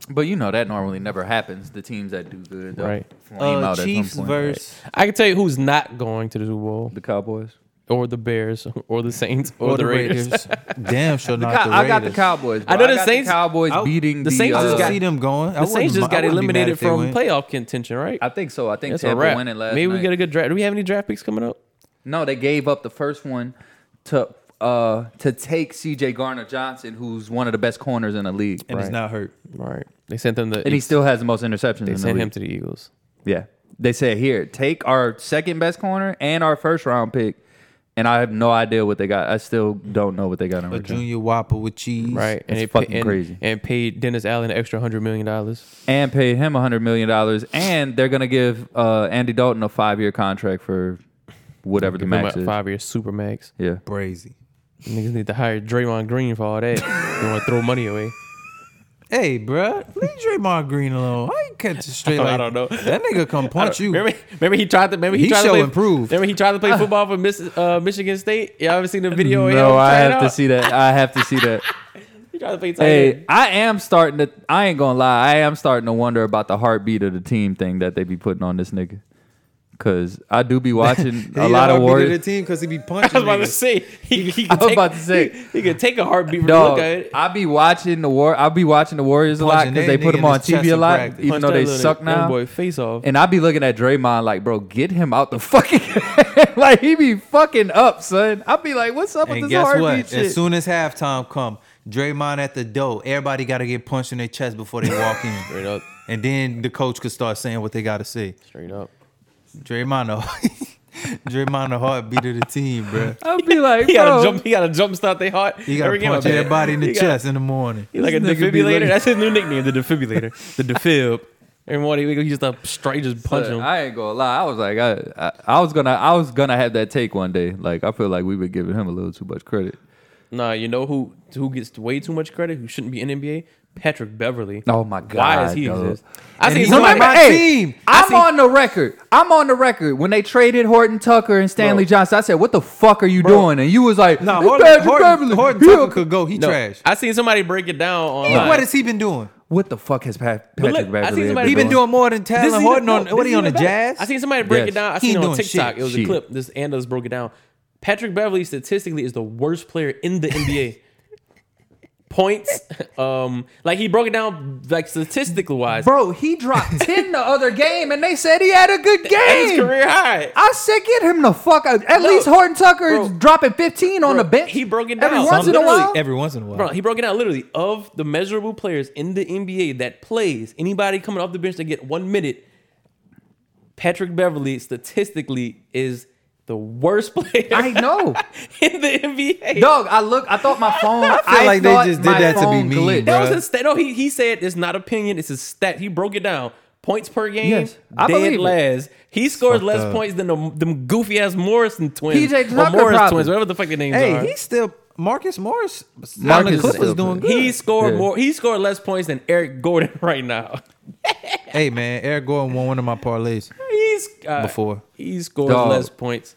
S3: But you know that normally never happens. The teams that do good, they'll
S2: Right.
S3: flame out
S1: uh,
S3: at some
S1: Chiefs
S3: point.
S1: versus
S2: I can tell you who's not going to the Super Bowl,
S3: the Cowboys.
S2: or the Bears, or the Saints, or, the, Raiders.
S1: Damn, sure not the Raiders.
S3: I got the Cowboys.
S2: I
S3: bro.
S2: know the
S3: got
S2: Saints-
S3: Cowboys
S1: I-
S3: beating
S2: the Saints
S1: I
S2: just
S3: uh,
S2: got-
S1: see them going. I
S2: The Saints
S1: wouldn't- I
S2: just got
S1: wouldn't be mad
S2: eliminated
S1: if they
S2: from
S1: win.
S2: playoff contention, right?
S3: I think so. I think
S2: That's a
S3: Tampa
S2: wrap.
S3: winning last
S2: Maybe we
S3: night.
S2: get a good draft. Do we have any draft picks coming up?
S3: no, they gave up the first one to uh to take C.J. Garner Johnson, who's one of the best corners in the league,
S1: And it's
S2: Right.
S1: not hurt.
S2: Right. They sent them the.
S3: and he still has the most interceptions.
S2: they
S3: in the
S2: sent
S3: league.
S2: him to the Eagles.
S3: Yeah, they said here, take our second best corner and our first round pick, and I have no idea what they got. I still don't know what they got in
S1: A
S3: return.
S1: junior whopper with cheese.
S2: Right.
S3: That's
S2: and they
S3: fucking
S2: and,
S3: crazy.
S2: And paid Dennis Allen an extra hundred million dollars.
S3: And paid him hundred million dollars, and they're gonna give uh, Andy Dalton a five year contract for whatever the max is.
S2: Five year super max.
S3: Yeah.
S1: Brazy.
S2: Niggas need to hire Draymond Green for all that. they want to throw money away.
S1: Hey, bruh, leave Draymond Green alone. I ain't catching straight like
S2: I don't know.
S1: That nigga come punch you.
S2: Remember, remember he tried to. Remember he,
S1: He
S2: tried to
S1: shall
S2: play,
S1: improve.
S2: Remember he tried to play football for Miss, uh, Michigan State. Y'all ever seen the video? of him
S3: Ah. No, I
S2: trying
S3: have
S2: out?
S3: to see that. I have to see that.
S2: He tried to play tight
S3: Hey,
S2: end.
S3: I am starting to. I ain't gonna lie. I am starting to wonder about the heartbeat of the team thing that they be putting on this nigga. Cause I do be watching
S1: He
S3: a lot of
S1: heartbeat the
S3: Warriors.
S1: team because he be
S2: I was
S1: punching.
S2: about to
S1: niggas.
S2: say he, he
S3: I
S2: could
S3: was
S2: take,
S3: about to say.
S2: he, he could take a heartbeat from
S3: Dog,
S2: look at it.
S3: I be watching the war. I be watching the Warriors a lot
S1: Punching
S3: because
S1: that
S3: they put
S1: nigga
S3: them
S1: in
S3: on
S1: his chest
S3: TV a
S1: in
S3: lot,
S1: practice.
S3: even
S2: Punch
S3: though
S2: that
S3: they
S2: little
S3: suck
S2: young
S3: now.
S2: boy face off.
S3: And I be looking at Draymond like, bro, get him out the fucking game. like he be fucking up, son. I be like, what's up
S1: And
S3: with this
S1: guess
S3: heartbeat
S1: what?
S3: shit?
S1: As soon as halftime come, Draymond at the door. Everybody got to get punched in their chest before they walk in,
S2: straight up,
S1: and then the coach could start saying what they got to say.
S2: straight up.
S1: Draymond, the, Draymond, the heartbeat of the team, bruh.
S3: I be like,
S2: He gotta
S3: bro,
S2: jump. He gotta jump start their heart.
S1: You got to
S2: every game.
S1: punch
S2: I bet.
S1: everybody in the
S2: He got-
S1: chest in the morning.
S2: He's like a
S3: This nigga be
S2: defibrillator.
S3: looking-
S2: That's his new nickname, the defibrillator, the defib. Every morning we used to straight just punch
S3: But
S2: him.
S3: I ain't gonna lie. I was like, I, I, I was gonna, I was gonna have that take one day. Like, I feel like we been giving him a little too much credit.
S2: Nah, you know who who gets way too much credit? Who shouldn't be in NBA? Patrick Beverly.
S3: Oh my god!
S2: Why is he
S3: dog.
S2: exist? I
S1: And
S2: seen
S1: he's
S2: somebody-
S1: on my
S3: Hey,
S1: team.
S3: I'm on the record. I'm on the record. When they traded Horton Tucker and Stanley Johnson, I said, "What the fuck are you doing?" And you was like,
S1: No,
S3: "It's
S1: Horton,
S3: Patrick
S1: Horton,
S3: Beverly.
S1: Horton
S3: Yeah."
S1: Tucker could go. He
S2: No,
S1: trash.
S2: I seen somebody break it down
S1: He-
S2: online.
S1: What has he been doing?
S3: What the fuck has
S2: But
S3: Pat, Patrick
S2: look, I
S3: Beverly
S2: seen somebody-
S1: He been
S2: doing?
S1: doing more than
S2: This
S1: Talon
S2: is
S1: Horton.
S2: no,
S1: On,
S2: this
S1: what are
S2: is
S1: you on the
S2: even better.
S1: Jazz?
S2: I seen somebody break
S3: Yes.
S2: it down. I
S1: He
S2: seen it
S1: ain't doing
S2: on TikTok.
S1: shit.
S2: It was a
S3: Shit.
S2: clip. This Anders broke it down. Patrick Beverly statistically is the worst player in the NBA. Points, um, like he broke it down like statistically wise.
S3: Bro, he dropped ten the other game, and they said he had a good
S2: That's his
S3: game.
S2: career high.
S3: I said, get him the fuck out. At
S2: No.
S3: least Horton Tucker is
S2: Bro.
S3: dropping 15 on
S2: Bro,
S3: the bench.
S2: he broke it
S3: Every
S2: down.
S3: once in a
S2: Literally
S3: while.
S1: Every once in a while.
S2: Bro, he broke it down literally of the measurable players in the NBA that plays anybody coming off the bench to get one minute. Patrick Beverly statistically is the worst player
S3: I know.
S2: in the NBA.
S3: Dog, I look. I thought my phone. I
S1: feel like they
S3: thought
S1: just did
S3: my
S1: that to
S3: phone
S1: be mean,
S3: glitched.
S1: bro.
S2: That was his stat. No, he, he said it's not opinion. It's a stat. He broke it down. Points per game.
S3: Yes, I believe
S2: dead
S3: it.
S2: last. He scores
S1: Fucked
S2: less
S1: up.
S2: points than the, them goofy ass Morrison twins.
S3: PJ
S2: or
S3: Tucker
S2: Morris
S3: problem.
S2: twins, whatever the fuck their names
S1: Hey,
S2: are.
S1: he's still Marcus Morris.
S3: Marcus
S1: Marcus
S3: is
S1: Clippers
S3: still
S1: doing good.
S3: playing.
S2: he scored
S3: Yeah.
S2: more. He scored less points than Eric Gordon right now.
S1: hey man, Eric Gordon won one of my parlays.
S2: He's uh,
S1: Before.
S2: he scores
S3: Dog.
S2: less points.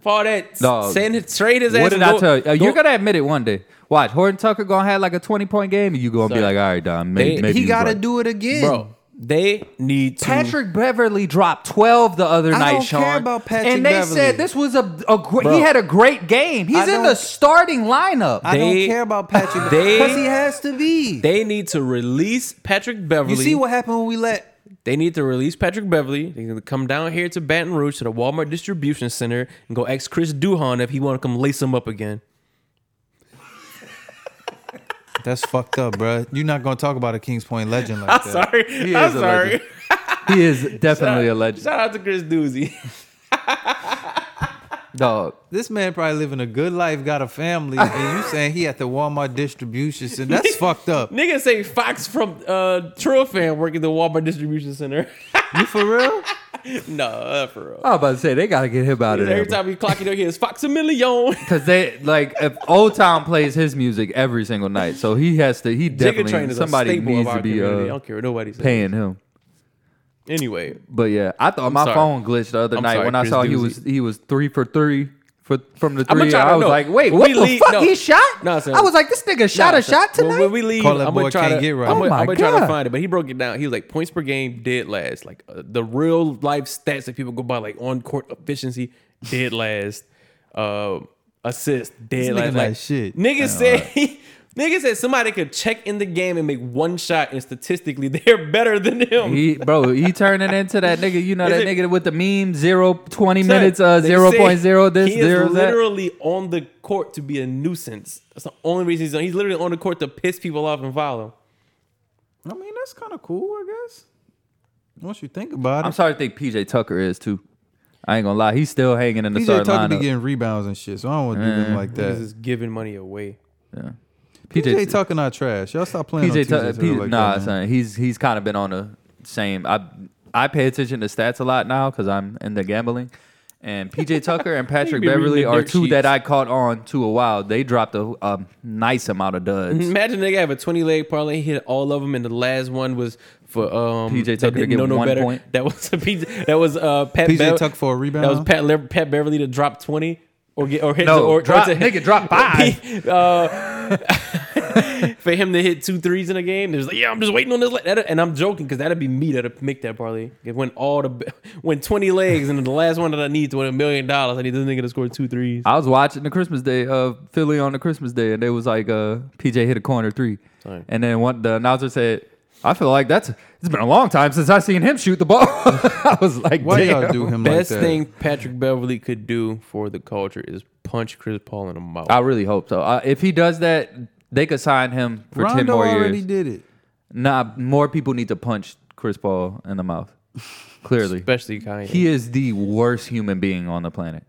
S2: For that,
S3: Dog.
S2: send it trade his ass.
S3: What did
S2: and
S3: I
S2: go-
S3: tell you? Uh, You're
S2: go-
S3: gonna admit it one day. Watch Horton Tucker gonna have like a 20 point game, and you gonna be
S2: Sorry.
S3: like, all right, Don. Maybe,
S2: They-
S3: maybe
S1: he
S3: you
S1: gotta
S3: right.
S1: do it again,
S2: bro. They need to.
S3: Patrick Mm-hmm. Beverly dropped 12 the other
S1: I
S3: night,
S1: don't
S3: Sean.
S1: care about Patrick
S3: and they
S1: Beverly.
S3: said this was a, a great.
S2: Bro.
S3: He had a great game. He's
S1: I
S3: in the
S1: don't-
S3: starting lineup.
S1: I
S2: They-
S1: don't care about Patrick
S2: they-
S1: because he has to be.
S2: They need to release Patrick Beverly.
S1: you see what happened when we let
S2: They need to release Patrick Beverly. They need to come down here to Baton Rouge to the Walmart distribution center and go ask Chris Duhon if he want to come lace him up again.
S1: That's fucked up, bro. You're not gonna talk about a Kings Point legend like that.
S2: Sorry,
S3: is a legend. he is definitely a legend,
S2: Shout out to Chris Doozy.
S3: dog.
S1: This man probably living a good life, got a family, and you saying he at the Walmart distribution center. That's fucked up.
S2: Niggas say Fox from uh, True Fan working the Walmart distribution center.
S1: You for real?
S2: no, uh, for real.
S3: I was about to say they gotta get him out of there.
S2: Every time you clock it up here, it's Fox a million.
S3: Cause they like if Old Town plays his music every single night, so he has to. He
S2: Jigga Train
S3: definitely
S2: is a
S3: somebody
S2: staple
S3: needs
S2: of our
S3: to be
S2: community. I
S3: uh,
S2: don't care what nobody says.
S3: paying him.
S2: Anyway,
S3: But yeah, I thought my
S2: sorry.
S3: phone glitched the other
S2: I'm
S3: night
S2: sorry,
S3: when I
S2: Chris
S3: saw he
S2: Doozy.
S3: was he was three for three for from the
S2: I'ma
S3: three.
S2: try to
S3: I was
S2: know.
S3: like, wait,
S2: When
S3: what
S2: we
S3: the
S2: leave-
S3: fuck?
S2: no.
S3: he shot?
S2: No, sir.
S3: I was like, this nigga shot
S2: Nah,
S3: a shot
S2: son.
S3: tonight.
S2: When, when we leave,
S1: Call that
S2: I'm
S1: boy
S2: gonna try
S1: can't
S2: to.
S1: get right.
S2: I'm,
S1: Oh
S2: gonna,
S3: my
S2: I'm gonna try to
S3: God.
S2: find it, but he broke it down. He was like points per game, dead last. Like uh, the real life stats that people go by, like on court efficiency, dead last. Uh, assist, dead
S1: nigga
S2: last.
S1: not
S2: Like
S1: shit.
S2: Nigga said. Nigga said somebody could check in the game and make one shot, and statistically they're better than him.
S3: He bro, he turning into that nigga. You know
S2: Is
S3: that
S2: it-
S3: nigga with the meme zero 20
S2: Son,
S3: minutes uh
S2: they
S3: zero
S2: say
S3: point zero this
S2: he is
S3: zero that.
S2: literally on the court to be a nuisance. That's the only reason he's on. He's literally on the court to piss people off and follow.
S1: I mean, that's kind of cool, I guess. Once you think about
S3: I'm
S1: it,
S3: sorry to think PJ Tucker is too. I ain't gonna lie, he's still hanging in the
S1: PJ
S3: starting
S1: Tucker be
S3: lineup.
S1: getting rebounds and shit, so I don't want to do them like
S2: Niggas
S1: that.
S2: is giving money away.
S1: PJ
S3: PJ
S1: Tucker not trash. Y'all stop playing
S3: PJ
S1: on Tuesdays
S3: Tucker,
S1: with her
S3: P-
S1: like
S3: nah,
S1: that, man.
S3: son, he's he's kind of been on the same. I I pay attention to stats a lot now because I'm into gambling. And PJ Tucker and Patrick
S2: be reading
S3: Beverly
S2: the
S3: are
S2: dirt
S3: two
S2: sheets.
S3: that I caught on to a while. They dropped a, a nice amount of
S1: Mm-hmm.
S3: duds.
S2: Imagine they have a 20 leg parlay, hit all of them, and the last one was for um,
S3: PJ
S2: that
S3: Tucker to
S2: didn't
S3: get
S2: know no
S3: one
S2: better.
S3: point.
S2: That was a PJ, that was uh, Pat
S1: PJ
S2: Bev-
S1: Tucker for a rebound.
S2: That was Pat, Le- Pat Beverly to drop 20 or get or hit
S3: No,
S2: or,
S3: drop-
S2: or to hit-
S3: nigga, drop five.
S2: P- uh, for him to hit two threes in a game. There's like, yeah, I'm just waiting on this. le- that'll- and I'm joking because that'd be me that'd make that parlay. It went all the went 20 legs, and the last one that I need to win a million dollars. I need this nigga to score two threes.
S3: I was watching the Christmas Day uh, Philly on the Christmas Day, and they was like, uh, PJ hit a corner three,
S2: Sorry.
S3: and then one, the announcer said, "I feel like that's it's been a long time since I seen him shoot the ball." I was like,
S1: Why
S3: Damn.
S1: y'all do him
S2: Best
S1: like that?
S2: thing Patrick Beverly could do for the culture is punch Chris Paul in the mouth.
S3: I really hope so. Uh, if he does that, they could sign him for
S1: Rondo
S3: ten more
S1: already
S3: years.
S1: did it.
S3: Nah, more people need to punch Chris Paul in the mouth. Clearly,
S2: Especially Kanye.
S3: he is the worst human being on the planet,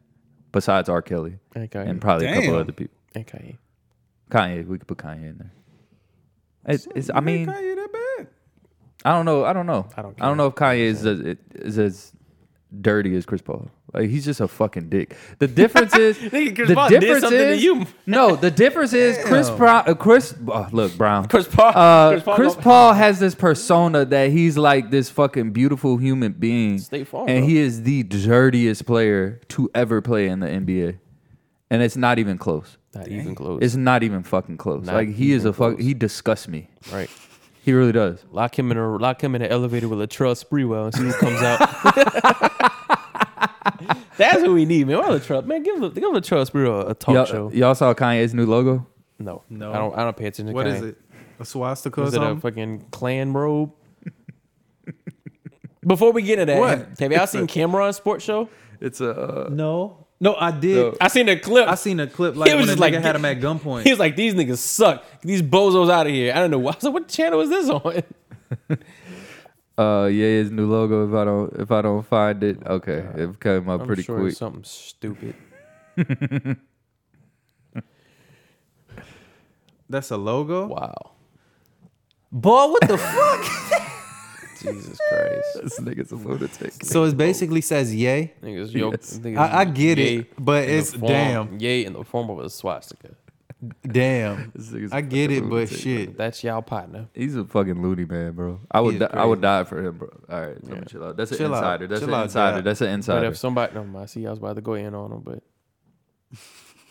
S3: besides R. Kelly
S2: and Kanye.
S3: and probably a
S1: Damn.
S3: couple other people.
S2: and Kanye.
S3: Kanye, we could put Kanye in there. It's, it's, I mean,
S1: Kanye that bad?
S3: I don't know. I don't know.
S2: I don't
S3: I don't know if Kanye is as, is as dirty as Chris Paul. Like he's just a fucking dick. The difference is
S2: Nigga, Chris
S3: the
S2: Paul did
S3: difference
S2: something to
S3: is
S2: you.
S3: no. The difference is Chris Brown. Uh, Chris oh, look Brown.
S2: Chris Paul-
S3: Uh,
S2: Chris
S3: Chris,
S2: Paul
S3: Paul,
S2: don't-
S3: has this persona that he's like this fucking beautiful human being,
S2: State Farm,
S3: and
S2: bro.
S3: he is the dirtiest player to ever play in the NBA, and it's not even close.
S2: Not even close.
S3: It's not even fucking close.
S2: Not
S3: like he is
S2: even
S3: a fuck.
S2: close.
S3: He disgusts me.
S2: right.
S3: He really does.
S2: Lock him in a lock him in an elevator with Latrell Sprewell and see who comes out. That's what we need, man. Why Latrell? Man, give give Latrell Sprewell a talk show.
S3: Y'all, y'all saw Kanye's new logo?
S2: No,
S1: No.
S2: I don't. I don't pay attention. to
S1: What is
S2: Kanye.
S1: it? A swastika or
S2: Is it a
S1: something?
S2: fucking clan robe? Before we get into that,
S1: What?
S2: have, have y'all seen Cameron Sports Show?
S3: It's a uh,
S1: no. No, I did.
S2: I seen a clip.
S1: I seen a clip like
S2: He was
S1: when a
S2: just
S1: nigga
S2: like-
S1: had him at gunpoint.
S2: He was like, "These niggas suck. Get These bozos out of here." I don't know. why. I was like, "What channel is this on?"
S3: uh yeah his new logo. If I don't if I don't find it, okay, it came up
S2: I'm
S3: pretty
S2: sure
S3: quick.
S2: it's something stupid.
S1: That's a logo.
S2: Wow. Boy, what the fuck? Jesus Christ.
S3: This nigga's a lunatic.
S1: So it basically says yay.
S2: Niggas, yo,
S3: Yes.
S2: niggas
S1: I, I get
S2: yay
S1: it, but
S2: in the
S1: it's
S2: form-
S1: damn,
S2: Yay in the form of a swastika.
S1: damn.
S3: This nigga's
S1: I get
S3: fucking
S1: it, but
S3: lunatic.
S1: shit.
S2: That's y'all partner.
S3: He's a fucking loony man, bro. I would
S1: is
S3: die, I would die for him, bro. All right, let me chill out. That's an
S1: Chill out.
S3: insider. That's
S1: Chill
S3: an
S1: out,
S3: insider.
S1: Dad.
S3: That's an
S2: But
S3: insider.
S2: if somebody, no, I see I was about to go in on them, but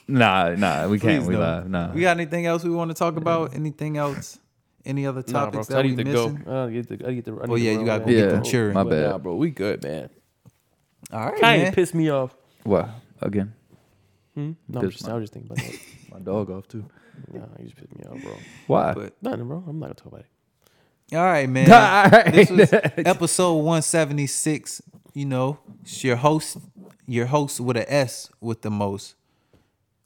S3: Nah, nah, we can't.
S1: Please
S3: We
S1: don't.
S3: live. Nah.
S1: We got anything else we want to talk about? Anything else? Any other
S2: nah, bro,
S1: topics
S2: 'cause I
S1: that we
S2: need to go.
S1: missing?
S2: I need to, I need to, I need
S1: Oh,
S2: to
S1: yeah,
S2: roll,
S1: you gotta go
S2: man.
S1: get
S3: Yeah,
S1: them cheering.
S3: my
S2: But
S3: bad.
S2: Nah, bro, we good, man.
S1: All right,
S2: Kanye
S1: man.
S2: pissed me off.
S3: What again?
S2: Hmm? No, I'm
S3: Pissed
S2: just,
S3: my-
S2: I was just thinking about that.
S3: My dog off too.
S2: nah, you just pissed me off, bro.
S3: Why?
S1: But-
S2: Nothing, bro. I'm not gonna talk about it.
S1: All right, man.
S3: All right.
S1: This was episode 176. You know, it's your host, your host with a S with the most.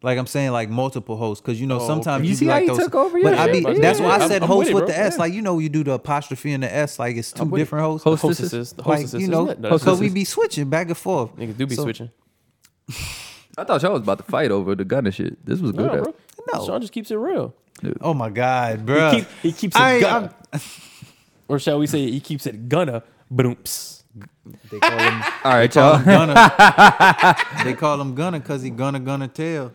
S1: Like I'm saying, like multiple hosts, because you know
S2: Oh,
S1: sometimes
S2: okay.
S1: you,
S3: You see
S1: be
S3: how
S1: like
S3: he
S1: those,
S3: took over?
S1: But
S3: Yeah,
S1: I be,
S3: yeah,
S1: that's why I
S2: yeah.
S1: said
S2: I'm- I'm
S1: host
S2: with it,
S1: with the
S2: bro.
S1: S.
S2: Yeah.
S1: Like you know, you do the apostrophe and the S. Like it's two
S2: I'm with it.
S1: different hosts.
S3: Hostesses?
S2: Hostesses, the
S1: Like
S2: hostesses,
S1: you know,
S2: isn't it?
S1: because we
S2: Hostesses.
S1: be switching back and forth.
S2: Niggas do be
S1: So-
S2: switching.
S3: I thought y'all was about to fight over the gun and shit. This was good.
S2: No, bro.
S1: No.
S2: Sean just keeps it real.
S1: Oh my God, bro.
S2: keep- he keeps it gonna. Or shall we say, he keeps it gonna. Boomps.
S1: They call him
S3: All right,
S1: call
S3: y'all.
S1: him Gunner. they call him Gunner because he gonna gonna tell.